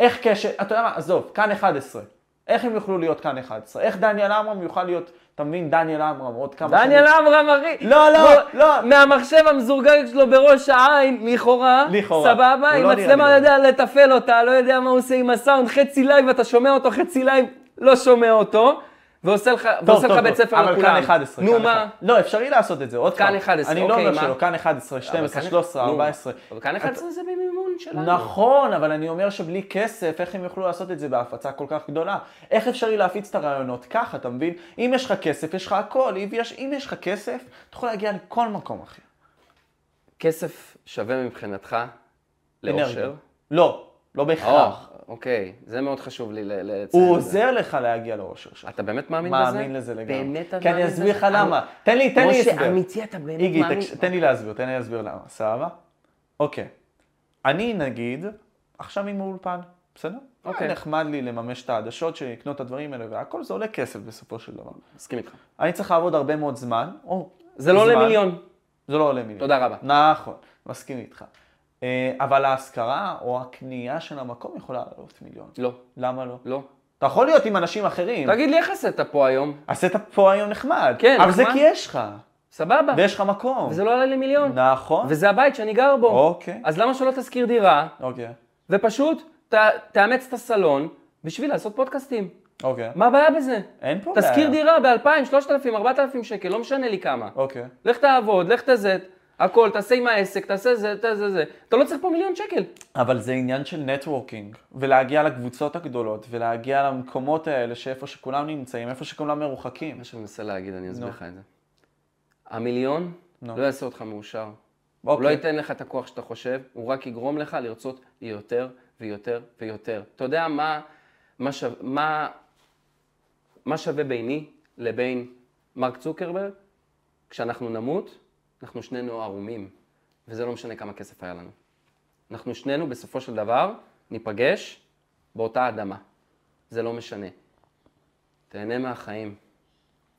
[SPEAKER 1] איך קשת, אתה יודע מה, עזוב, כאן 11. איך הם יוכלו להיות כאן 11? איך דניאל עמרם יוכל להיות, אתה מבין, דניאל עמרם עוד כמה
[SPEAKER 2] דניאל עמרם, אחי!
[SPEAKER 1] לא, לא,
[SPEAKER 2] בוא,
[SPEAKER 1] לא.
[SPEAKER 2] מהמחשב המזורגג שלו בראש העין, לכאורה,
[SPEAKER 1] לכאורה.
[SPEAKER 2] סבבה,
[SPEAKER 1] הוא
[SPEAKER 2] עם
[SPEAKER 1] לא נראה
[SPEAKER 2] מצלמה
[SPEAKER 1] לי
[SPEAKER 2] יודע לתפעל אותה, לא יודע מה הוא עושה עם הסאונד, חצי לייב אתה שומע אותו, חצי לייב לא שומע אותו, ועושה לך ועושה לך בית ספר לכולם.
[SPEAKER 1] אבל כאן 11.
[SPEAKER 2] נו
[SPEAKER 1] כאן
[SPEAKER 2] מה?
[SPEAKER 1] 11. לא, אפשרי לעשות את זה, עוד
[SPEAKER 2] כאן
[SPEAKER 1] כמה.
[SPEAKER 2] 11,
[SPEAKER 1] אני לא
[SPEAKER 2] אוקיי,
[SPEAKER 1] אומר
[SPEAKER 2] מה?
[SPEAKER 1] שלא, כאן 11, 12,
[SPEAKER 2] אבל כאן-
[SPEAKER 1] 13,
[SPEAKER 2] נו,
[SPEAKER 1] 14.
[SPEAKER 2] אבל כאן 11 זה במימון שלנו.
[SPEAKER 1] נכון, אבל אני אומר שבלי כסף, איך הם יוכלו לעשות את זה בהפצה כל כך גדולה? איך אפשרי להפיץ את הרעיונות ככה, אתה מבין? אם יש לך כסף, יש לך הכל. אם יש, אם יש לך כסף, אתה יכול להגיע לכל מקום, אחי.
[SPEAKER 2] כסף שווה מבחינתך
[SPEAKER 1] אנרגיה.
[SPEAKER 2] לאושר?
[SPEAKER 1] לא, לא בהכרח.
[SPEAKER 2] או, אוקיי, זה מאוד חשוב לי ל- לציין.
[SPEAKER 1] הוא
[SPEAKER 2] את זה.
[SPEAKER 1] עוזר לך להגיע לאושר שלך.
[SPEAKER 2] אתה באמת מאמין בזה?
[SPEAKER 1] מאמין לזה לגמרי.
[SPEAKER 2] באמת אתה
[SPEAKER 1] כי אני
[SPEAKER 2] מאמין
[SPEAKER 1] אסביר לך
[SPEAKER 2] בזה?
[SPEAKER 1] למה. תן לי, תן לי
[SPEAKER 2] משה,
[SPEAKER 1] הסבר.
[SPEAKER 2] אמיתי, אתה באמת
[SPEAKER 1] איגי,
[SPEAKER 2] מאמין?
[SPEAKER 1] תקש- תן לי להסביר, תן לי להסביר למה, סבבה? אוקיי. אני נגיד, עכשיו עם האולפן, בסדר?
[SPEAKER 2] אוקיי.
[SPEAKER 1] אוקיי. נחמד לי לממש את העדשות שלי, לקנות את הדברים האלה והכל, זה עולה כסף בסופו של דבר.
[SPEAKER 2] מסכים איתך.
[SPEAKER 1] אני צריך לעבוד הרבה מאוד זמן, או...
[SPEAKER 2] זה לא עולה
[SPEAKER 1] זמן.
[SPEAKER 2] מיליון.
[SPEAKER 1] זה לא עולה מיליון.
[SPEAKER 2] תודה רבה.
[SPEAKER 1] נכון, מסכים איתך. אה, אבל ההשכרה או הקנייה של המקום יכולה לעלות מיליון.
[SPEAKER 2] לא,
[SPEAKER 1] למה לא?
[SPEAKER 2] לא.
[SPEAKER 1] אתה יכול להיות עם אנשים אחרים.
[SPEAKER 2] תגיד לי, איך עשית פה היום?
[SPEAKER 1] עשית פה היום נחמד.
[SPEAKER 2] כן,
[SPEAKER 1] אבל זה
[SPEAKER 2] נחמד.
[SPEAKER 1] כי יש לך,
[SPEAKER 2] סבבה.
[SPEAKER 1] ויש לך מקום.
[SPEAKER 2] וזה לא עלה לי מיליון.
[SPEAKER 1] נכון.
[SPEAKER 2] וזה לא- הבית שאני גר בו.
[SPEAKER 1] אוקיי.
[SPEAKER 2] אז למה שלא תשכיר דירה,
[SPEAKER 1] אוקיי,
[SPEAKER 2] ופשוט ת- תאמץ את הסלון בשביל לעשות פודקאסטים?
[SPEAKER 1] אוקיי.
[SPEAKER 2] מה הבעיה בזה?
[SPEAKER 1] אין פה בעיה.
[SPEAKER 2] תשכיר דירה ב-2,000, 3,000, 4,000 שקל, לא משנה לי כמה.
[SPEAKER 1] אוקיי.
[SPEAKER 2] לך תעבוד, לך תזה, הכל, תעשה עם העסק, תעשה זה, תעשה זה. אתה לא צריך פה מיליון שקל.
[SPEAKER 1] אבל זה עניין של נטוורקינג, ולהגיע לקבוצות הגדולות, ולהגיע למקומות האלה שאיפה שכולם נמצאים, איפה שכולם מרוחקים.
[SPEAKER 2] מה שאני מנסה להגיד, אני אסביר
[SPEAKER 1] נו.
[SPEAKER 2] לך את זה. המיליון
[SPEAKER 1] נו.
[SPEAKER 2] לא יעשה אותך מאושר. הוא לא
[SPEAKER 1] אוקיי.
[SPEAKER 2] ייתן לך את הכוח שאתה חושב, הוא רק יגרום לך לרצות יותר ויותר ויותר. אתה יודע מה, מה, שו, מה, מה שווה ביני לבין מרק צוקרברג? כשאנחנו נמות, אנחנו שנינו ערומים, וזה לא משנה כמה כסף היה לנו. אנחנו שנינו בסופו של דבר ניפגש באותה אדמה. זה לא משנה. תהנה מהחיים,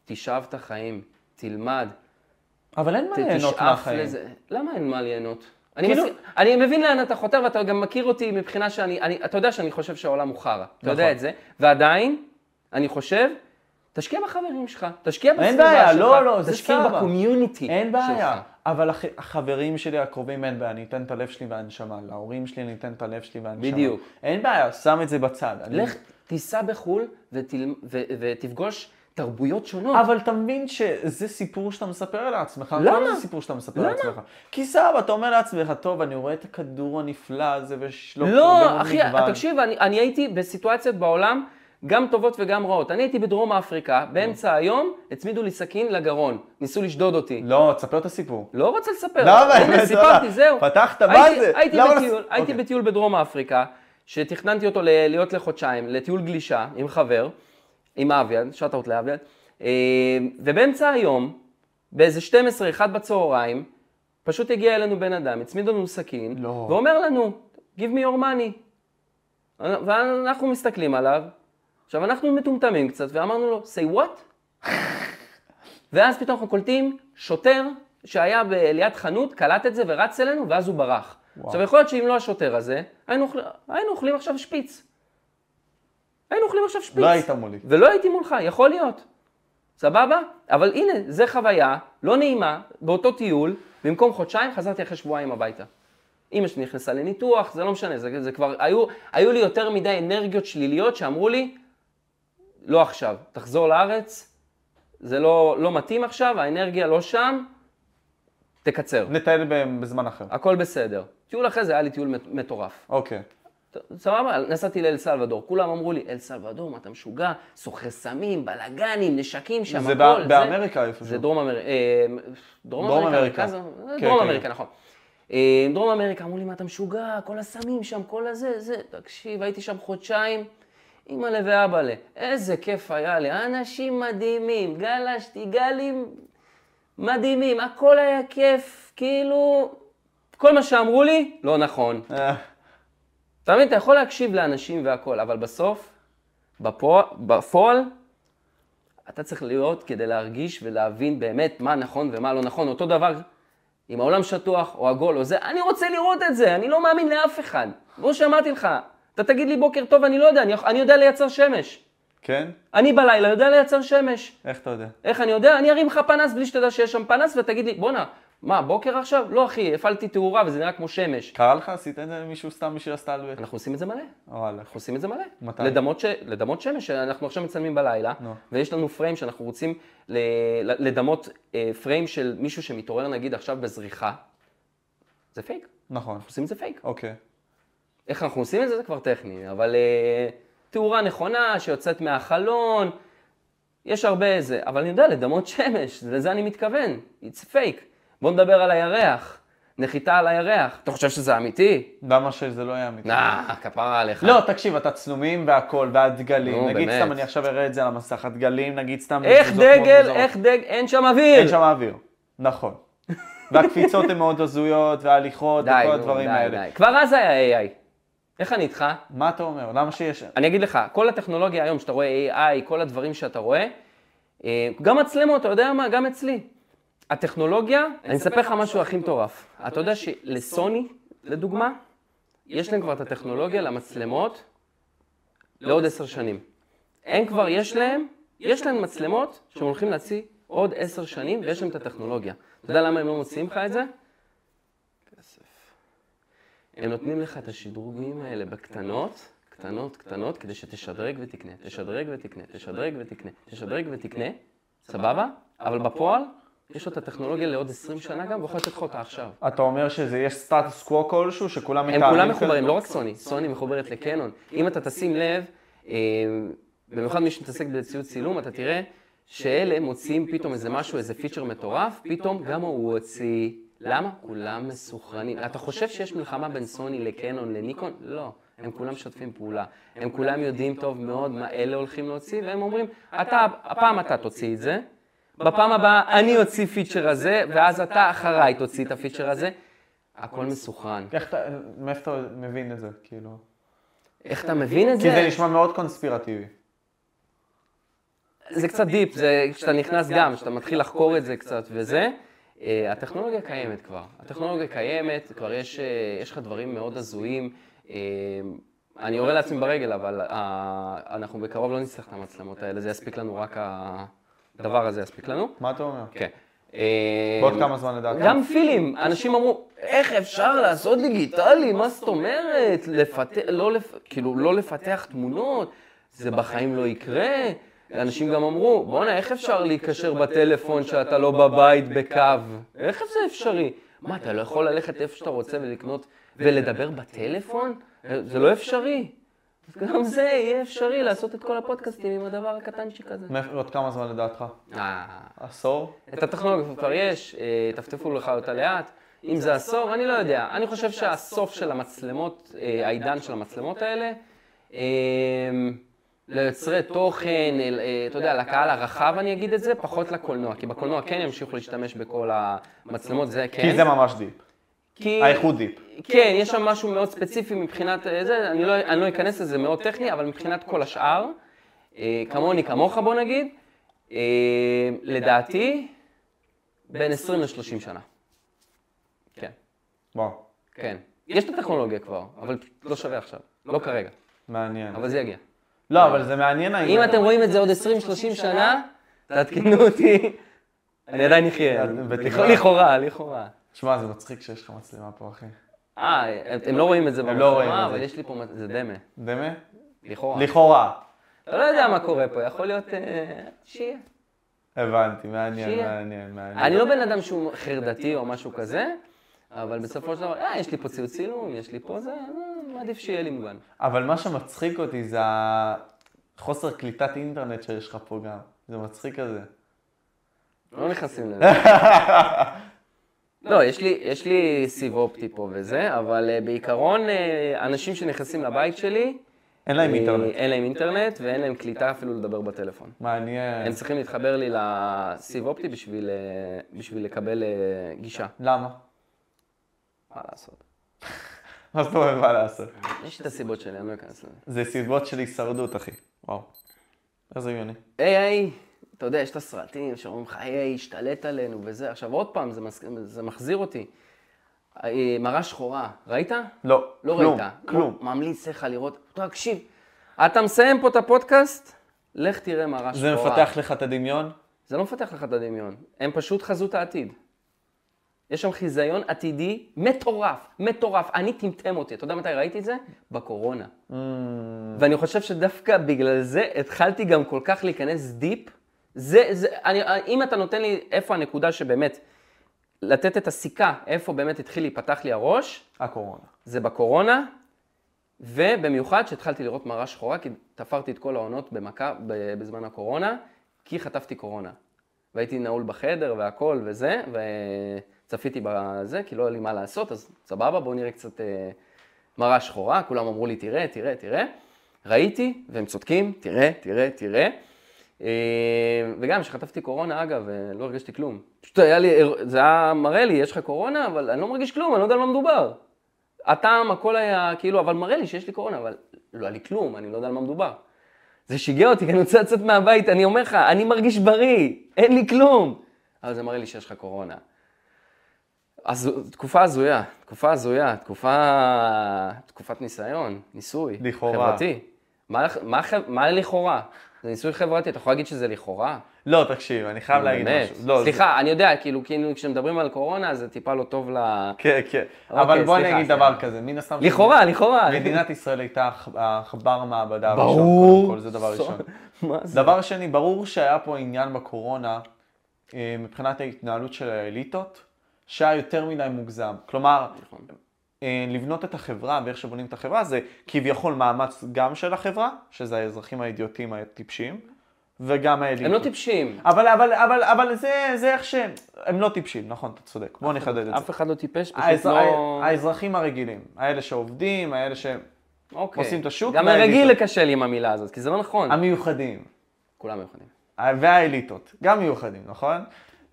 [SPEAKER 2] תשאב את החיים, תלמד,
[SPEAKER 1] אבל אין מה
[SPEAKER 2] ת-
[SPEAKER 1] ליהנות
[SPEAKER 2] תשאף
[SPEAKER 1] מהחיים.
[SPEAKER 2] אה, לזה. למה אין מה ליהנות? אני,
[SPEAKER 1] כאילו-
[SPEAKER 2] מסכים- אני מבין לאן אתה חותר, ואתה גם מכיר אותי מבחינה שאני, אני, אתה יודע שאני חושב שהעולם הוא חרא. אתה יודע
[SPEAKER 1] נכון.
[SPEAKER 2] את זה. ועדיין, אני חושב, תשקיע בחברים שלך, תשקיע בסביבה שלך.
[SPEAKER 1] בעיה, לא, לא, זה
[SPEAKER 2] תשקיע
[SPEAKER 1] סבבה.
[SPEAKER 2] בקומיוניטי
[SPEAKER 1] אה. אין בעיה,
[SPEAKER 2] שלך.
[SPEAKER 1] אבל הח- החברים שלי הקרובים אין בעיה, אני אתן את הלב שלי והנשמה, להורים שלי אני אתן את הלב שלי והנשמה.
[SPEAKER 2] בדיוק.
[SPEAKER 1] אין בעיה, שם את זה בצד. אני-
[SPEAKER 2] לך, תיסע בחו"ל ותל... ו... ותפגוש תרבויות שונות.
[SPEAKER 1] אבל אתה מבין שזה סיפור שאתה מספר על עצמך.
[SPEAKER 2] למה?
[SPEAKER 1] זה סיפור שאתה מספר על עצמך. כי סבא, אתה אומר לעצמך, טוב, אני רואה את הכדור הנפלא הזה ויש לו הרבה
[SPEAKER 2] לא,
[SPEAKER 1] מאוד
[SPEAKER 2] אחי,
[SPEAKER 1] מגוון."
[SPEAKER 2] תקשיב, אני, אני הייתי בסיטואציות בעולם, גם טובות וגם רעות. אני הייתי בדרום אפריקה, באמצע היום, הצמידו לי סכין לגרון, ניסו לשדוד אותי.
[SPEAKER 1] לא, תספר את הסיפור.
[SPEAKER 2] לא רוצה לספר.
[SPEAKER 1] למה?
[SPEAKER 2] הנה,
[SPEAKER 1] באמת,
[SPEAKER 2] סיפרתי,
[SPEAKER 1] וואלה.
[SPEAKER 2] זהו.
[SPEAKER 1] פתחת, מה
[SPEAKER 2] הייתי-
[SPEAKER 1] זה?
[SPEAKER 2] הייתי
[SPEAKER 1] למה
[SPEAKER 2] בטיול-
[SPEAKER 1] לס-
[SPEAKER 2] הייתי
[SPEAKER 1] אוקיי.
[SPEAKER 2] בטיול בדרום אפריקה, שתכננתי אותו ל- להיות לחודשיים, לטיול גלישה עם חבר, עם אביאן, שאט-אאוט לאביאן, אה, ובאמצע היום, באיזה 12, 1 בצהריים, פשוט הגיע אלינו בן אדם, הצמיד לנו סכין,
[SPEAKER 1] לא.
[SPEAKER 2] ואומר לנו, Give me your money. ואנחנו מסתכלים עליו, עכשיו אנחנו מטומטמים קצת, ואמרנו לו, say what? ואז פתאום אנחנו קולטים שוטר שהיה ב- ליד חנות, קלט את זה ורץ אלינו, ואז הוא ברח.
[SPEAKER 1] וואו.
[SPEAKER 2] עכשיו, יכול להיות שאם לא השוטר הזה, היינו, אוכל... היינו אוכלים עכשיו שפיץ. היינו אוכלים עכשיו שפיץ.
[SPEAKER 1] לא היית מולי.
[SPEAKER 2] ולא הייתי מולך, יכול להיות. סבבה? אבל הנה, זה חוויה לא נעימה, באותו טיול, במקום חודשיים חזרתי אחרי שבועיים הביתה. אימא שלי נכנסה לניתוח, זה לא משנה, זה, זה כבר, היו, היו לי יותר מדי אנרגיות שליליות שאמרו לי, לא עכשיו, תחזור לארץ, זה לא, לא מתאים עכשיו, האנרגיה לא שם, תקצר,
[SPEAKER 1] נטייל בהם בזמן אחר.
[SPEAKER 2] הכל בסדר. טיול אחרי זה היה לי טיול מט- מטורף.
[SPEAKER 1] אוקיי.
[SPEAKER 2] סבבה, נסעתי לאל סלוודור, כולם אמרו לי, אל סלוודור, מה אתה משוגע? סוחרי סמים, בלאגנים, נשקים שם,
[SPEAKER 1] זה
[SPEAKER 2] הכל.
[SPEAKER 1] בא- באמריקה איפשהו.
[SPEAKER 2] זה דרום אמריקה, דרום
[SPEAKER 1] דרום
[SPEAKER 2] אמריקה,
[SPEAKER 1] אמריקה.
[SPEAKER 2] מרכז-
[SPEAKER 1] כן,
[SPEAKER 2] דרום
[SPEAKER 1] כן.
[SPEAKER 2] אמריקה, נכון. אה, דרום אמריקה, אמרו לי, מה אתה משוגע? כל הסמים שם, כל הזה, זה. תקשיב, הייתי שם חודשיים, אימא'לה ואבא'לה, איזה כיף היה לי, אנשים מדהימים, גלשתי, גלים מדהימים, הכל היה כיף, כאילו, כל מה שאמרו לי, לא נכון.
[SPEAKER 1] אה,
[SPEAKER 2] אתה מבין, אתה יכול להקשיב לאנשים והכול, אבל בסוף, בפועל, בפועל, אתה צריך להיות כדי להרגיש ולהבין באמת מה נכון ומה לא נכון. אותו דבר אם העולם שטוח או עגול או זה, אני רוצה לראות את זה, אני לא מאמין לאף אחד. כמו שאמרתי לך, אתה תגיד לי בוקר טוב, אני לא יודע, אני, יכול- אני יודע לייצר שמש.
[SPEAKER 1] כן?
[SPEAKER 2] אני בלילה יודע לייצר שמש.
[SPEAKER 1] איך אתה יודע?
[SPEAKER 2] איך אני יודע? אני ארים לך פנס בלי שתדע שיש שם פנס ותגיד לי, בואנה, מה, בוקר עכשיו? לא אחי, הפעלתי תאורה וזה נראה כמו שמש.
[SPEAKER 1] קרה לך? עשית את זה למישהו סתם בשביל הסטלוויט?
[SPEAKER 2] אנחנו עושים את זה מלא.
[SPEAKER 1] וואלה.
[SPEAKER 2] אנחנו עושים את זה מלא.
[SPEAKER 1] מתי?
[SPEAKER 2] לדמות, ש... לדמות שמש, אנחנו עכשיו מצלמים בלילה,
[SPEAKER 1] נו.
[SPEAKER 2] ויש לנו פריים שאנחנו רוצים ל... ל- לדמות אה, פריים של מישהו שמתעורר נגיד עכשיו בזריחה. זה פייק, אנחנו
[SPEAKER 1] נכון.
[SPEAKER 2] עושים את זה פייק.
[SPEAKER 1] אוקיי.
[SPEAKER 2] איך אנחנו עושים את זה? זה כבר טכני, אבל אה, תאורה נכונה שיוצאת מהחלון, יש הרבה זה, אבל אני יודע, לדמות שמש, לזה אני מתכוון, it's fake. בוא נדבר על הירח, נחיתה על הירח. אתה חושב שזה אמיתי?
[SPEAKER 1] למה שזה לא היה אמיתי?
[SPEAKER 2] נא, כפרה עליך.
[SPEAKER 1] לא, תקשיב, התצלומים והכל, והדגלים.
[SPEAKER 2] נו,
[SPEAKER 1] נגיד
[SPEAKER 2] באמת.
[SPEAKER 1] סתם, אני עכשיו אראה את זה על המסך, הדגלים, נגיד סתם...
[SPEAKER 2] איך
[SPEAKER 1] בתזוזות מאוד
[SPEAKER 2] דגל,
[SPEAKER 1] מוזרות.
[SPEAKER 2] איך דגל, אין שם אוויר.
[SPEAKER 1] אין שם אוויר. נכון. והקפיצות הן מאוד הזויות, וההליכות,
[SPEAKER 2] די,
[SPEAKER 1] וכל
[SPEAKER 2] נו,
[SPEAKER 1] הדברים
[SPEAKER 2] די,
[SPEAKER 1] האלה.
[SPEAKER 2] די. כבר אז היה AI. איך אני איתך?
[SPEAKER 1] מה אתה אומר? למה שיש...
[SPEAKER 2] אני אגיד לך, כל הטכנולוגיה היום שאתה רואה AI, כל הדברים שאתה רואה, אה, גם מצלמות, אתה יודע מה? גם אצלי. הטכנולוגיה, אני אספר לך משהו הכי מטורף. אתה יודע שלסוני, לדוגמה, יש להם כבר את הטכנולוגיה למצלמות לעוד עשר שנים. הם כבר, יש להם, יש להם מצלמות שהם הולכים להוציא עוד עשר שנים, ויש להם את הטכנולוגיה. אתה יודע למה הם לא מוציאים לך את זה? הם נותנים לך את השדרוגים האלה בקטנות, קטנות, קטנות, כדי שתשדרג ותקנה, תשדרג ותקנה, תשדרג ותקנה, תשדרג ותקנה, סבבה? אבל בפועל, יש לו את הטכנולוגיה לעוד 20 שנה גם, ויכול לתת לך אותה עכשיו.
[SPEAKER 1] אתה אומר שזה יש סטטוס קוו כלשהו, שכולם
[SPEAKER 2] הם כולם
[SPEAKER 1] כזה?
[SPEAKER 2] מחוברים, לא רק סוני, סוני מחוברת לקנון. אם אתה תשים לב, אה, במיוחד מי שמתעסק בציוד צילום, אתה תראה שאלה מוציאים פתאום איזה משהו, איזה פיצ'ר מטורף, פתאום גם הוא הוציא. למה? כולם מסוכרנים. אתה חושב שיש מלחמה בין סוני לקנון לניקון? לא. הם כולם שותפים פעולה. הם כולם יודעים טוב מאוד מה אלה הולכים להוציא, והם אומרים, אתה, הפעם אתה תוציא את זה, בפעם הבאה אני אוציא פיצ'ר הזה, ואז אתה אחריי תוציא את הפיצ'ר הזה. הכל מסוכן.
[SPEAKER 1] איך אתה, מאיפה אתה מבין את זה, כאילו?
[SPEAKER 2] איך אתה מבין את
[SPEAKER 1] כי זה
[SPEAKER 2] זה?
[SPEAKER 1] נשמע מאוד קונספירטיבי.
[SPEAKER 2] זה קצת דיפ, זה כשאתה נכנס גם, כשאתה מתחיל לחקור את זה קצת וזה. אה, הטכנולוגיה קיימת כבר. הטכנולוגיה קיימת, כבר יש אה, יש לך דברים מאוד הזויים. אה, אני יורה לעצמי ברגל, אבל אה, אנחנו בקרוב לא נצטרך את המצלמות האלה, זה יספיק לנו רק הדבר הזה יספיק לנו.
[SPEAKER 1] מה אתה אומר?
[SPEAKER 2] כן. אה,
[SPEAKER 1] בעוד כמה זמן לדעתך?
[SPEAKER 2] גם פילים, אנשים אמרו, איך אפשר לעשות דיגיטלי, מה זאת אומרת? לפתח, לא לפ... כאילו, לא לפתח תמונות, זה בחיים לא יקרה. אנשים גם אמרו, בואנה, איך אפשר להיקשר בטלפון שאתה לא בבית בקו? איך זה אפשרי? מה, אתה לא יכול ללכת איפה שאתה רוצה ולקנות ולדבר בטלפון? זה לא אפשרי. אז גם זה יהיה אפשרי לעשות את כל הפודקאסטים עם הדבר הקטנצ'יק הזה.
[SPEAKER 1] מאיפה- עוד כמה זמן לדעתך?
[SPEAKER 2] אה.
[SPEAKER 1] עשור?
[SPEAKER 2] את הטכנולוגיה כבר יש, אה, טפטפו לך אותה לאט. אם זה עשור, אני לא יודע. אני חושב שהסוף של המצלמות, אה, העידן של המצלמות האלה, אה, ליוצרי תוכן, אל- אה, אתה יודע, לקהל הרחב אני אגיד את זה, פחות לקולנוע. כי בקולנוע כן ימשיכו להשתמש בכל המצלמות, זה כן.
[SPEAKER 1] כי זה ממש דיפ.
[SPEAKER 2] כי-
[SPEAKER 1] האיכות דיפ.
[SPEAKER 2] כן, יש שם משהו מאוד ספציפי מבחינת אה, זה, אני לא, אני לא אכנס לזה, מאוד טכני, אבל מבחינת כל השאר, אה, כמוני, כמוך בוא נגיד, אה, לדעתי, בין 20 ל-30 שנה. כן,
[SPEAKER 1] וואו,
[SPEAKER 2] כן. יש את הטכנולוגיה כבר, אבל לא שווה עכשיו, לא כרגע,
[SPEAKER 1] מעניין.
[SPEAKER 2] אבל זה יגיע.
[SPEAKER 1] לא, אבל זה מעניין
[SPEAKER 2] אם
[SPEAKER 1] העניין.
[SPEAKER 2] אתם רואים את זה עוד 20-30 שנה, תעדכנו אותי, אני עדיין אחיה.
[SPEAKER 1] ותקרא.
[SPEAKER 2] לכאורה, לכאורה.
[SPEAKER 1] שמע, זה מצחיק שיש לך מצלמה פה, אחי.
[SPEAKER 2] אה, אתם לא רואים את זה
[SPEAKER 1] הם לא רואים
[SPEAKER 2] במצלמה,
[SPEAKER 1] את זה.
[SPEAKER 2] אבל יש לי פה, זה דמה.
[SPEAKER 1] דמה?
[SPEAKER 2] לכאורה.
[SPEAKER 1] לכאורה.
[SPEAKER 2] אתה לא יודע מה קורה פה, יכול להיות... אה, שיהיה.
[SPEAKER 1] הבנתי, מעניין,
[SPEAKER 2] שיהיה.
[SPEAKER 1] מעניין, מעניין.
[SPEAKER 2] אני לא בן אדם שהוא חרדתי או משהו כזה, אבל בסופו של דבר, אה, יש לי פה ציוד צילום, יש לי פה זה, אה, מעדיף שיהיה לי מוגן.
[SPEAKER 1] אבל מה שמצחיק אותי זה החוסר קליטת אינטרנט שיש לך פה גם. זה מצחיק כזה.
[SPEAKER 2] לא נכנסים לזה. לא, יש לי, יש לי סיב אופטי פה וזה, אבל אה, בעיקרון, אה, אנשים שנכנסים לבית שלי,
[SPEAKER 1] אין להם
[SPEAKER 2] אה,
[SPEAKER 1] אינטרנט.
[SPEAKER 2] אין להם אינטרנט ואין להם קליטה אפילו לדבר בטלפון.
[SPEAKER 1] מעניין.
[SPEAKER 2] הם צריכים להתחבר לי לסיב אופטי בשביל, אה, בשביל לקבל אה, גישה.
[SPEAKER 1] למה?
[SPEAKER 2] מה לעשות?
[SPEAKER 1] מה זאת אומרת לא מה לעשות?
[SPEAKER 2] יש את הסיבות שלי, אני לא אכנס לזה.
[SPEAKER 1] זה סיבות של הישרדות, אחי. וואו. איזה הגיוני.
[SPEAKER 2] היי היי, אתה יודע, יש את הסרטים שאומרים לך, היי היי, השתלט עלינו וזה. עכשיו עוד פעם, זה, מס... זה מחזיר אותי. אה, מראה שחורה, ראית?
[SPEAKER 1] לא,
[SPEAKER 2] לא
[SPEAKER 1] כלום,
[SPEAKER 2] ראית.
[SPEAKER 1] כלום.
[SPEAKER 2] ממליץ לך לראות, תקשיב, אתה מסיים פה את הפודקאסט, לך תראה מראה
[SPEAKER 1] זה
[SPEAKER 2] לא שחורה.
[SPEAKER 1] מפתח לך את הדמיון?
[SPEAKER 2] זה לא מפתח לך את הדמיון, הם פשוט חזות העתיד. יש שם חיזיון עתידי מטורף, מטורף. אני טמטם אותי, אתה יודע מתי ראיתי את זה? בקורונה. ואני חושב שדווקא בגלל זה התחלתי גם כל כך להיכנס דיפ. זה, זה, אני, אם אתה נותן לי איפה הנקודה שבאמת, לתת את הסיכה, איפה באמת התחיל להיפתח לי הראש,
[SPEAKER 1] הקורונה.
[SPEAKER 2] זה בקורונה, ובמיוחד שהתחלתי לראות מראה שחורה, כי תפרתי את כל העונות במכה, ב- בזמן הקורונה, כי חטפתי קורונה. והייתי נעול בחדר והכל וזה, וצפיתי בזה, כי לא היה לי מה לעשות, אז סבבה, בואו נראה קצת אה, מראה שחורה, כולם אמרו לי, תראה, תראה, תראה. ראיתי, והם צודקים, תראה, תראה, תראה. אה, וגם כשחטפתי קורונה, אגב, אה, לא הרגשתי כלום. פשוט היה לי, זה היה מראה לי, יש לך קורונה, אבל אני לא מרגיש כלום, אני לא יודע על מה מדובר. הטעם, הכל היה כאילו, אבל מראה לי שיש לי קורונה, אבל לא היה לי כלום, אני לא יודע על מה מדובר. זה שיגע אותי, כי אני רוצה לצאת מהבית, אני אומר לך, אני מרגיש בריא, אין לי כלום. אבל זה מראה לי שיש לך קורונה. אז תקופה הזויה, תקופה הזויה, תקופה... תקופת ניסיון, ניסוי.
[SPEAKER 1] לכאורה.
[SPEAKER 2] חברתי. מה, מה, חב- מה לכאורה? זה ניסוי חברתי, אתה יכול להגיד שזה לכאורה?
[SPEAKER 1] לא, תקשיב, אני חייב להגיד
[SPEAKER 2] באמת.
[SPEAKER 1] משהו. לא, זה-
[SPEAKER 2] סליחה, אני יודע, כאילו, כאילו, כשמדברים על קורונה, זה טיפה לא טוב ל...
[SPEAKER 1] כן, כן.
[SPEAKER 2] אוקיי,
[SPEAKER 1] אבל בוא
[SPEAKER 2] סליחה,
[SPEAKER 1] נגיד
[SPEAKER 2] סליחה.
[SPEAKER 1] דבר כזה, מן הסתם...
[SPEAKER 2] לכאורה, לכאורה.
[SPEAKER 1] מדינת ישראל הייתה הח- החבר מעבדה הראשון.
[SPEAKER 2] ברור.
[SPEAKER 1] קודם כל, זה דבר ראשון.
[SPEAKER 2] מה זה?
[SPEAKER 1] דבר שני, ברור שהיה פה עניין בקורונה, אה, מבחינת ההתנהלות של האליטות, שהיה יותר מדי מוגזם. כלומר,
[SPEAKER 2] נכון.
[SPEAKER 1] אה, לבנות את החברה ואיך שבונים את החברה זה כביכול מאמץ גם של החברה, שזה האזרחים האידיוטים הטיפשים, וגם האליטות.
[SPEAKER 2] הם לא טיפשים.
[SPEAKER 1] אבל, אבל, אבל, אבל זה, זה איך שהם, הם לא טיפשים, נכון, אתה צודק. בוא נחדד את זה. אה,
[SPEAKER 2] אף אחד לא טיפש, פשוט
[SPEAKER 1] האזר-
[SPEAKER 2] לא...
[SPEAKER 1] האזרחים הרגילים, האלה שעובדים, האלה ש...
[SPEAKER 2] אוקיי.
[SPEAKER 1] עושים את השוק אה,
[SPEAKER 2] גם
[SPEAKER 1] והאליטות.
[SPEAKER 2] הרגיל לקשה לי עם המילה הזאת, כי זה לא נכון.
[SPEAKER 1] המיוחדים.
[SPEAKER 2] כולם מיוחדים.
[SPEAKER 1] והאליטות, גם מיוחדים, נכון?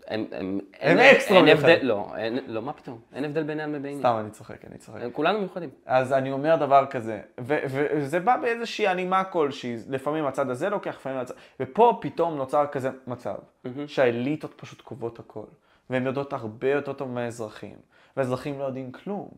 [SPEAKER 2] הם, הם,
[SPEAKER 1] הם
[SPEAKER 2] אין-
[SPEAKER 1] אקסטרה
[SPEAKER 2] אין
[SPEAKER 1] מיוחדים.
[SPEAKER 2] הבדל- לא, אין- לא, מה פתאום? אין הבדל בינם לביני.
[SPEAKER 1] סתם, אני צוחק, אני צוחק.
[SPEAKER 2] הם כולנו מיוחדים.
[SPEAKER 1] אז אני אומר דבר כזה, ו- ו- וזה בא באיזושהי הלימה כלשהי, לפעמים הצד הזה לוקח, לפעמים הצד... ופה פתאום נוצר כזה מצב, שהאליטות פשוט קובעות הכל, והן יודעות הרבה יותר טוב מהאזרחים, והאזרחים לא יודעים כלום.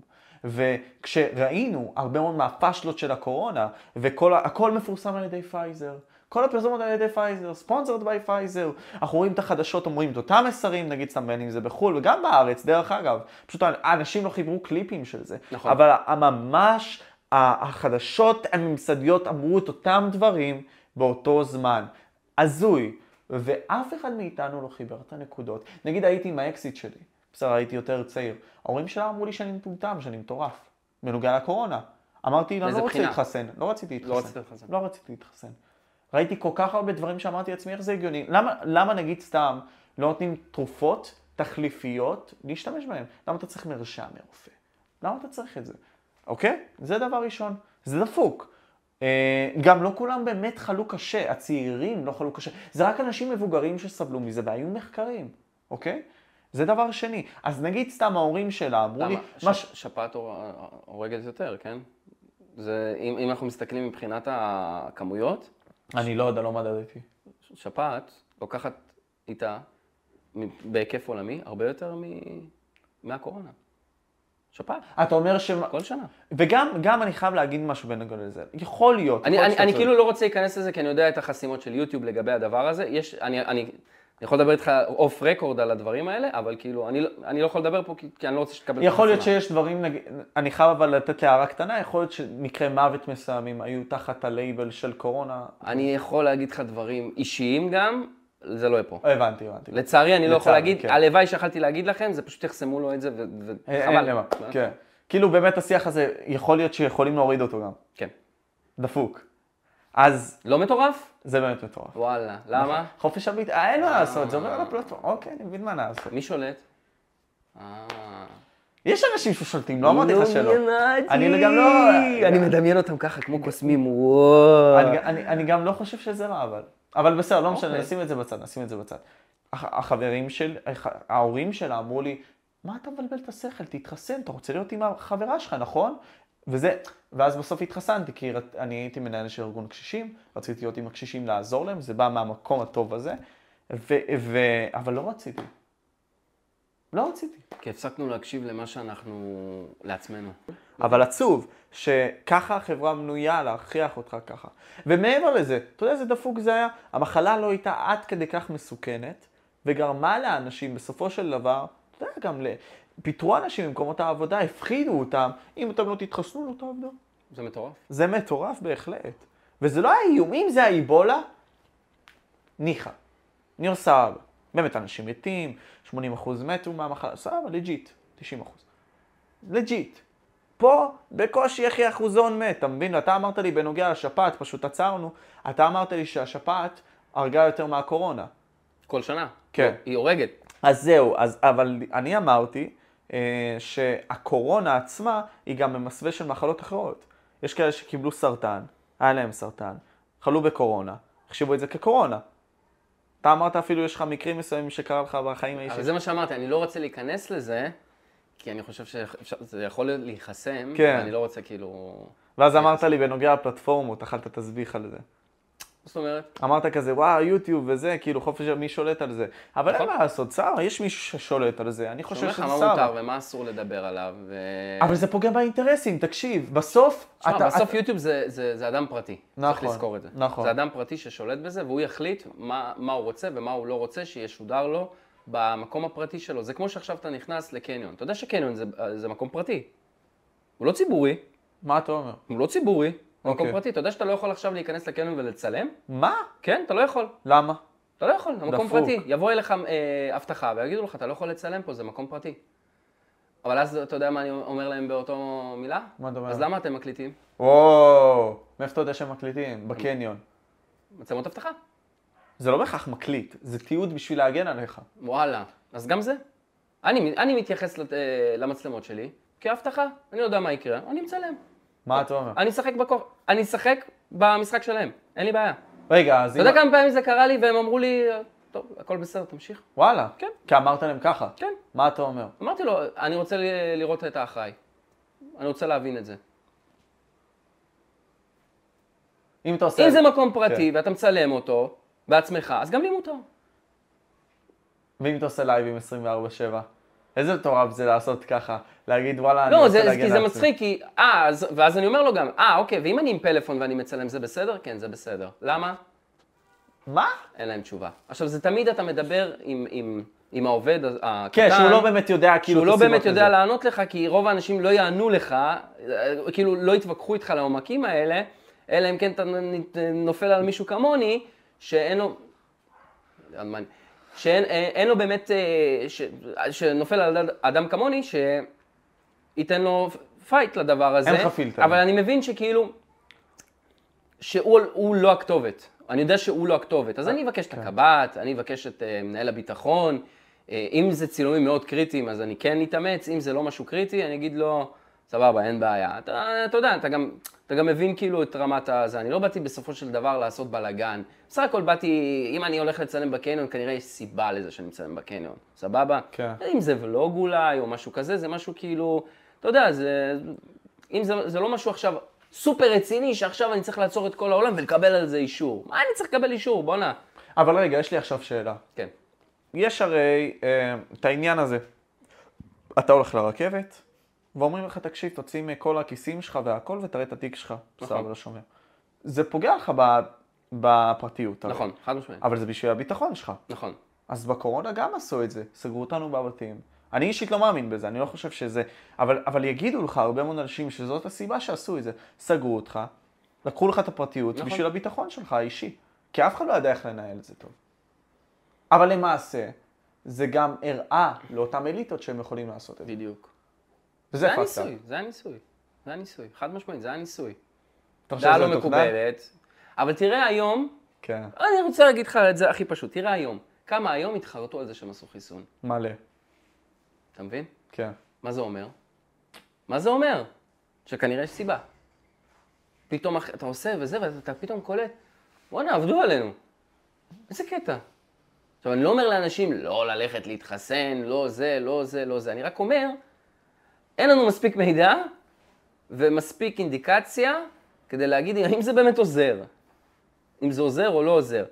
[SPEAKER 1] וכשראינו הרבה מאוד מהפשלות של הקורונה, וכל ה- הכל מפורסם על ידי פייזר. כל הפרסומות על ידי פייזר, ספונסרד ביי פייזר. אנחנו רואים את החדשות, אומרים את אותם מסרים, נגיד סתם בין אם זה בחו"ל, וגם בארץ, דרך אגב. פשוט האנשים לא חיברו קליפים של זה.
[SPEAKER 2] נכון.
[SPEAKER 1] אבל הממש, ה- החדשות הממסדיות אמרו את אותם דברים באותו זמן. הזוי. ואף אחד מאיתנו לא חיבר את הנקודות. נגיד הייתי עם האקסיט שלי, בסדר, הייתי יותר צעיר. ההורים שלה אמרו לי שאני מטומטם, שאני מטורף. בנוגע לקורונה. אמרתי, לא,
[SPEAKER 2] מאיזה
[SPEAKER 1] לא רוצה
[SPEAKER 2] בחינה? להתחסן.
[SPEAKER 1] להתחסן, לא רציתי להתחסן.
[SPEAKER 2] לא רצית להתחסן.
[SPEAKER 1] לא רציתי להתחסן. ראיתי כל כך הרבה דברים שאמרתי לעצמי, איך זה הגיוני? למה, למה נגיד סתם לא נותנים תרופות תחליפיות להשתמש בהן? למה אתה צריך מרשם מרופא? למה אתה צריך את זה? אוקיי? זה דבר ראשון. זה דפוק. אה, גם לא כולם באמת חלו קשה, הצעירים לא חלו קשה. זה רק אנשים מבוגרים שסבלו מזה, והיו מחקרים, אוקיי? זה דבר שני. אז נגיד סתם ההורים שלה אמרו לי...
[SPEAKER 2] למה? ש-
[SPEAKER 1] מה ש-
[SPEAKER 2] שפעת הור- הורגת יותר, כן? זה, אם, אם אנחנו מסתכלים מבחינת הכמויות,
[SPEAKER 1] אני לא יודע, לא מדדתי.
[SPEAKER 2] שפעת לוקחת איתה, מ- בהיקף עולמי, הרבה יותר מ... מהקורונה. שפעת,
[SPEAKER 1] אתה אומר ש...
[SPEAKER 2] כל שנה.
[SPEAKER 1] וגם גם אני חייב להגיד משהו בנוגע לזה. יכול להיות.
[SPEAKER 2] אני,
[SPEAKER 1] יכול
[SPEAKER 2] אני,
[SPEAKER 1] להיות
[SPEAKER 2] אני
[SPEAKER 1] שאתה
[SPEAKER 2] כאילו לא רוצה להיכנס לזה, כי אני יודע את החסימות של יוטיוב לגבי הדבר הזה. יש, אני, אני, אני יכול לדבר איתך אוף רקורד על הדברים האלה, אבל כאילו, אני, לא- אני לא יכול לדבר פה, כי, כי אני לא רוצה שתקבל את
[SPEAKER 1] יכול להיות
[SPEAKER 2] החסימה.
[SPEAKER 1] שיש דברים, נגיד- אני חייב אבל לתת לי הערה קטנה, יכול להיות שמקרי מוות מסוימים היו תחת הלייבל של קורונה.
[SPEAKER 2] אני יכול להגיד לך דברים אישיים גם, זה לא יהיה פה.
[SPEAKER 1] הבנתי, הבנתי.
[SPEAKER 2] לצערי, אני לא יכול
[SPEAKER 1] לצערי,
[SPEAKER 2] להגיד,
[SPEAKER 1] כן.
[SPEAKER 2] הלוואי שיכלתי להגיד לכם, זה פשוט יחסמו לו את זה, ו-
[SPEAKER 1] אין- אין
[SPEAKER 2] וחבל. אה?
[SPEAKER 1] למה, כן. כאילו באמת השיח הזה, יכול להיות שיכולים להוריד אותו גם.
[SPEAKER 2] כן.
[SPEAKER 1] דפוק. אז
[SPEAKER 2] לא מטורף?
[SPEAKER 1] זה באמת מטורף.
[SPEAKER 2] וואלה, למה?
[SPEAKER 1] חופש הביט, אה, אין מה לעשות, זה עובר על הפלטפורמה. אוקיי, אני מבין מה לעשות.
[SPEAKER 2] מי שולט? אה...
[SPEAKER 1] יש אנשים ששולטים, לא אמרתי לך שלא.
[SPEAKER 2] ידעתי.
[SPEAKER 1] אני גם לא-
[SPEAKER 2] אני מדמיין אותם ככה, כמו קוסמים, וואו.
[SPEAKER 1] אני, אני, אני גם לא חושב שזה רע, אבל. אבל בסדר, לא משנה,
[SPEAKER 2] אוקיי.
[SPEAKER 1] נשים את זה בצד, נשים את זה בצד. הח- החברים של, הח- ההורים שלה אמרו לי, מה אתה מבלבל את השכל, תתחסן, אתה רוצה להיות עם החברה שלך, נכון? וזה, ואז בסוף התחסנתי, כי רת- אני הייתי מנהל של ארגון קשישים, רציתי להיות עם הקשישים, לעזור להם, זה בא מהמקום הטוב הזה, ו, ו, אבל לא רציתי. לא רציתי.
[SPEAKER 2] כי הפסקנו להקשיב למה שאנחנו... לעצמנו.
[SPEAKER 1] אבל עצוב, שככה החברה בנויה להכריח אותך ככה. ומעבר לזה, אתה יודע איזה דפוק זה היה? המחלה לא הייתה עד כדי כך מסוכנת, וגרמה לאנשים בסופו של דבר, אתה יודע, גם ל... פיטרו אנשים ממקומות העבודה, הפחידו אותם, אם אתם לא תתחסנו, לא תעבדו.
[SPEAKER 2] זה מטורף.
[SPEAKER 1] זה מטורף בהחלט. וזה לא היה איום, אם זה היה איבולה, ניחא. ניר סבבה. באמת, אנשים מתים, 80% מתו מהמחלה, סבבה, לג'יט, 90%. לג'יט. פה, בקושי אחי אחוזון מת, אתה מבין? אתה אמרת לי בנוגע לשפעת, פשוט עצרנו, אתה אמרת לי שהשפעת הרגה יותר מהקורונה.
[SPEAKER 2] כל שנה.
[SPEAKER 1] כן.
[SPEAKER 2] היא הורגת.
[SPEAKER 1] אז זהו, אז, אבל אני אמרתי אה, שהקורונה עצמה היא גם במסווה של מחלות אחרות. יש כאלה שקיבלו סרטן, היה להם סרטן, חלו בקורונה, החשיבו את זה כקורונה. אתה אמרת אפילו יש לך מקרים מסוימים שקרה לך בחיים
[SPEAKER 2] אבל
[SPEAKER 1] האישיים.
[SPEAKER 2] זה מה שאמרתי, אני לא רוצה להיכנס לזה, כי אני חושב שזה יכול להיות להיחסם,
[SPEAKER 1] כן.
[SPEAKER 2] ואני לא רוצה כאילו...
[SPEAKER 1] ואז אמרת לי בנוגע לפלטפורמות, אכלת תסביך על זה.
[SPEAKER 2] זאת אומרת,
[SPEAKER 1] אמרת כזה, וואו, יוטיוב וזה, כאילו חופש, מי שולט על זה? אבל אין
[SPEAKER 2] נכון.
[SPEAKER 1] מה לעשות, צער, יש מישהו ששולט על זה, אני חושב
[SPEAKER 2] שאומר לך
[SPEAKER 1] שזה
[SPEAKER 2] מה
[SPEAKER 1] צער.
[SPEAKER 2] מותר ומה אסור לדבר עליו, ו...
[SPEAKER 1] אבל זה פוגע באינטרסים, תקשיב, בסוף,
[SPEAKER 2] תשמע,
[SPEAKER 1] אתה-
[SPEAKER 2] בסוף יוטיוב זה, זה, זה אדם פרטי,
[SPEAKER 1] נכון,
[SPEAKER 2] צריך לזכור את זה.
[SPEAKER 1] נכון.
[SPEAKER 2] זה אדם פרטי ששולט בזה, והוא יחליט מה, מה הוא רוצה ומה הוא לא רוצה שישודר לו במקום הפרטי שלו. זה כמו שעכשיו אתה נכנס לקניון. אתה יודע שקניון זה, זה מקום פרטי. הוא לא ציבורי,
[SPEAKER 1] מה אתה אומר?
[SPEAKER 2] הוא לא ציבורי, זה מקום
[SPEAKER 1] אוקיי.
[SPEAKER 2] פרטי. אתה יודע שאתה לא יכול עכשיו להיכנס לקניון ולצלם?
[SPEAKER 1] מה?
[SPEAKER 2] כן, אתה לא יכול.
[SPEAKER 1] למה?
[SPEAKER 2] אתה לא יכול, זה מקום
[SPEAKER 1] דפוק.
[SPEAKER 2] פרטי. יבוא אליך אה, אבטחה ויגידו לך, אתה לא יכול לצלם פה, זה מקום פרטי. אבל אז אתה יודע מה אני אומר להם באותו מילה?
[SPEAKER 1] מה אתה אומר?
[SPEAKER 2] אז למה אתם מקליטים?
[SPEAKER 1] וואו, מאיפה אתה יודע שהם מקליטים? בקניון.
[SPEAKER 2] מצלמות אבטחה.
[SPEAKER 1] זה לא בהכרח מקליט, זה תיעוד בשביל להגן עליך.
[SPEAKER 2] וואלה, אז גם זה. אני, אני מתייחס לת, אה, למצלמות שלי כהבטחה, אני יודע מה יקרה, אני מצלם.
[SPEAKER 1] מה אתה אומר?
[SPEAKER 2] אני אשחק בכוח, אני אשחק במשחק שלהם, אין לי בעיה.
[SPEAKER 1] רגע, אז
[SPEAKER 2] אתה
[SPEAKER 1] אם...
[SPEAKER 2] יודע כמה פעמים זה קרה לי והם אמרו לי, "אה, טוב, הכל בסדר, תמשיך.
[SPEAKER 1] וואלה.
[SPEAKER 2] כן.
[SPEAKER 1] כי אמרת להם ככה.
[SPEAKER 2] כן.
[SPEAKER 1] מה אתה אומר?
[SPEAKER 2] אמרתי לו, אני רוצה ל- לראות את האחראי. אני רוצה להבין את זה.
[SPEAKER 1] אם אתה עושה...
[SPEAKER 2] אם זה מקום פרטי
[SPEAKER 1] כן.
[SPEAKER 2] ואתה מצלם אותו בעצמך, אז גם לי מותר.
[SPEAKER 1] ואם אתה עושה לייבים 24-7, איזה מטורף זה לעשות ככה, להגיד וואלה, אני
[SPEAKER 2] לא,
[SPEAKER 1] רוצה
[SPEAKER 2] זה,
[SPEAKER 1] להגן
[SPEAKER 2] כי
[SPEAKER 1] על
[SPEAKER 2] זה
[SPEAKER 1] עצמי.
[SPEAKER 2] מצחיק, כי... אה, אז- ואז אני אומר לו גם, אה, אוקיי, ואם אני עם פלאפון ואני מצלם, זה בסדר? כן, זה בסדר. למה?
[SPEAKER 1] מה?
[SPEAKER 2] אין להם תשובה. עכשיו, זה תמיד אתה מדבר עם, עם, עם העובד הקטן.
[SPEAKER 1] כן, שהוא לא באמת יודע כאילו
[SPEAKER 2] שהוא
[SPEAKER 1] את
[SPEAKER 2] לא
[SPEAKER 1] הסיבות
[SPEAKER 2] באמת יודע
[SPEAKER 1] לזה.
[SPEAKER 2] לענות לך, כי רוב האנשים לא יענו לך, אה, כאילו לא יתווכחו איתך לעומקים האלה, אלא אם כן אתה נ- נופל על מישהו כמוני, שאין לו... על מה אני- שאין אה, אין לו באמת... אה, ש, שנופל על אד- אדם כמוני, שייתן לו פייט לדבר הזה.
[SPEAKER 1] אין לך פילטר.
[SPEAKER 2] אבל אני מבין שכאילו... שהוא הוא לא הכתובת. אני יודע שהוא לא הכתובת. אז אני אבקש את הקב"ט, אני אבקש את אה, מנהל הביטחון. אה, אם זה צילומים מאוד קריטיים, אז אני כן אתאמץ, אם זה לא משהו קריטי, אני אגיד לו, סבבה, אין בעיה. אתה, אתה יודע, אתה גם, אתה גם מבין כאילו את רמת הזה. אני לא באתי בסופו של דבר לעשות בלאגן. בסך הכל באתי, אם אני הולך לצלם בקניון, כנראה יש סיבה לזה שאני מצלם בקניון, סבבה?
[SPEAKER 1] כן.
[SPEAKER 2] אם זה ולוג אולי, או משהו כזה, זה משהו כאילו, אתה יודע, זה... אם זה, זה לא משהו עכשיו סופר רציני, שעכשיו אני צריך לעצור את כל העולם ולקבל על זה אישור. מה אני צריך לקבל אישור? בואנה.
[SPEAKER 1] אבל רגע, יש לי עכשיו שאלה.
[SPEAKER 2] כן.
[SPEAKER 1] אוקיי. יש הרי אה, את העניין הזה. אתה הולך לרכבת, ואומרים לך, תקשיב, תוציא מכל הכיסים שלך והכל, ותראה את התיק שלך, סבבה לשומר. זה פוגע לך ב- בפרטיות. הרי.
[SPEAKER 2] נכון, חד משמעית.
[SPEAKER 1] אבל זה בשביל הביטחון שלך.
[SPEAKER 2] נכון.
[SPEAKER 1] אז בקורונה גם עשו את זה, סגרו אותנו בבתים. אני אישית לא מאמין בזה, אני לא חושב שזה... אבל, אבל יגידו לך הרבה מאוד אנשים שזאת הסיבה שעשו את זה. סגרו אותך, לקחו לך את הפרטיות
[SPEAKER 2] נכון.
[SPEAKER 1] נכון. בשביל הביטחון שלך האישי. כי אף אחד לא ידע איך לנהל את זה טוב. אבל למעשה, זה גם הראה לאותם אליטות שהם יכולים לעשות את זה.
[SPEAKER 2] בדיוק.
[SPEAKER 1] וזה
[SPEAKER 2] זה היה
[SPEAKER 1] פקטה.
[SPEAKER 2] ניסוי, זה היה ניסוי. זה היה ניסוי, חד משמעית, זה היה ניסוי.
[SPEAKER 1] אתה חושב
[SPEAKER 2] דעה
[SPEAKER 1] שזה
[SPEAKER 2] לא
[SPEAKER 1] מתוכנן?
[SPEAKER 2] מקובלת. אבל תראה היום,
[SPEAKER 1] כן,
[SPEAKER 2] אני רוצה להגיד לך את זה הכי פשוט. תראה היום, כמה היום התחרטו על זה שהם עשו חיסון.
[SPEAKER 1] מלא.
[SPEAKER 2] אתה מבין?
[SPEAKER 1] כן.
[SPEAKER 2] מה זה אומר? מה זה אומר? שכנראה יש סיבה. פתאום אח- אתה עושה וזה, ואתה אתה פתאום קולט, בואנה, עבדו עלינו. איזה קטע. עכשיו, אני לא אומר לאנשים לא ללכת להתחסן, לא זה, לא זה, לא זה. אני רק אומר, אין לנו מספיק מידע ומספיק אינדיקציה כדי להגיד אם זה באמת עוזר. אם זה עוזר או לא עוזר.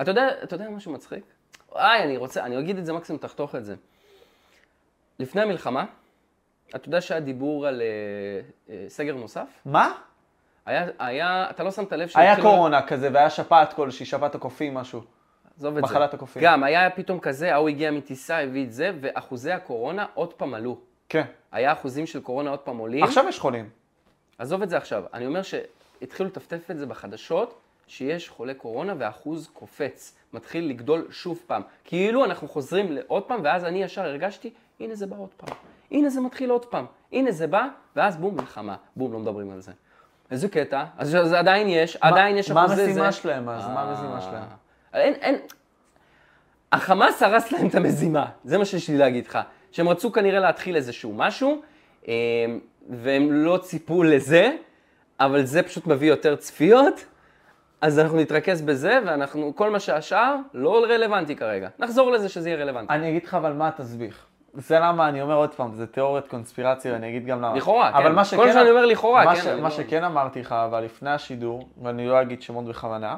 [SPEAKER 2] אתה יודע, אתה יודע משהו מצחיק? וואי, אני רוצה, אני אגיד את זה מקסימום, תחתוך את זה. לפני המלחמה, אתה יודע שהיה דיבור על אה, אה, סגר נוסף?
[SPEAKER 1] מה?
[SPEAKER 2] היה, היה, אתה לא שמת לב
[SPEAKER 1] היה
[SPEAKER 2] שהתחילו-
[SPEAKER 1] קורונה כזה, והיה שפעת כלשהי, שפעת הקופים, משהו.
[SPEAKER 2] עזוב את זה.
[SPEAKER 1] מחלת הקופים.
[SPEAKER 2] גם, היה פתאום כזה, ההוא הגיע מטיסה, הביא את זה, ואחוזי הקורונה עוד פעם עלו.
[SPEAKER 1] כן.
[SPEAKER 2] היה אחוזים של קורונה עוד פעם עולים.
[SPEAKER 1] עכשיו יש חולים.
[SPEAKER 2] עזוב את זה עכשיו. אני אומר שהתחילו לטפטף את זה בחדשות, שיש חולה קורונה והאחוז קופץ. מתחיל לגדול שוב פעם. כאילו אנחנו חוזרים לעוד פעם, ואז אני ישר הרגשתי, הנה זה בא עוד פעם. הנה זה מתחיל עוד פעם. הנה זה בא, ואז בום, מלחמה. בום, לא מדברים על זה. איזה קטע. אז זה עדיין יש, עדיין יש
[SPEAKER 1] מה
[SPEAKER 2] אחוזי זה.
[SPEAKER 1] המשימה שלהם אז? מה המשימה
[SPEAKER 2] אה.
[SPEAKER 1] שלהם?
[SPEAKER 2] אין, אין... החמאס הרס להם את המזימה, זה מה שיש לי להגיד לך. שהם רצו כנראה להתחיל איזשהו משהו, אה, והם לא ציפו לזה, אבל זה פשוט מביא יותר צפיות, אז אנחנו נתרכז בזה, ואנחנו, כל מה שהשאר לא רלוונטי כרגע. נחזור לזה שזה יהיה רלוונטי.
[SPEAKER 1] אני אגיד לך אבל מה התסביך. זה למה אני אומר עוד פעם, זה תיאוריית קונספירציה, ואני אגיד גם למה.
[SPEAKER 2] לכאורה,
[SPEAKER 1] אבל
[SPEAKER 2] כן.
[SPEAKER 1] מה שכן,
[SPEAKER 2] כל שאני אומר לכאורה,
[SPEAKER 1] מה
[SPEAKER 2] כן,
[SPEAKER 1] ש...
[SPEAKER 2] אני
[SPEAKER 1] מה
[SPEAKER 2] לא-
[SPEAKER 1] שכן אמרתי לך, אבל לפני השידור, ואני לא אגיד שמות בכוונה,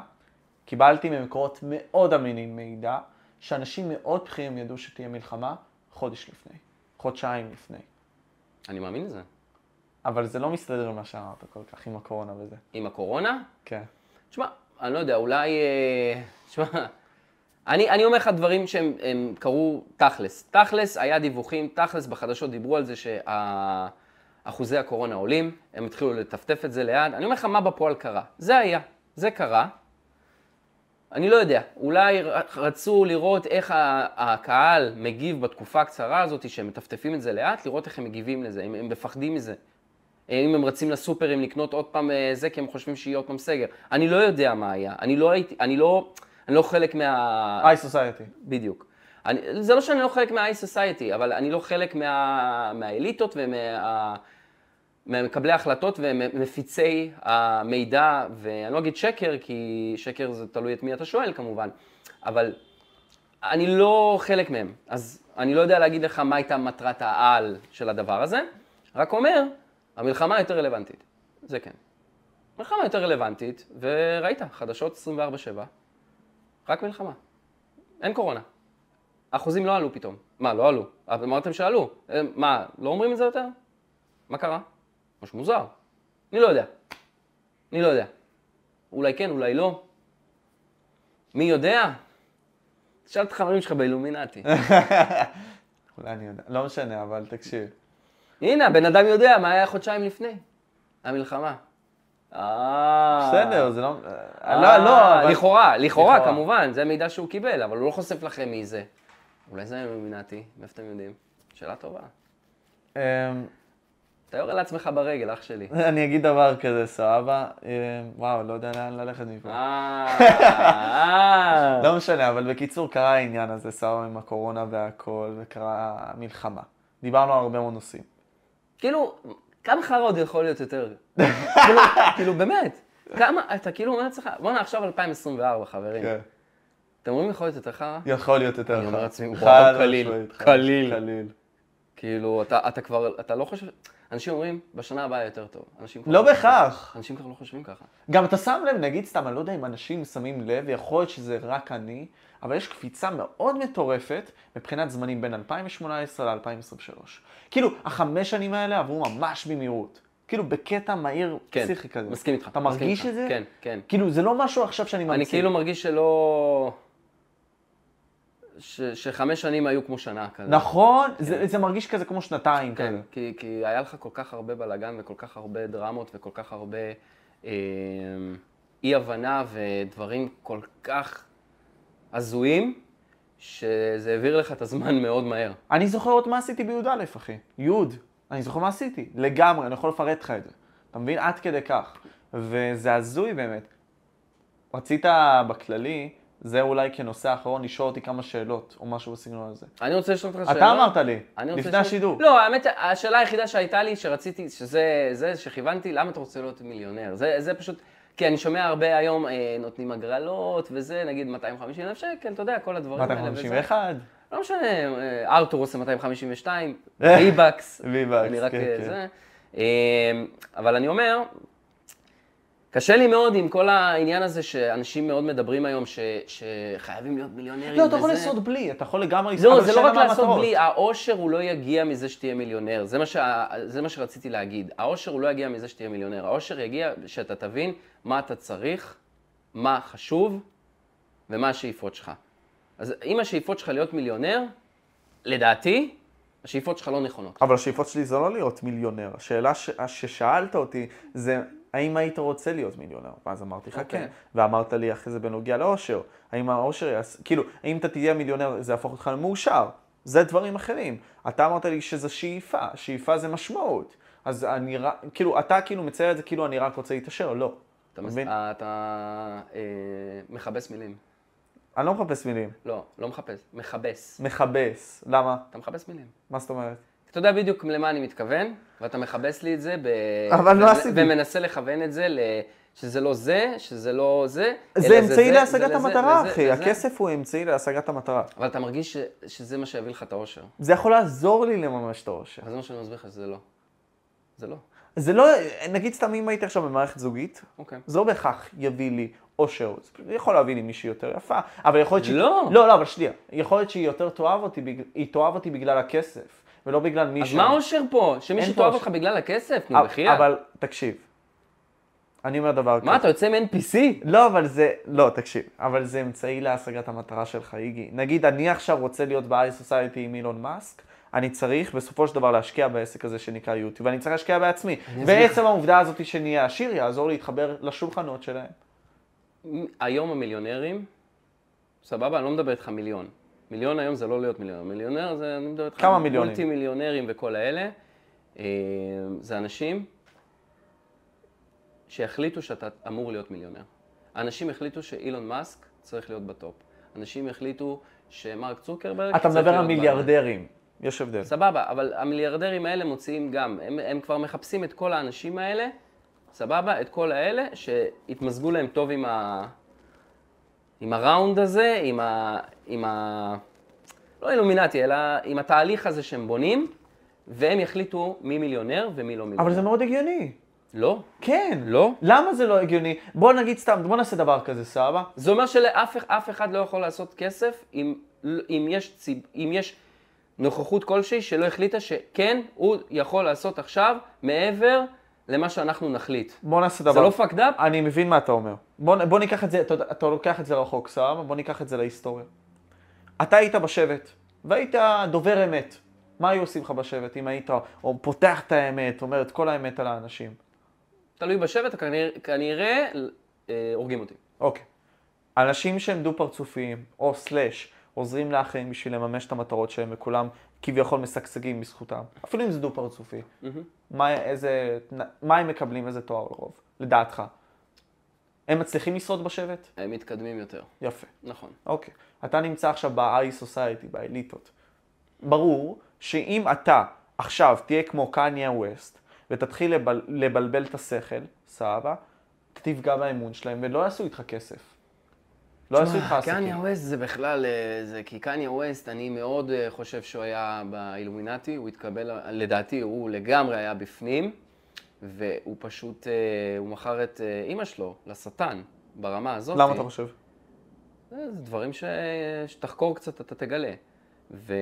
[SPEAKER 1] קיבלתי ממקורות מאוד אמינים מידע, שאנשים מאוד בכירים ידעו שתהיה מלחמה חודש לפני, חודשיים לפני.
[SPEAKER 2] אני מאמין לזה.
[SPEAKER 1] אבל זה לא מסתדר עם מה שאמרת כל כך, עם הקורונה וזה.
[SPEAKER 2] עם הקורונה,
[SPEAKER 1] כן.
[SPEAKER 2] תשמע, אני לא יודע, אולי... אה, תשמע, אני, אני אומר לך דברים שהם הם קרו תכלס. תכלס, היה דיווחים, תכלס בחדשות דיברו על זה שאחוזי הקורונה עולים, הם התחילו לטפטף את זה ליד. אני אומר לך מה בפועל קרה. זה היה, זה קרה. אני לא יודע, אולי ר- רצו לראות איך ה- הקהל מגיב בתקופה הקצרה הזאת, שהם מטפטפים את זה לאט, לראות איך הם מגיבים לזה, אם הם מפחדים מזה. אם הם רצים לסופרים לקנות עוד פעם אה, זה, כי הם חושבים שיהיה עוד פעם סגר. אני לא יודע מה היה. אני לא הייתי, אני לא, אני לא חלק מה...
[SPEAKER 1] היי סוסייטי.
[SPEAKER 2] בדיוק. אני, זה לא שאני לא חלק מה-i society, אבל אני לא חלק מה, מהאליטות ומה... מקבלי ההחלטות ומפיצי המידע, ואני לא אגיד שקר, כי שקר זה תלוי את מי אתה שואל כמובן, אבל אני לא חלק מהם, אז אני לא יודע להגיד לך מה הייתה מטרת העל של הדבר הזה, רק אומר, המלחמה יותר רלוונטית. זה כן. מלחמה יותר רלוונטית, וראית, חדשות 24/7, רק מלחמה. אין קורונה. האחוזים לא עלו פתאום. מה, לא עלו? אמרתם שעלו. אה, מה, לא אומרים את זה יותר? מה קרה? משהו מוזר. אני לא יודע. אני לא יודע. אולי כן, אולי לא. מי יודע? תשאל את החברים שלך באילומינטי.
[SPEAKER 1] אה. אולי אני יודע, לא משנה, אבל תקשיב.
[SPEAKER 2] הנה, הבן אדם יודע מה היה חודשיים לפני. המלחמה. אה...
[SPEAKER 1] בסדר, זה לא...
[SPEAKER 2] אה,
[SPEAKER 1] לא, לא, אבל-
[SPEAKER 2] לכאורה, לכאורה,
[SPEAKER 1] לכאורה.
[SPEAKER 2] כמובן, זה מידע שהוא קיבל, אבל הוא לא חושף לכם מי זה. אולי זה אילומינטי, מאיפה אתם יודעים? שאלה טובה.
[SPEAKER 1] אמ,
[SPEAKER 2] אתה יורה לעצמך ברגל, אח שלי.
[SPEAKER 1] אני אגיד דבר כזה, סבבה. אמ, וואו, לא יודע לאן ללכת מפה.
[SPEAKER 2] אה, אה.
[SPEAKER 1] לא משנה, אבל בקיצור, קרה העניין הזה, סבבה, עם הקורונה והכל, וקרה המלחמה. דיברנו על הרבה מאוד נושאים.
[SPEAKER 2] כאילו, כמה חרא עוד יכול להיות יותר? כאילו, כאילו, באמת. כמה, אתה כאילו אומר לעצמך, בואנה, עכשיו 2024, חברים.
[SPEAKER 1] כן.
[SPEAKER 2] אתם אומרים יכול להיות יותר חרא?
[SPEAKER 1] יכול להיות יותר
[SPEAKER 2] אני אומר
[SPEAKER 1] חד.
[SPEAKER 2] לעצמי, וואו,
[SPEAKER 1] חד
[SPEAKER 2] קליל,
[SPEAKER 1] משמעית, חד-
[SPEAKER 2] קליל.
[SPEAKER 1] קליל.
[SPEAKER 2] כאילו, אתה, אתה כבר, אתה לא חושב... אנשים אומרים, בשנה הבאה יותר טוב. אנשים כבר
[SPEAKER 1] לא
[SPEAKER 2] חושבים-
[SPEAKER 1] בהכרח.
[SPEAKER 2] אנשים כבר לא חושבים ככה.
[SPEAKER 1] גם אתה שם לב, נגיד סתם, אני לא יודע אם אנשים שמים לב, יכול להיות שזה רק אני, אבל יש קפיצה מאוד מטורפת מבחינת זמנים בין 2018 ל-2023. כאילו, החמש שנים האלה עברו ממש במהירות. כאילו, בקטע מהיר
[SPEAKER 2] כן,
[SPEAKER 1] פסיכי כזה.
[SPEAKER 2] מסכים איתך.
[SPEAKER 1] אתה
[SPEAKER 2] מסכים
[SPEAKER 1] מרגיש
[SPEAKER 2] איתך.
[SPEAKER 1] את זה?
[SPEAKER 2] כן, כן.
[SPEAKER 1] כאילו, זה לא משהו עכשיו שאני ממציא.
[SPEAKER 2] אני כאילו מרגיש שלא... ש, שחמש שנים היו כמו שנה כזה.
[SPEAKER 1] נכון, זה, זה מרגיש כזה כמו שנתיים
[SPEAKER 2] כן,
[SPEAKER 1] כזה.
[SPEAKER 2] כי, כי היה לך כל כך הרבה בלאגן וכל כך הרבה דרמות וכל כך הרבה אה, אי-הבנה ודברים כל כך הזויים, שזה העביר לך את הזמן מאוד מהר.
[SPEAKER 1] אני זוכר עוד מה עשיתי בי"א, אחי. י', אני זוכר מה עשיתי. לגמרי, אני יכול לפרט לך את זה. אתה מבין? עד כדי כך. וזה הזוי באמת. רצית בכללי, זה אולי כנושא האחרון, לשאול אותי כמה שאלות, או משהו בסגנון הזה.
[SPEAKER 2] אני רוצה לשאול אותך שאלה.
[SPEAKER 1] אתה אמרת לי,
[SPEAKER 2] אני רוצה
[SPEAKER 1] לפני
[SPEAKER 2] לשאול-
[SPEAKER 1] השידור.
[SPEAKER 2] לא, האמת, השאלה היחידה שהייתה לי, שרציתי, שזה, זה שכיוונתי, למה אתה רוצה להיות מיליונר? זה, זה פשוט, כי אני שומע הרבה היום, אה, נותנים הגרלות וזה, נגיד 250 אלף שקל, אתה יודע, כל הדברים האלה. וזה.
[SPEAKER 1] 251?
[SPEAKER 2] לא משנה, אה, ארתור עושה 252, ריבקס,
[SPEAKER 1] V-Bucks,
[SPEAKER 2] אני רק
[SPEAKER 1] אה, כן,
[SPEAKER 2] אה,
[SPEAKER 1] כן.
[SPEAKER 2] זה. אה, אבל אני אומר, קשה לי מאוד עם כל העניין הזה שאנשים מאוד מדברים היום, ש- שחייבים להיות מיליונרים
[SPEAKER 1] לא, אתה יכול
[SPEAKER 2] וזה.
[SPEAKER 1] לעשות בלי, אתה יכול לגמרי...
[SPEAKER 2] זהו,
[SPEAKER 1] אבל
[SPEAKER 2] זה לא
[SPEAKER 1] שאלה
[SPEAKER 2] רק
[SPEAKER 1] מה
[SPEAKER 2] לעשות
[SPEAKER 1] המטרות.
[SPEAKER 2] בלי, העושר הוא לא יגיע מזה שתהיה מיליונר, זה מה, שה... זה מה שרציתי להגיד. העושר הוא לא יגיע מזה שתהיה מיליונר, העושר יגיע שאתה תבין מה אתה צריך, מה חשוב ומה השאיפות שלך. אז אם השאיפות שלך להיות מיליונר, לדעתי, השאיפות שלך לא נכונות.
[SPEAKER 1] אבל השאיפות שלי זה לא להיות מיליונר. השאלה ש... ששאלת אותי זה, האם היית רוצה להיות מיליונר? ואז אמרתי לך
[SPEAKER 2] אוקיי.
[SPEAKER 1] כן. ואמרת לי אחרי זה בנוגע לאושר. האם האושר יעשה, כאילו, האם אתה תהיה מיליונר, זה יהפוך אותך למאושר. זה דברים אחרים. אתה אמרת לי שזה שאיפה, שאיפה זה משמעות. אז אני רק, כאילו, אתה כאילו מצייר את זה כאילו אני רק רוצה להתעשר, לא.
[SPEAKER 2] אתה, מס...
[SPEAKER 1] מבין?
[SPEAKER 2] אתה אה, מכבס מילים.
[SPEAKER 1] אני לא מחפש מילים.
[SPEAKER 2] לא, לא מחפש, מכבס.
[SPEAKER 1] מכבס. למה?
[SPEAKER 2] אתה מכבס מילים.
[SPEAKER 1] מה זאת אומרת?
[SPEAKER 2] אתה יודע בדיוק למה אני מתכוון, ואתה מכבס לי את זה, ב...
[SPEAKER 1] אבל לא
[SPEAKER 2] ו-
[SPEAKER 1] עשיתי.
[SPEAKER 2] ומנסה לכוון את זה, ל... שזה לא זה, שזה לא זה. אלא
[SPEAKER 1] זה אמצעי
[SPEAKER 2] זה,
[SPEAKER 1] להשגת
[SPEAKER 2] זה לזה,
[SPEAKER 1] המטרה,
[SPEAKER 2] וזה,
[SPEAKER 1] אחי.
[SPEAKER 2] וזה.
[SPEAKER 1] הכסף הוא אמצעי להשגת המטרה.
[SPEAKER 2] אבל אתה מרגיש ש... שזה מה שיביא לך את האושר.
[SPEAKER 1] זה יכול לעזור לי לממש את האושר.
[SPEAKER 2] אבל זה מה שאני מסביר לך, שזה לא. זה לא.
[SPEAKER 1] זה לא, נגיד סתם אם הייתי עכשיו במערכת זוגית,
[SPEAKER 2] אוקיי.
[SPEAKER 1] זה לא בהכרח יביא לי אושר, זה פשוט יכול להביא לי מישהי יותר יפה, אבל יכול להיות שהיא...
[SPEAKER 2] לא.
[SPEAKER 1] לא, לא, אבל שנייה, יכול להיות שהיא יותר תאהב אותי, בג- היא תאהב אותי בגלל הכסף, ולא בגלל
[SPEAKER 2] אז
[SPEAKER 1] מישהו.
[SPEAKER 2] מה האושר פה?
[SPEAKER 1] אין
[SPEAKER 2] שמישהו
[SPEAKER 1] פה
[SPEAKER 2] תאהב
[SPEAKER 1] אושר.
[SPEAKER 2] אותך בגלל הכסף? נו,
[SPEAKER 1] אבל,
[SPEAKER 2] בחייאת.
[SPEAKER 1] אבל תקשיב, אני אומר דבר
[SPEAKER 2] מה, אתה יוצא מ-NPC?
[SPEAKER 1] לא, אבל זה, לא, תקשיב, אבל זה אמצעי להשגת המטרה שלך, איגי. נגיד, אני עכשיו רוצה להיות ב-i society עם אילון מאסק, אני צריך בסופו של דבר להשקיע בעסק הזה שנקרא יוטיוב, ואני צריך להשקיע בעצמי. ועצם העובדה הזאת שאני אהיה עשיר יעזור להתחבר לשולחנות שלהם.
[SPEAKER 2] מ- היום המיליונרים, סבבה, אני לא מדבר איתך מיליון. מיליון היום זה לא להיות מיליונר. מיליונר זה, אני מדבר איתך...
[SPEAKER 1] כמה מיליונים?
[SPEAKER 2] מולטי מיליונרים וכל האלה. אה, זה אנשים שהחליטו שאתה אמור להיות מיליונר. אנשים החליטו שאילון מאסק צריך להיות בטופ. אנשים החליטו שמרק צוקרברג
[SPEAKER 1] אתה
[SPEAKER 2] צריך
[SPEAKER 1] מדבר על
[SPEAKER 2] להיות
[SPEAKER 1] מיליארדרים. יש הבדל.
[SPEAKER 2] סבבה, אבל המיליארדרים האלה מוציאים גם, הם, הם כבר מחפשים את כל האנשים האלה, סבבה, את כל האלה שהתמזגו להם טוב עם, ה, עם הראונד הזה, עם ה... עם ה לא אילומינטי, אלא עם התהליך הזה שהם בונים, והם יחליטו מי מיליונר ומי לא מיליונר.
[SPEAKER 1] אבל זה מאוד הגיוני.
[SPEAKER 2] לא.
[SPEAKER 1] כן.
[SPEAKER 2] לא?
[SPEAKER 1] למה זה לא הגיוני? בוא נגיד סתם, בוא נעשה דבר כזה, סבבה?
[SPEAKER 2] זה אומר שלאף אח- אף אחד לא יכול לעשות כסף אם, לא- אם, יש ציב, אם יש נוכחות כלשהי שלא החליטה שכן, הוא יכול לעשות עכשיו מעבר למה שאנחנו נחליט.
[SPEAKER 1] בוא נעשה דבר.
[SPEAKER 2] זה לא fucked up?
[SPEAKER 1] אני מבין מה אתה אומר. בוא, נ- בוא ניקח את זה, אתה, יודע, אתה לוקח את זה רחוק, סבבה? בוא ניקח את זה להיסטוריה. אתה היית בשבט, והיית דובר אמת. מה היו עושים לך בשבט אם היית או פותח את האמת, אומר את כל האמת על האנשים?
[SPEAKER 2] תלוי בשבט, כנראה, כנראה אה, הורגים אותי.
[SPEAKER 1] אוקיי. אנשים שהם דו-פרצופיים, או סלאש, עוזרים לאחרים בשביל לממש את המטרות שלהם, וכולם כביכול משגשגים בזכותם. אפילו אם זה דו-פרצופי. מה, איזה, מה הם מקבלים, איזה תואר לרוב, לדעתך? הם מצליחים לשרוד בשבט?
[SPEAKER 2] הם מתקדמים יותר,
[SPEAKER 1] יפה.
[SPEAKER 2] נכון.
[SPEAKER 1] אוקיי. אתה נמצא עכשיו ב-i society, באליטות. ברור שאם אתה עכשיו תהיה כמו קניה ווסט, ותתחיל לבל... לבלבל את השכל, סבבה, אתה תפגע באמון שלהם, ולא יעשו איתך כסף. לא יעשו איתך
[SPEAKER 2] תשמע, קניה
[SPEAKER 1] עסקים.
[SPEAKER 2] ווסט זה בכלל, אה, זה כי קניה ווסט, אני מאוד אה, חושב שהוא היה באילומינטי, הוא התקבל, לדעתי הוא לגמרי היה בפנים, והוא פשוט, אה, הוא מכר את אה, אימא שלו לשטן, ברמה הזאת.
[SPEAKER 1] למה אתה חושב?
[SPEAKER 2] זה זה דברים ש... שתחקור קצת, אתה תגלה. ו...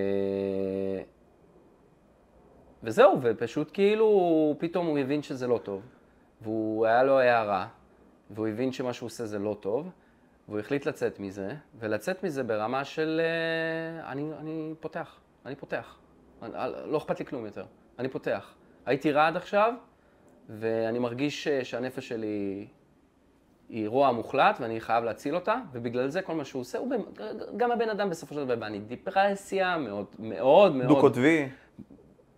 [SPEAKER 2] וזהו, ופשוט כאילו, פתאום הוא הבין שזה לא טוב, והוא, היה לו הערה, והוא הבין שמה שהוא עושה זה לא טוב, והוא החליט לצאת מזה, ולצאת מזה ברמה של אה, אני, אני פותח, אני פותח. אני, אל- לא אכפת לי כלום יותר, אני פותח. הייתי רע עד עכשיו, ואני מרגיש ש- שהנפש שלי היא רוע מוחלט ואני חייב להציל אותה, ובגלל זה כל מה שהוא עושה, הוא באמת, גם הבן אדם בסופו של דבר בעני דיפרסיה, מאוד מאוד מאוד,
[SPEAKER 1] דו-קוטבי?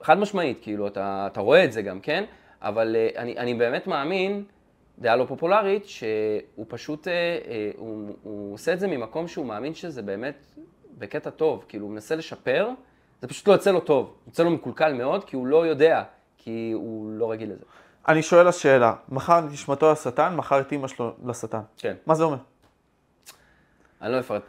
[SPEAKER 2] חד משמעית, כאילו, אתה, אתה רואה את זה גם, כן? אבל אה, אני, אני באמת מאמין, דעה לא פופולרית, שהוא פשוט, אה, אה, הוא, הוא עושה את זה ממקום שהוא מאמין שזה באמת בקטע טוב, כאילו, הוא מנסה לשפר, זה פשוט לא יוצא לו טוב, יוצא לו מקולקל מאוד, כי הוא לא יודע, כי הוא לא רגיל לזה.
[SPEAKER 1] אני שואל השאלה, מכר את נשמתו לשטן, מכר את אימא שלו לשטן.
[SPEAKER 2] כן.
[SPEAKER 1] מה זה אומר?
[SPEAKER 2] אני לא אפרט.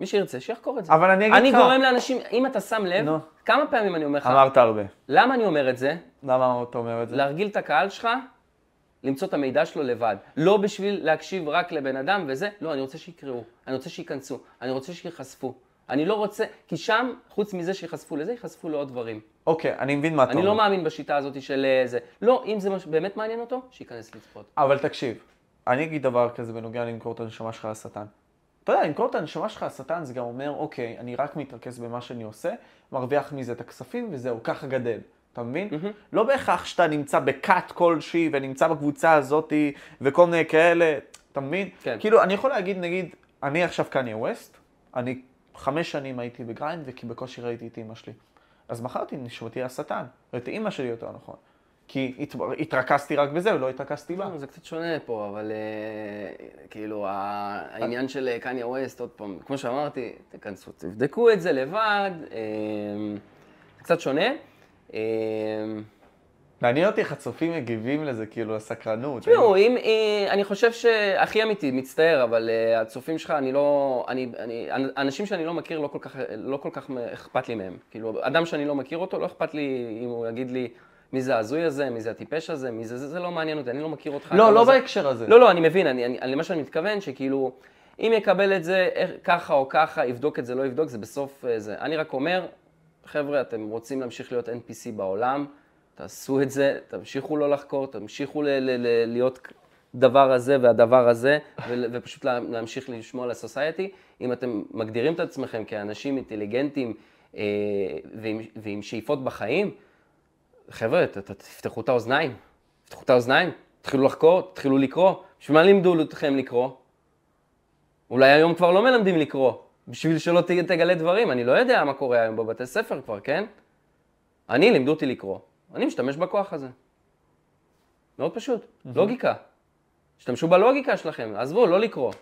[SPEAKER 2] מי שירצה, שיחקור את זה.
[SPEAKER 1] אבל אני אגיד
[SPEAKER 2] אני
[SPEAKER 1] לך-
[SPEAKER 2] גורם לאנשים, אם אתה שם לב,
[SPEAKER 1] נו.
[SPEAKER 2] כמה פעמים אני אומר לך,
[SPEAKER 1] אמרת הרבה.
[SPEAKER 2] למה אני אומר את זה?
[SPEAKER 1] למה אתה אומר את זה?
[SPEAKER 2] להרגיל את הקהל שלך, למצוא את המידע שלו לבד. לא בשביל להקשיב רק לבן אדם וזה, לא, אני רוצה שיקראו, אני רוצה שייכנסו, אני רוצה שייחשפו. אני לא רוצה, כי שם, חוץ מזה שייחשפו לזה, ייחשפו לעוד דברים.
[SPEAKER 1] אוקיי, אני מבין מה אתה
[SPEAKER 2] אני
[SPEAKER 1] אומר.
[SPEAKER 2] לא מאמין בשיטה הזאת של אה, זה. לא, אם זה מש- באמת מעניין אותו, שייכנס לצפות.
[SPEAKER 1] אבל תקשיב, אני אגיד דבר כזה בנוגע למכור את הנשמה שלך לשטן. אתה יודע, למכור את הנשמה שלך לשטן זה גם אומר, אוקיי, אני רק מתרכז במה שאני עושה, מרוויח מזה את הכספים, וזהו, ככה גדל. אתה מבין? לא בהכרח שאתה נמצא בכת כלשהי, ונמצא בקבוצה הזאתי, וכל מיני כאלה, אתה מבין?
[SPEAKER 2] כן.
[SPEAKER 1] כאילו, אני יכול להגיד, נגיד, אני עכשיו קניה ווסט, אני חמש שנים הייתי בגריינד, וכי בקושי ראיתי את אימא שלי. אז מכרתי נשמתי לשטן, או את אימא שלי יותר נכון. כי התמר- התרכזתי רק בזה, ולא התרכזתי בה.
[SPEAKER 2] לא, זה קצת שונה פה, אבל אה, כאילו, ה- העניין של אה, קניה ווסט, עוד פעם, כמו שאמרתי, תיכנסו, תבדקו את זה לבד, אה, זה קצת שונה. אה,
[SPEAKER 1] מעניין אותי איך הצופים מגיבים לזה, כאילו, לסקרנות.
[SPEAKER 2] תשמעו, אם, אה, אני חושב שהכי אמיתי, מצטער, אבל אה, הצופים שלך, אני לא, אני, אני, אנ- אנשים שאני לא מכיר, לא כל כך, לא כל כך מ- אכפת לי מהם. כאילו, אדם שאני לא מכיר אותו, לא אכפת לי אם הוא יגיד לי מי זה ההזוי הזה, מי זה הטיפש הזה, מי זה, זה, זה לא מעניין אותי, אני לא מכיר אותך.
[SPEAKER 1] לא,
[SPEAKER 2] אתה
[SPEAKER 1] לא
[SPEAKER 2] זה-
[SPEAKER 1] בהקשר הזה.
[SPEAKER 2] לא, לא, אני מבין, אני, אני, אני, למה שאני מתכוון, שכאילו, אם יקבל את זה איך, ככה או ככה, יבדוק את זה, לא יבדוק, זה בסוף אה, זה. אני רק אומר, חבר'ה, אתם רוצים להמשיך להיות NPC בעולם, תעשו את זה, תמשיכו לא לחקור, תמשיכו ל, ל, ל, להיות דבר הזה והדבר הזה, ו, ופשוט לה, להמשיך לשמור על הסוסייטי. אם אתם מגדירים את עצמכם כאנשים אינטליגנטים אה, ועם, ועם שאיפות בחיים, חבר'ה, ת, ת, תפתחו את האוזניים. תפתחו את האוזניים, תתחילו לחקור, תתחילו לקרוא. בשביל מה לימדו אתכם לקרוא? אולי היום כבר לא מלמדים לקרוא, בשביל שלא ת- תגלה דברים. אני לא יודע מה קורה היום בבתי ספר כבר, כן? אני, לימדו אותי לקרוא. אני משתמש בכוח הזה. מאוד פשוט, לוגיקה. השתמשו בלוגיקה שלכם, עזבו, לא לקרוא.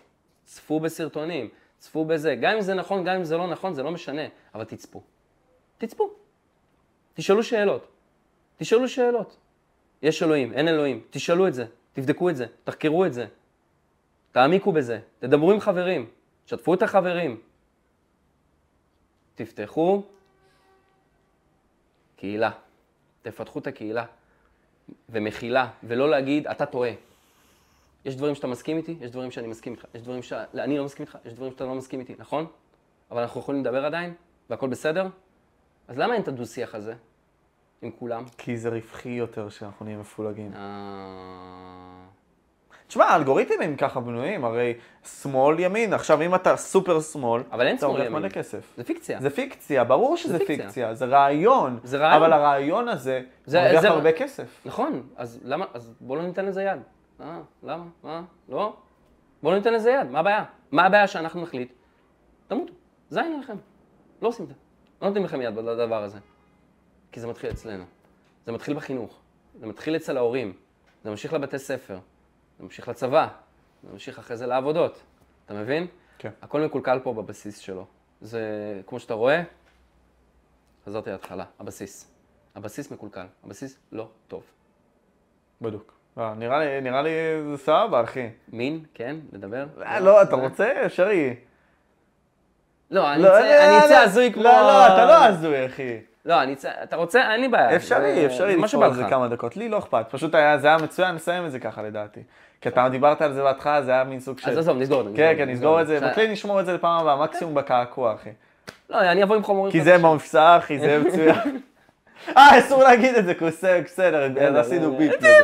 [SPEAKER 2] צפו בסרטונים, צפו בזה. גם אם זה נכון, גם אם זה לא נכון, זה לא משנה, אבל תצפו. תצפו. תשאלו שאלות. תשאלו שאלות. יש אלוהים, אין אלוהים. תשאלו את זה, תבדקו את זה, תחקרו את זה. תעמיקו בזה, תדברו עם חברים, שתפו את החברים. תפתחו קהילה. תפתחו את הקהילה. ומכילה, ולא להגיד, אתה טועה. יש דברים שאתה מסכים איתי, יש דברים שאני מסכים איתך, יש דברים שאני לא מסכים איתך, יש דברים שאתה לא מסכים איתי, נכון? אבל אנחנו יכולים לדבר עדיין, והכל בסדר? אז למה אין את הדו-שיח הזה עם כולם?
[SPEAKER 1] כי זה רווחי יותר שאנחנו נהיה מפולגים.
[SPEAKER 2] אה...
[SPEAKER 1] תשמע, האלגוריתמים ככה בנויים, הרי שמאל, ימין. עכשיו, אם אתה סופר שמאל,
[SPEAKER 2] אבל אין
[SPEAKER 1] אתה
[SPEAKER 2] שמאל,
[SPEAKER 1] הולך
[SPEAKER 2] ימין.
[SPEAKER 1] מלא כסף.
[SPEAKER 2] זה פיקציה.
[SPEAKER 1] זה פיקציה, ברור שזה
[SPEAKER 2] פיקציה.
[SPEAKER 1] פיקציה, זה רעיון.
[SPEAKER 2] זה רעיון.
[SPEAKER 1] אבל הרעיון הזה
[SPEAKER 2] זה-
[SPEAKER 1] מרוויח
[SPEAKER 2] זה-
[SPEAKER 1] הרבה כסף.
[SPEAKER 2] נכון, אז למה, אז בואו לא ניתן לזה יד. אה, למה? מה? לא? בואו לא ניתן לזה יד, מה הבעיה? מה הבעיה שאנחנו נחליט? תמותו, זין עליכם. לא עושים את זה. לא נותנים לכם יד לדבר הזה. כי זה מתחיל אצלנו. זה מתחיל בחינוך. זה מתחיל אצל ההורים. זה ממשיך לבתי ספר. זה ממשיך לצבא. זה ממשיך אחרי זה לעבודות. אתה מבין?
[SPEAKER 1] כן.
[SPEAKER 2] הכל מקולקל פה בבסיס שלו. זה, כמו שאתה רואה, חזרתי להתחלה, הבסיס. הבסיס מקולקל, הבסיס לא טוב.
[SPEAKER 1] בדוק. אה, נראה לי, נראה לי זה סבבה, אחי.
[SPEAKER 2] מין, כן, לדבר?
[SPEAKER 1] אה, לא, אתה רוצה? אפשרי.
[SPEAKER 2] לא, אני
[SPEAKER 1] לא,
[SPEAKER 2] אצא-
[SPEAKER 1] לא,
[SPEAKER 2] אני
[SPEAKER 1] לא.
[SPEAKER 2] אצא הזוי כמו...
[SPEAKER 1] לא, לא, אתה לא הזוי, אחי.
[SPEAKER 2] לא, אני אצא... אתה רוצה? אין לי בעיה.
[SPEAKER 1] אפשרי,
[SPEAKER 2] אה, זה-
[SPEAKER 1] אפשרי
[SPEAKER 2] זה מה
[SPEAKER 1] לצפור
[SPEAKER 2] שבא
[SPEAKER 1] על זה
[SPEAKER 2] לך.
[SPEAKER 1] כמה דקות. לי לא אכפת. פשוט היה- זה היה מצוין לסיים את זה ככה, לדעתי. כי אתה דיברת על זה בהתחלה, זה היה מין סוג של...
[SPEAKER 2] אז עזוב, נסגור את זה.
[SPEAKER 1] כן, כן, נסגור את זה.
[SPEAKER 2] בסדר.
[SPEAKER 1] בכלי נשמור את זה לפעם הבאה, מקסימום בקעקוע, אחי.
[SPEAKER 2] לא, אני אבוא עם חומרים.
[SPEAKER 1] כי זה במפסע, אחי, זה מצוין. אה, אסור להגיד את זה, כוסה, בסדר, אז עשינו ביפ. לזה.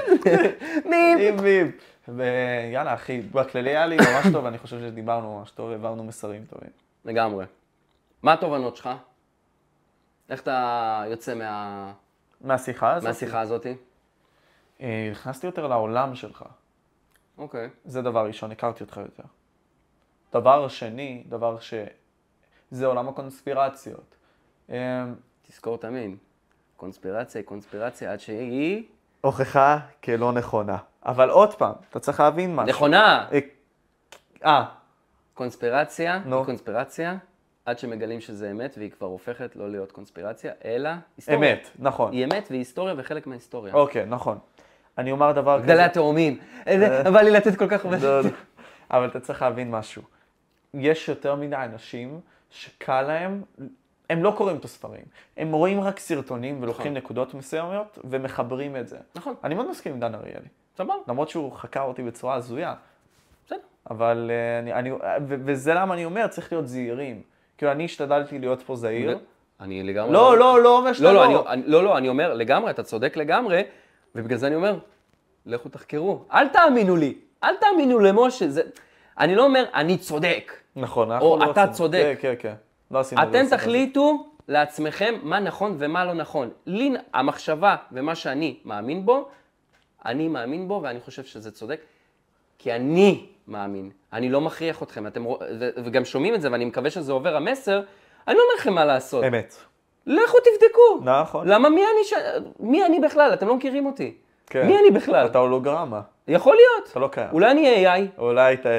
[SPEAKER 2] מין!
[SPEAKER 1] ביפ, ביפ. ויאללה, אחי, בכללי היה לי ממש טוב, אני חושב שדיברנו ממש טוב, העברנו מסרים טובים.
[SPEAKER 2] לגמרי. מה התובנות שלך? איך אתה יוצא מה...
[SPEAKER 1] מהשיחה הזאת?
[SPEAKER 2] מהשיחה הזאתי?
[SPEAKER 1] אה, נכנסתי יותר לעולם שלך.
[SPEAKER 2] אוקיי.
[SPEAKER 1] זה דבר ראשון, הכרתי אותך יותר. דבר שני, דבר ש... זה עולם הקונספירציות. אה,
[SPEAKER 2] תזכור תמיד. קונספירציה היא קונספירציה עד שהיא...
[SPEAKER 1] הוכחה כלא נכונה. אבל עוד פעם, אתה צריך להבין משהו.
[SPEAKER 2] נכונה!
[SPEAKER 1] אה, אה,
[SPEAKER 2] קונספירציה
[SPEAKER 1] נו.
[SPEAKER 2] היא קונספירציה עד שמגלים שזה אמת והיא כבר הופכת לא להיות קונספירציה, אלא היסטוריה.
[SPEAKER 1] אמת, נכון.
[SPEAKER 2] היא אמת והיא היסטוריה וחלק מההיסטוריה.
[SPEAKER 1] אוקיי, נכון. אני אומר דבר כזה.
[SPEAKER 2] גדלי התאומים. איזה- אבל לי לתת כל כך הרבה...
[SPEAKER 1] לא, לא. אבל אתה צריך להבין משהו. יש יותר מדי אנשים שקל להם, הם לא קוראים את הספרים. הם רואים רק סרטונים ולוקחים נקודות מסוימות ומחברים את זה.
[SPEAKER 2] נכון,
[SPEAKER 1] אני מאוד מסכים עם דן אריאלי.
[SPEAKER 2] סבבה,
[SPEAKER 1] למרות שהוא חקר אותי בצורה הזויה.
[SPEAKER 2] בסדר.
[SPEAKER 1] אבל אה, אני, אני, אה, ו- וזה למה אני אומר, צריך להיות זהירים. כאילו, אני השתדלתי להיות פה זהיר.
[SPEAKER 2] אני לגמרי...
[SPEAKER 1] אה. לא, לא, לא אומר שאתה
[SPEAKER 2] לא,
[SPEAKER 1] לא.
[SPEAKER 2] לא, אני- אני- לא, לא, אני אומר, לגמרי, אתה צודק לגמרי, ובגלל זה אני אומר, לכו תחקרו. אל תאמינו לי, אל תאמינו למשה, זה... אני לא אומר, אני צודק.
[SPEAKER 1] נכון,
[SPEAKER 2] או,
[SPEAKER 1] אנחנו לא
[SPEAKER 2] אתה
[SPEAKER 1] עשינו-
[SPEAKER 2] צודק.
[SPEAKER 1] כן, כן, כן. לא עשינו את זה,
[SPEAKER 2] אתם
[SPEAKER 1] עשינו את זה.
[SPEAKER 2] תחליטו לעצמכם מה נכון ומה לא נכון. לי, המחשבה ומה שאני מאמין בו, אני מאמין בו ואני חושב שזה צודק, כי אני מאמין. אני לא מכריח אתכם, אתם, רוא- ו- וגם שומעים את זה, ואני מקווה שזה עובר המסר, אני לא אומר לכם מה לעשות.
[SPEAKER 1] אמת.
[SPEAKER 2] לכו תבדקו.
[SPEAKER 1] נכון.
[SPEAKER 2] למה מי אני, ש... מי אני בכלל? אתם לא מכירים אותי.
[SPEAKER 1] כן.
[SPEAKER 2] מי אני בכלל?
[SPEAKER 1] אתה הולוגרמה,
[SPEAKER 2] יכול להיות.
[SPEAKER 1] אתה לא קיים.
[SPEAKER 2] אולי אני AI.
[SPEAKER 1] אולי אתה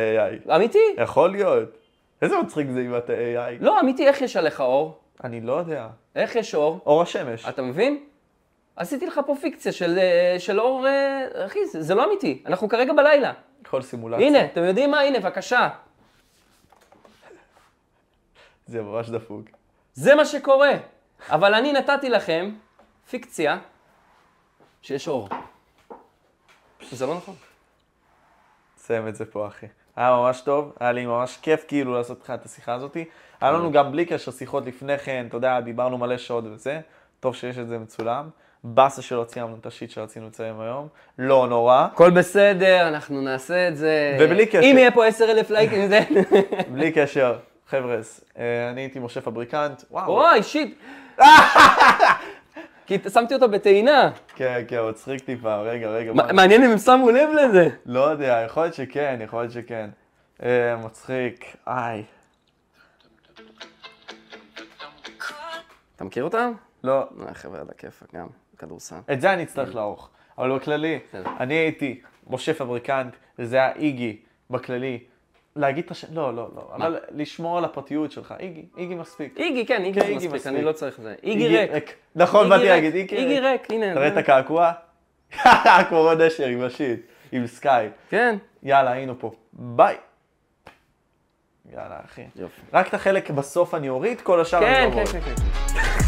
[SPEAKER 1] AI.
[SPEAKER 2] אמיתי?
[SPEAKER 1] יכול להיות. איזה מצחיק זה אם אתה AI.
[SPEAKER 2] לא, אמיתי, איך יש עליך אור?
[SPEAKER 1] אני לא יודע.
[SPEAKER 2] איך יש אור?
[SPEAKER 1] אור השמש.
[SPEAKER 2] אתה מבין? עשיתי לך פה פיקציה של, אה, של אור... אה, אחי, זה, זה לא אמיתי. אנחנו כרגע בלילה.
[SPEAKER 1] כל סימולציה.
[SPEAKER 2] הנה, אתם יודעים מה? הנה, בבקשה.
[SPEAKER 1] זה ממש דפוק.
[SPEAKER 2] זה מה שקורה. אבל אני נתתי לכם פיקציה שיש אור. זה לא נכון.
[SPEAKER 1] סיים את זה פה, אחי. היה ממש טוב, היה לי ממש כיף כאילו לעשות איתך את השיחה הזאתי. היה לנו גם בלי קשר שיחות לפני כן, אתה יודע, דיברנו מלא שעות וזה. טוב שיש את זה מצולם. באסה שלא ציימנו את השיט שרצינו לציין היום. לא נורא.
[SPEAKER 2] הכל בסדר, אנחנו נעשה את זה.
[SPEAKER 1] ובלי קשר.
[SPEAKER 2] אם יהיה פה עשר אלף לייקים, זה...
[SPEAKER 1] בלי קשר. חבר'ה, אה, אני הייתי משה פבריקנט. וואו.
[SPEAKER 2] וואי, שיט. כי שמתי אותו בטעינה.
[SPEAKER 1] כן, כן, מצחיק טיפה. רגע, רגע. מה-
[SPEAKER 2] מע- מעניין אם הם שמו לב לזה.
[SPEAKER 1] לא יודע, יכול להיות שכן, יכול להיות שכן. אה, מצחיק, איי.
[SPEAKER 2] אתה מכיר אותם?
[SPEAKER 1] לא,
[SPEAKER 2] אה, חבר'ה, על הכיפאק גם, כדורסל.
[SPEAKER 1] את זה אני
[SPEAKER 2] כן.
[SPEAKER 1] אצטרך לערוך. אבל בכללי,
[SPEAKER 2] בסדר.
[SPEAKER 1] אני הייתי משה פבריקנט, וזה היה איגי בכללי. להגיד את השם, לא, לא, לא. אבל לשמור על הפרטיות שלך. איגי, איגי מספיק.
[SPEAKER 2] איגי, כן,
[SPEAKER 1] כן,
[SPEAKER 2] איגי זה
[SPEAKER 1] איגי
[SPEAKER 2] מספיק,
[SPEAKER 1] מספיק.
[SPEAKER 2] אני לא צריך זה. איגי ריק.
[SPEAKER 1] נכון,
[SPEAKER 2] איגי
[SPEAKER 1] באתי
[SPEAKER 2] ריק,
[SPEAKER 1] להגיד, איגי ריק.
[SPEAKER 2] איגי ריק, הנה.
[SPEAKER 1] תראה
[SPEAKER 2] זה-
[SPEAKER 1] את הקעקוע? הקורון אשר עם השיט, עם סקאי.
[SPEAKER 2] כן.
[SPEAKER 1] יאללה, היינו פה. ביי. יאללה, אחי.
[SPEAKER 2] יופי.
[SPEAKER 1] רק את החלק בסוף אני לא אוריד, כל השאר אני
[SPEAKER 2] כן,
[SPEAKER 1] אעמוד.
[SPEAKER 2] כן, כן, כן.